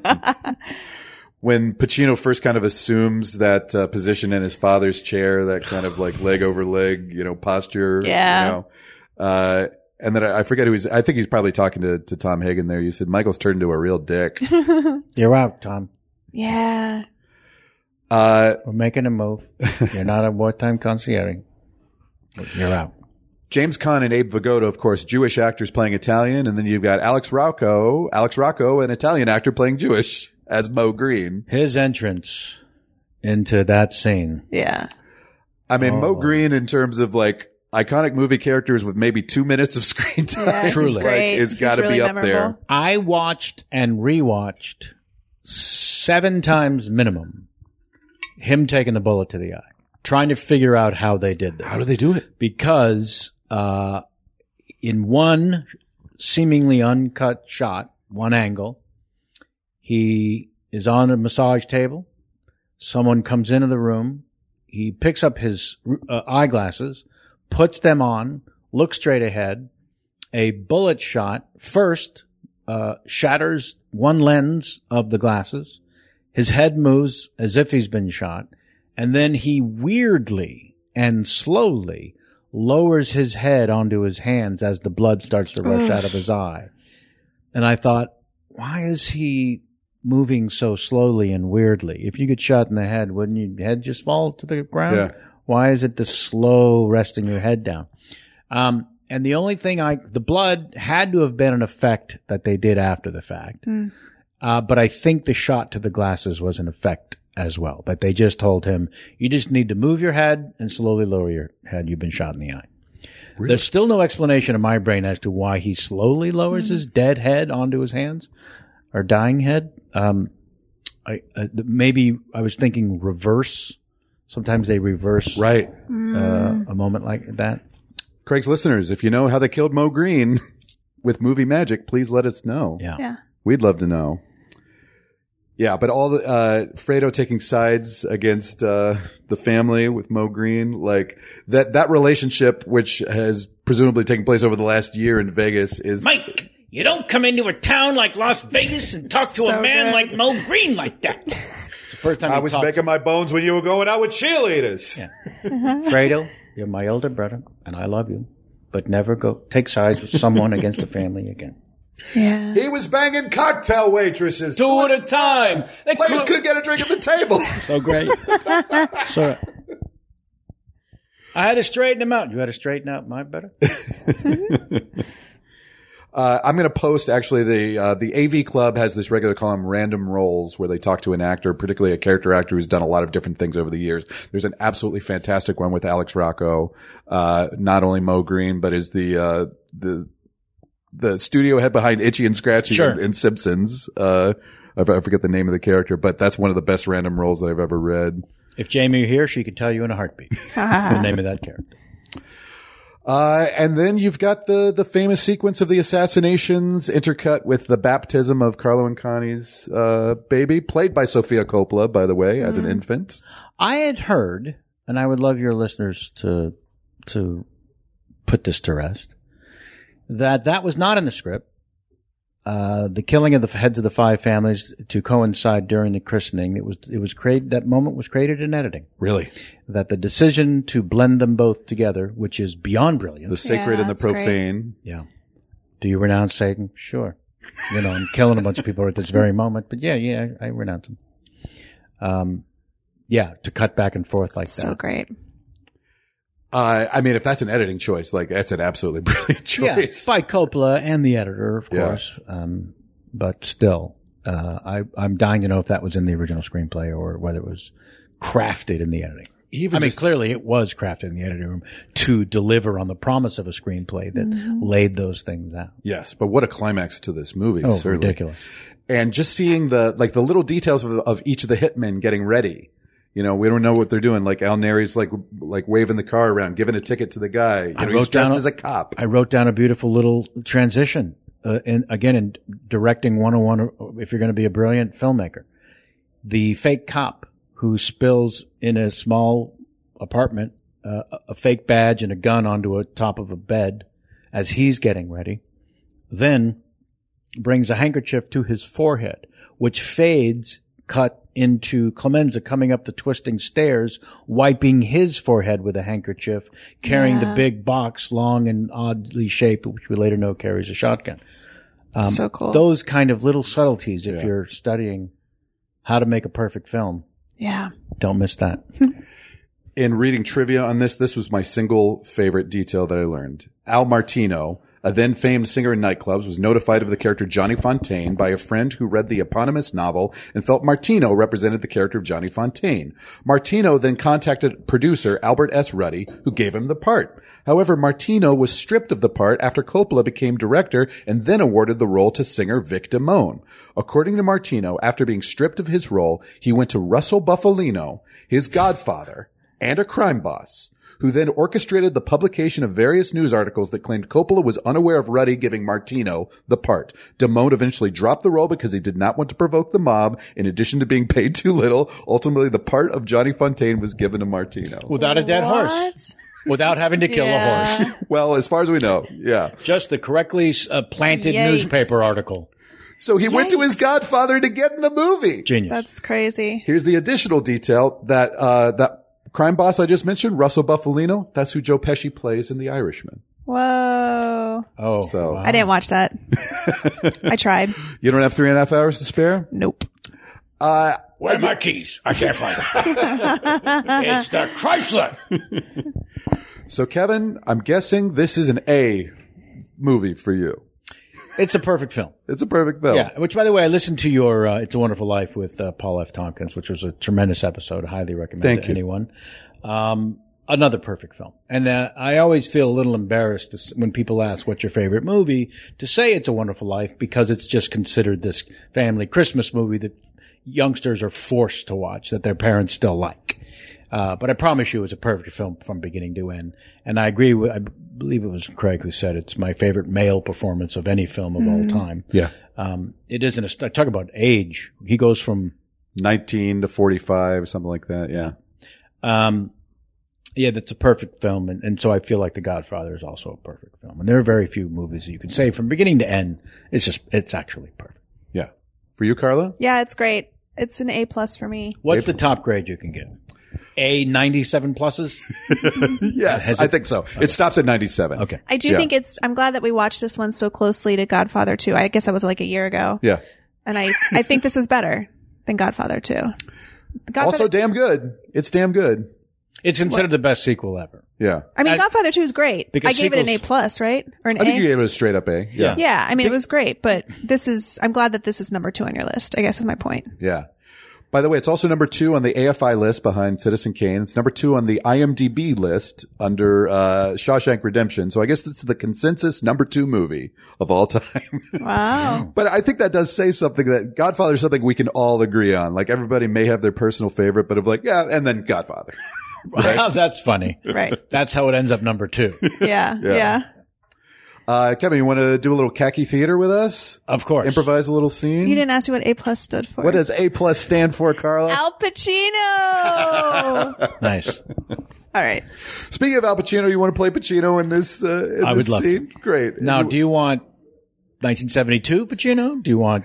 B: When Pacino first kind of assumes that uh, position in his father's chair, that kind of like leg over leg, you know, posture.
E: Yeah.
B: You know, uh, and then I, I forget who he's, I think he's probably talking to, to Tom Hagen there. You said, Michael's turned into a real dick.
D: You're out, Tom.
E: Yeah.
B: Uh,
D: We're making a move. You're not a wartime concierge. You're out.
B: James Caan and Abe Vigoda, of course, Jewish actors playing Italian, and then you've got Alex Rocco, Alex Rocco, an Italian actor playing Jewish as Mo Green.
D: His entrance into that scene.
E: Yeah.
B: I mean, Mo
D: Oh.
B: Green in terms of like iconic movie characters with maybe two minutes of screen time.
E: Yeah, he's
D: Truly.
E: great.
B: Like, it's
E: He's
B: got to
E: really
B: be up there.
E: memorable.
D: I watched and rewatched seven times minimum him taking the bullet to the eye, trying to figure out how they did this.
B: they do it?
D: because uh, in one seemingly uncut shot, one angle, he is on a massage table. Someone comes into the room. He picks up his uh, eyeglasses, puts them on, look straight ahead. A bullet shot first uh, shatters one lens of the glasses. His head moves as if he's been shot, and then he weirdly and slowly lowers his head onto his hands as the blood starts to rush out of his eye. And I thought, why is he moving so slowly and weirdly? If you get shot in the head, wouldn't your head just fall to the ground?
B: Yeah.
D: Why is it the slow resting your head down? Um, and the only thing I, the blood had to have been an effect that they did after the fact. Uh, but I think the shot to the glasses was an effect as well. That they just told him, you just need to move your head and slowly lower your head. You've been shot in the eye. There's still no explanation in my brain as to why he slowly lowers his dead head onto his hands or dying head. Um, I, uh, th- maybe I was thinking reverse. Sometimes they reverse
B: Right.
D: uh, a moment like that.
B: Craig's listeners, if you know how they killed Mo Green with movie magic, please let us know.
D: Yeah.
E: Yeah.
B: We'd love to know. Yeah, but all the uh, Fredo taking sides against uh, the family with Mo Green, like that that relationship, which has presumably taken place over the last year in Vegas, is
J: Mike, you don't come into a town like Las Vegas and talk to
E: So
J: a man
E: good.
J: like Mo Green like that.
D: First time
B: I was making my bones when you were going out with cheerleaders.
D: Fredo, you're my older brother, and I love you, but never go take sides with someone against the family again.
E: Yeah.
B: He was banging cocktail waitresses. Two
J: All the time. They
B: Players couldn't get a drink at the table.
D: So great. so I had to straighten him out. You had to straighten out my brother.
B: Uh, I'm going to post actually the uh, the AV Club has this regular column, Random Roles, where they talk to an actor, particularly a character actor who's done a lot of different things over the years. There's an absolutely fantastic one with Alex Rocco, uh, not only Mo Green, but is the uh, the the studio head behind Itchy and Scratchy
D: Sure.
B: and, and Simpsons. Uh, I I forget the name of the character, but that's one of the best random roles that I've ever read.
D: If Jamie were here, she could tell you in a heartbeat the name of that character.
B: Uh, and then you've got the the famous sequence of the assassinations intercut with the baptism of Carlo and Connie's uh, baby, played by Sofia Coppola, by the way, as an
D: Mm-hmm.
B: infant.
D: I had heard, and I would love your listeners to to put this to rest, that that was not in the script. Uh, the killing of the f- heads of the five families to coincide during the christening. It was it was created that moment was created in editing.
B: Really,
D: That the decision to blend them both together, which is beyond brilliant.
B: the sacred and the
E: that's great.
B: profane.
D: Yeah. Do you renounce Satan? Sure. You know, I'm killing a bunch of people at this very moment, but yeah, yeah, I, I renounce him. Um, yeah, to cut back and forth like
E: So
D: that.
E: great.
B: Uh, I mean, if that's an editing choice, like that's an absolutely brilliant
D: Yeah,
B: choice.
D: by Coppola and the editor, of
B: Yeah.
D: course. Um, but still, uh, I, I'm dying to know if that was in the original screenplay or whether it was crafted in the editing.
B: Even
D: I mean,
B: just-
D: clearly it was crafted in the editing room to deliver on the promise of a screenplay that laid those things out.
B: yes, but what a climax to this movie!
D: Oh,
B: certainly.
D: ridiculous.
B: and just seeing the like the little details of, of each of the hitmen getting ready. You know, we don't know what they're doing. Like Al Neri's like like waving the car around, giving a ticket to the guy. You
D: I
B: know, he's
D: wrote down-
B: dressed as a cop.
D: I wrote down a beautiful little transition. Uh, and again, in directing 101, if you're going to be a brilliant filmmaker, the fake cop who spills in a small apartment uh, a- a fake badge and a gun onto a top of a bed as he's getting ready, then brings a handkerchief to his forehead, which fades cut into Clemenza coming up the twisting stairs, wiping his forehead with a handkerchief, carrying the big box, long and oddly shaped, which we later know carries a shotgun. Um,
E: So cool.
D: Those kind of little subtleties, if you're studying how to make a perfect film,
E: Yeah.
D: don't miss that.
B: in reading trivia on this, this was my single favorite detail that I learned. Al Martino, a then famed singer in nightclubs, was notified of the character Johnny Fontaine by a friend who read the eponymous novel and felt Martino represented the character of Johnny Fontaine. Martino then contacted producer Albert S. Ruddy, who gave him the part. However, Martino was stripped of the part after Coppola became director and then awarded the role to singer Vic Damone. According to Martino, after being stripped of his role, he went to Russell Buffalino, his godfather, and a crime boss, who then orchestrated the publication of various news articles that claimed Coppola was unaware of Ruddy giving Martino the part. Damone eventually dropped the role because he did not want to provoke the mob. In addition to being paid too little, ultimately the part of Johnny Fontaine was given to Martino.
D: Without a dead
E: what?
D: horse. without having to kill
E: Yeah.
D: a horse.
B: Well, as far as we know, yeah.
D: Just the correctly uh, planted
E: Yikes.
D: newspaper article.
B: So he went to his godfather to get in the movie.
D: Genius.
E: That's crazy.
B: Here's the additional detail that uh, that crime boss I just mentioned, Russell Buffalino. That's who Joe Pesci plays in The Irishman.
E: Whoa.
D: oh,
B: So-
D: wow.
E: I didn't watch that. I tried.
B: You don't have three and a half hours to spare.
E: Nope.
B: Uh,
J: Where are my keys? I can't find them. it's the Chrysler.
B: so Kevin, I'm guessing this is an A movie for you.
D: It's a perfect film.
B: It's a perfect film.
D: Yeah, which by the way, I listened to your uh, "It's a Wonderful Life" with uh, Paul F. Tompkins, which was a tremendous episode. I highly recommend
B: Thank
D: it to
B: you.
D: anyone. Um, another perfect film, and uh, I always feel a little embarrassed to, s- when people ask what's your favorite movie to say "It's a Wonderful Life" because it's just considered this family Christmas movie that youngsters are forced to watch that their parents still like. Uh, but I promise you, it's a perfect film from beginning to end. And I agree with, I b- believe it was Craig who said it's my favorite male performance of any film of all time.
B: Yeah.
D: Um, it isn't a st- talk about age. He goes from,
B: 19 to 45, something like that. Yeah.
D: um, yeah, that's a perfect film. And, and so I feel like The Godfather is also a perfect film. And there are very few movies that you can say from beginning to end. It's just, it's actually perfect.
B: Yeah. For you, Carla?
E: Yeah, it's great. It's an A plus for me.
D: What's the top grade you can get? A 97 pluses?
B: Yes, I think so. It stops at 97.
D: Okay.
E: I do
B: Yeah.
E: think it's. I'm glad that we watched this one so closely to Godfather 2. I guess that was like a year ago,
B: Yeah.
E: and I I think this is better than Godfather 2. Godfather,
B: Also, damn good. It's damn good.
D: It's considered the best sequel ever.
B: Yeah.
E: I mean,
D: I-
E: Godfather 2 is great.
D: Because
E: I gave it an A
D: sequels-
E: plus, right? Or an
B: I think you
E: A?
B: gave it a straight up A. Yeah.
E: Yeah, I mean, it was great, but this is. I'm glad that this is number two on your list. I guess is my point.
B: Yeah. By the way, it's also number two on the AFI list behind Citizen Kane. It's number two on the IMDb list under uh, Shawshank Redemption. So I guess it's the consensus number two movie of all time.
E: Wow.
B: but I think that does say something that Godfather is something we can all agree on. Like everybody may have their personal favorite, but of like, yeah, and then Godfather.
D: That's funny.
E: right.
D: That's how it ends up number two.
E: Yeah. Yeah.
B: Uh, Kevin, you want to do a little khaki theater with us?
D: Of course.
B: Improvise a little scene?
E: You didn't ask me what A plus stood for.
B: What does A plus stand for, Carla?
E: Al Pacino?
D: Nice.
E: All right.
B: Speaking of Al Pacino, you want to play Pacino in this? Uh, in
D: I would
B: this
D: love to.
B: scene? Great.
D: Now,
B: And-
D: do you want 1972 Pacino? Do you want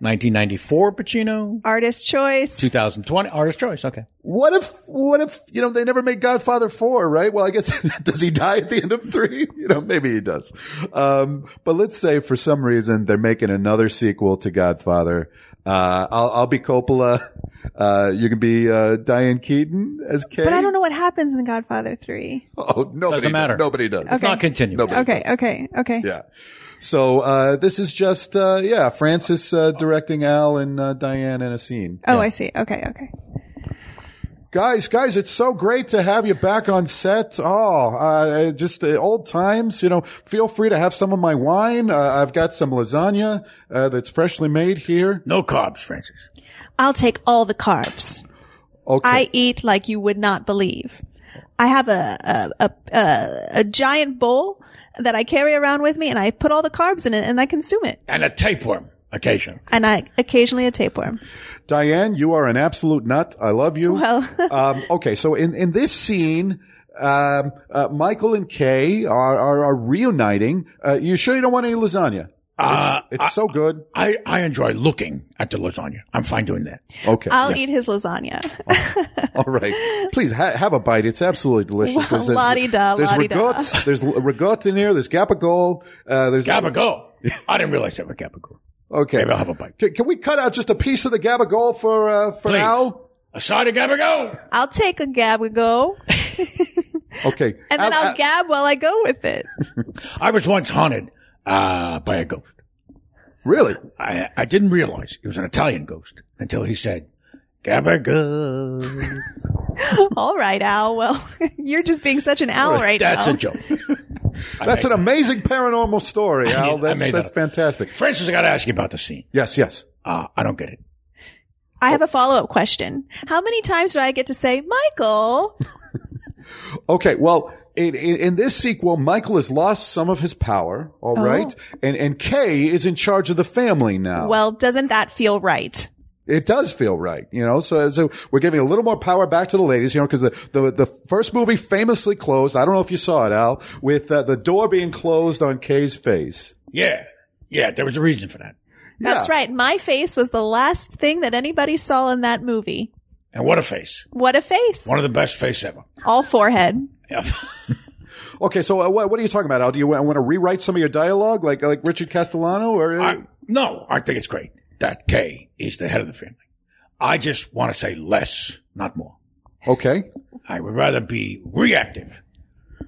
D: 1994 Pacino?
E: Artist choice.
D: 2020 artist choice. Okay.
B: What if, what if, you know, they never made Godfather 4, right? Well, I guess, does he die at the end of 3? You know, maybe he does. Um, but let's say for some reason they're making another sequel to Godfather. Uh, I'll, I'll be Coppola. Uh, you can be, uh, Diane Keaton as Kay.
E: But I don't know what happens in Godfather 3.
B: Oh, nobody.
D: Doesn't matter.
B: Nobody does.
D: Let's not continue.
B: Nobody.
E: Okay, okay, okay.
B: Yeah. So, uh, this is just, uh, yeah, Francis, uh, directing Al and, uh, Diane in a scene.
E: Oh, I see. Okay, okay.
B: Guys, guys, it's so great to have you back on set. Oh, uh, just uh, old times, you know, feel free to have some of my wine. Uh, I've got some lasagna, uh, that's freshly made here.
D: No carbs, Francis.
E: I'll take all the carbs.
B: Okay.
E: I eat like you would not believe. I have a a, a, a a giant bowl that I carry around with me and I put all the carbs in it and I consume it.
D: And a tapeworm occasion.
E: And I occasionally a tapeworm.
B: Diane, you are an absolute nut. I love you.
E: Well,
B: um, okay. So in, in this scene, um, uh, Michael and Kay are, are, are reuniting. Uh, you sure you don't want any lasagna?
D: Uh,
B: it's it's so good.
D: I, I enjoy looking at the lasagna. I'm fine doing that.
B: Okay.
E: I'll eat his lasagna.
B: All right. Please ha- have a bite. It's absolutely delicious. There's, there's,
E: La-di-da,
B: there's
E: la-di-da.
B: rigotte. There's l- rigotte in here. There's gabagol. Uh, there's
D: Gabago. I didn't realize that was Gabago.
B: Okay.
D: Maybe I'll have a bite.
B: Can, can we cut out just a piece of the gabagol for uh, for
D: Please.
B: Al?
D: A side of Gabago.
E: I'll take a gab and go.
B: Okay.
E: And then
B: Al- uh,
D: uh,
E: I'll
B: Al-
E: gab while I go with it.
D: I was once haunted uh, by a ghost.
B: Really?
D: I, I didn't realize it was an Italian ghost until he said, Gabago.
E: All right, Al. Well, you're just being such an owl right
D: That's
E: now.
D: a joke. I
B: That's an
D: made-
B: amazing paranormal story,
D: I
B: Al.
D: made- I
B: That's
D: made that
B: that's
D: up.
B: fantastic.
D: Francis, I got to ask you about the scene.
B: Yes, yes.
D: Uh, I don't get it.
E: I have a follow up question. How many times do I get to say, Michael?
B: Okay, well, in, in, in this sequel, Michael has lost some of his power,
E: Oh.
B: all right? And and Kay is in charge of the family now.
D: Oh.
E: Well, doesn't that feel right?
B: It does feel right, you know. So, so we're giving a little more power back to the ladies, you know, because the, the the first movie famously closed. I don't know if you saw it, Al, with uh, the door being closed on Kay's face.
J: Yeah. Yeah, there was a reason for that.
E: That's
B: Yeah.
E: right. My face was the last thing that anybody saw in that movie.
J: And what a face.
E: What a face.
J: One of the best face ever.
E: All forehead.
J: Yeah.
B: Okay, so uh, what, what are you talking about, Al? Do you want to rewrite some of your dialogue, like like Richard Castellano, or uh,
J: I, no, I think it's great that Kay is the head of the family. I just want to say less, not more.
B: okay?
J: I would rather be reactive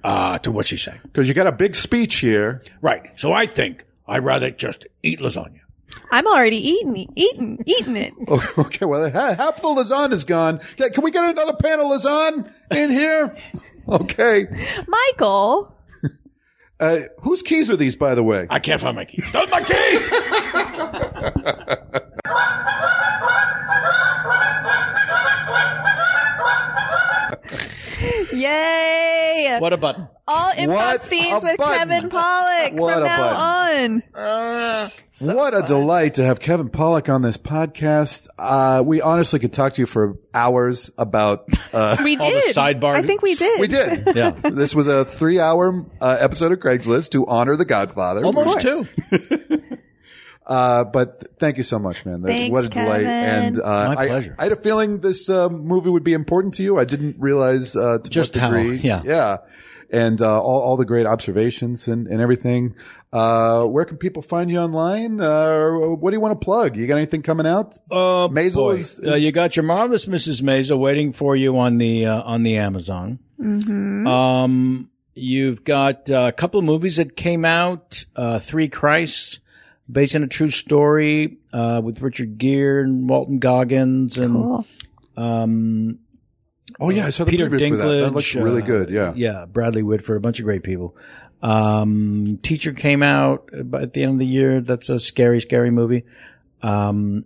J: uh, to what she's saying.
B: Because you got a big speech here.
J: Right. So I think I'd rather just eat lasagna.
E: I'm already eating, eating, eating it.
B: Oh, Okay, well, ha- half the lasagna's gone. Yeah, Can we get another pan of lasagna in here? Okay.
E: Michael,
B: Uh, whose keys are these, by the way?
J: I can't find my keys. Those are my keys!
E: yay.
D: What a button.
E: All improv
B: What
E: scenes
B: a
E: with
B: button.
E: Kevin Pollock
B: What
E: from
B: a
E: now on.
B: what a delight to have Kevin Pollock on this podcast. Uh, we honestly could talk to you for hours about. Uh,
E: We
D: All the
E: did.
D: sidebar-
E: I think we did.
B: we did.
D: Yeah.
B: This was a three-hour uh, episode of Craigslist to honor The Godfather.
E: Oh,
D: Almost two.
B: Uh, but th- thank you so much, man. That-
E: Thanks,
B: what a delight!
E: Kevin.
B: And uh,
D: My
B: I,
D: pleasure.
B: I had a feeling this uh, movie would be important to you. I didn't realize uh, to
D: Just
B: what
D: how,
B: degree.
D: yeah.
B: yeah. And uh, all, all the great observations and, and everything. Uh, where can people find you online? Uh, or what do you want to plug? You got anything coming out?
D: Uh,
B: Maisel
D: boy,
B: is-
D: uh,
B: is-
D: you got your marvelous Mrs. Maisel waiting for you on the uh, on the Amazon. Um, you've got uh, a couple of movies that came out: uh, Three Christs, based on a true story, uh, with Richard Gere and Walton Goggins, and
E: Cool.
D: um,
B: Oh yeah, I saw the
D: Peter
B: preview for that. That looks
D: Dinklage,
B: really
D: uh,
B: good. Yeah.
D: yeah, Bradley Whitford, a bunch of great people. Um, Teacher came out by- at the end of the year. That's a scary, scary movie. Um,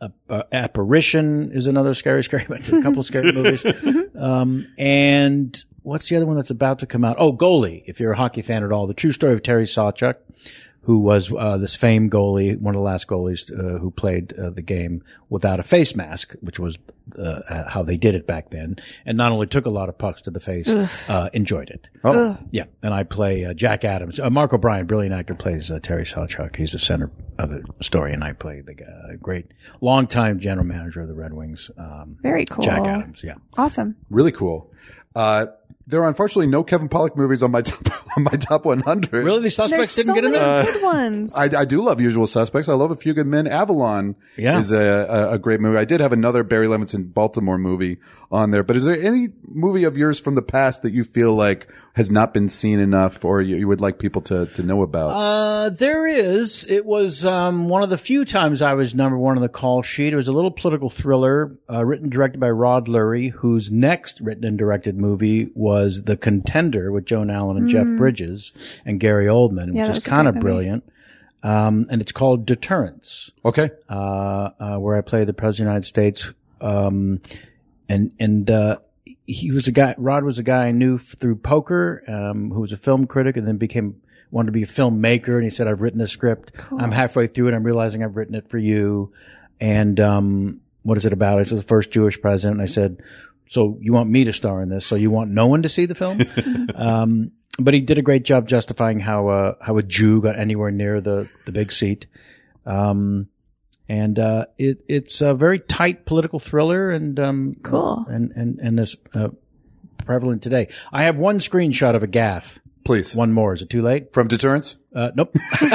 D: Ap- uh, Apparition is another scary, scary movie. A couple of scary movies.
B: Mm-hmm.
D: Um, and what's the other one that's about to come out? Oh, Goalie, if you're a hockey fan at all. The true story of Terry Sawchuk, who was uh, this famed goalie, one of the last goalies uh, who played uh, the game without a face mask, which was uh, how they did it back then. And not only took a lot of pucks to the face, uh, enjoyed it.
B: Oh,
D: Yeah, and I play uh, Jack Adams. Uh, Mark O'Brien, brilliant actor, plays uh, Terry Sawchuk. He's the center of the story, and I play the uh, great, longtime general manager of the Red Wings, um,
E: Very cool.
D: Jack Adams. Yeah,
E: Awesome.
B: really cool. Uh, there are unfortunately no Kevin Pollock movies on my top, on my top 100.
D: really, the suspects didn't
E: There's so
D: get in
E: many
D: there.
E: good ones.
B: I, I do love Usual Suspects. I love A Few Good Men. Avalon
D: Yeah.
B: is a, a, a great movie. I did have another Barry Levinson Baltimore movie on there. But is there any movie of yours from the past that you feel like has not been seen enough or you, you would like people to, to know about?
D: Uh, there is. It was um, one of the few times I was number one on the call sheet. It was a little political thriller uh, written and directed by Rod Lurie, whose next written and directed movie was The Contender with Joan Allen and Jeff Bridges and Gary Oldman,
E: Mm. Yeah, that
D: which is
E: was a
D: kind of
E: great movie.
D: brilliant. Um, and it's called Deterrence
B: okay.
D: uh, uh, where I played the President of the United States. Um, and and uh, he was a guy. Rod was a guy I knew f- through poker, um, who was a film critic, and then became wanted to be a filmmaker. And he said, "I've written the script. I'm halfway through it. I'm realizing I've written it for you." And um, what is it about? It's the first Jewish president. And I said, "So you want me to star in this? So you want no one to see the film?" um, but he did a great job justifying how uh, how a Jew got anywhere near the the big seat. Um, and uh, it, it's a very tight political thriller and um,
E: Cool.
D: and and and this uh, prevalent today. I have one screenshot of a gaff.
B: Please.
D: One more. Is it too late?
B: From Deterrence?
D: Uh, nope. From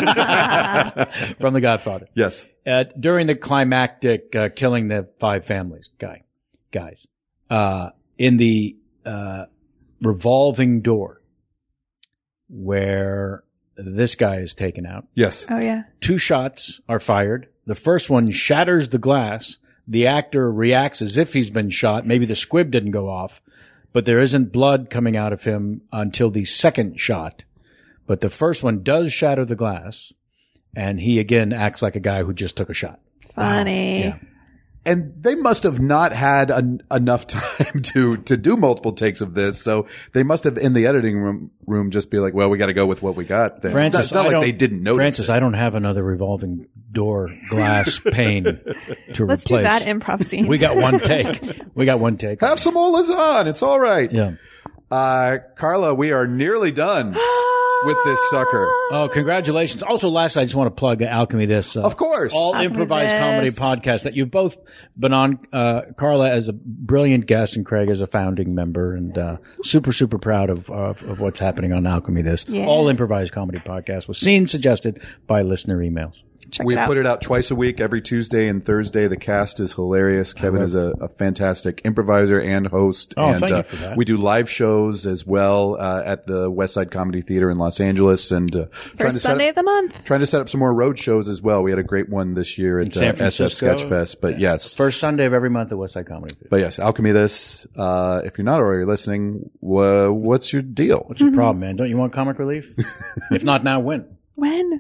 D: The Godfather
B: Yes.
D: uh, during the climactic uh, killing the five families guy guys uh, in the uh, revolving door where this guy is taken out
B: Yes.
E: oh, yeah.
D: two shots are fired. The first one shatters the glass. The actor reacts as if he's been shot. Maybe the squib didn't go off, but there isn't blood coming out of him until the second shot. But the first one does shatter the glass, and he again acts like a guy who just took a shot.
E: Funny.
D: Ah, Yeah.
B: and they must have not had en- enough time to to do multiple takes of this. So they must have in the editing room, room just be like, well, we got to go with what we got. Then.
D: Francis,
B: it's not, it's
D: I
B: not
D: don't-
B: like they didn't notice.
D: Francis,
B: it.
D: I don't have another revolving door glass pane to
E: Let's
D: replace.
E: do that improv scene.
D: we got one take. We got one take.
B: have some more lasagna. It's all right.
D: Yeah.
B: Uh, Carla, we are nearly done with this sucker.
D: Oh, congratulations. Also, last, I just want to plug Alchemy This. Uh,
B: Of course.
D: All
E: Alchemy
D: improvised
E: This.
D: comedy podcast that you've both been on. Uh, Carla as a brilliant guest and Craig as a founding member and, uh, super, super proud of, of, of what's happening on Alchemy This. All improvised comedy podcast was seen suggested by listener emails.
E: Check
B: we
E: it out.
B: put it out twice a week, every Tuesday and Thursday. The cast is hilarious. Kevin is a, a fantastic improviser and host.
D: Oh,
B: and
D: thank you
B: uh,
D: for that.
B: we do live shows as well uh, at the West Side Comedy Theater in Los Angeles, and uh, trying to
E: First Sunday
B: set
E: of the month.
B: up, trying to set up some more road shows as well. We had a great one this year at
D: In San
B: uh, SF
D: Francisco.
B: Sketchfest. But yes,
D: First Sunday of every month at Westside Comedy Theater.
B: but yes, Alchemy. This, uh, if you're not already listening, wha what's your deal?
D: What's your
E: Mm-hmm.
D: problem, man? Don't you want comic relief? if not now, when?
E: When?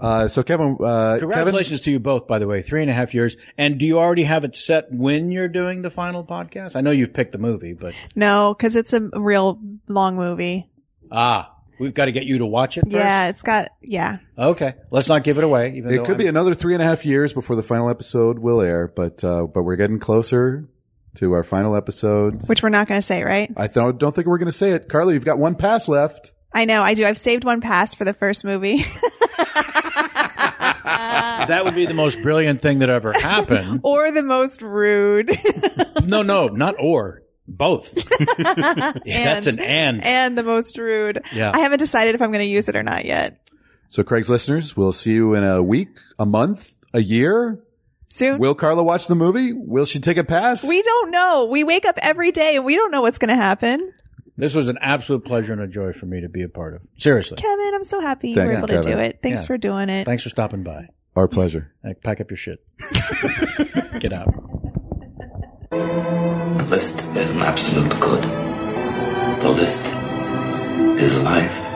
B: Uh, so Kevin, uh, Kevin,
D: Congratulations to you both, by the way. Three and a half years. And do you already have it set when you're doing the final podcast? I know you've picked the movie, but
E: No, because it's a real long movie.
D: ah, we've got to get you to watch it first.
E: Yeah, it's got yeah.
D: Okay. Let's not give it away. Even
B: it
D: though
B: could
D: I'm-
B: be another three and a half years before the final episode will air, but uh, but we're getting closer to our final episode.
E: Which we're not going to say, right?
B: I th- don't think we're going to say it, Carly. You've got one pass left.
E: I know. I do. I've saved one pass for the first movie.
D: that would be the most brilliant thing that ever happened.
E: or the most rude.
D: no, no, not or. Both. Yeah, that's an and.
E: and the most rude.
D: Yeah.
E: I haven't decided if I'm going to use it or not yet.
B: So, Craig's listeners, we'll see you in a week, a month, a year.
E: Soon.
B: Will Carla watch the movie? Will she take a pass?
E: we don't know. We wake up every day and we don't know what's going to happen.
D: This was an absolute pleasure and a joy for me to be a part of. Seriously.
E: Kevin, I'm so happy you
B: Thank
E: were
B: you,
E: able to
B: Kevin.
E: do it. Thanks
D: Yeah.
E: for doing it.
D: Thanks for stopping by.
B: Our pleasure.
D: Uh, Pack up your shit. Get out.
A: The list is an absolute good. The list is life.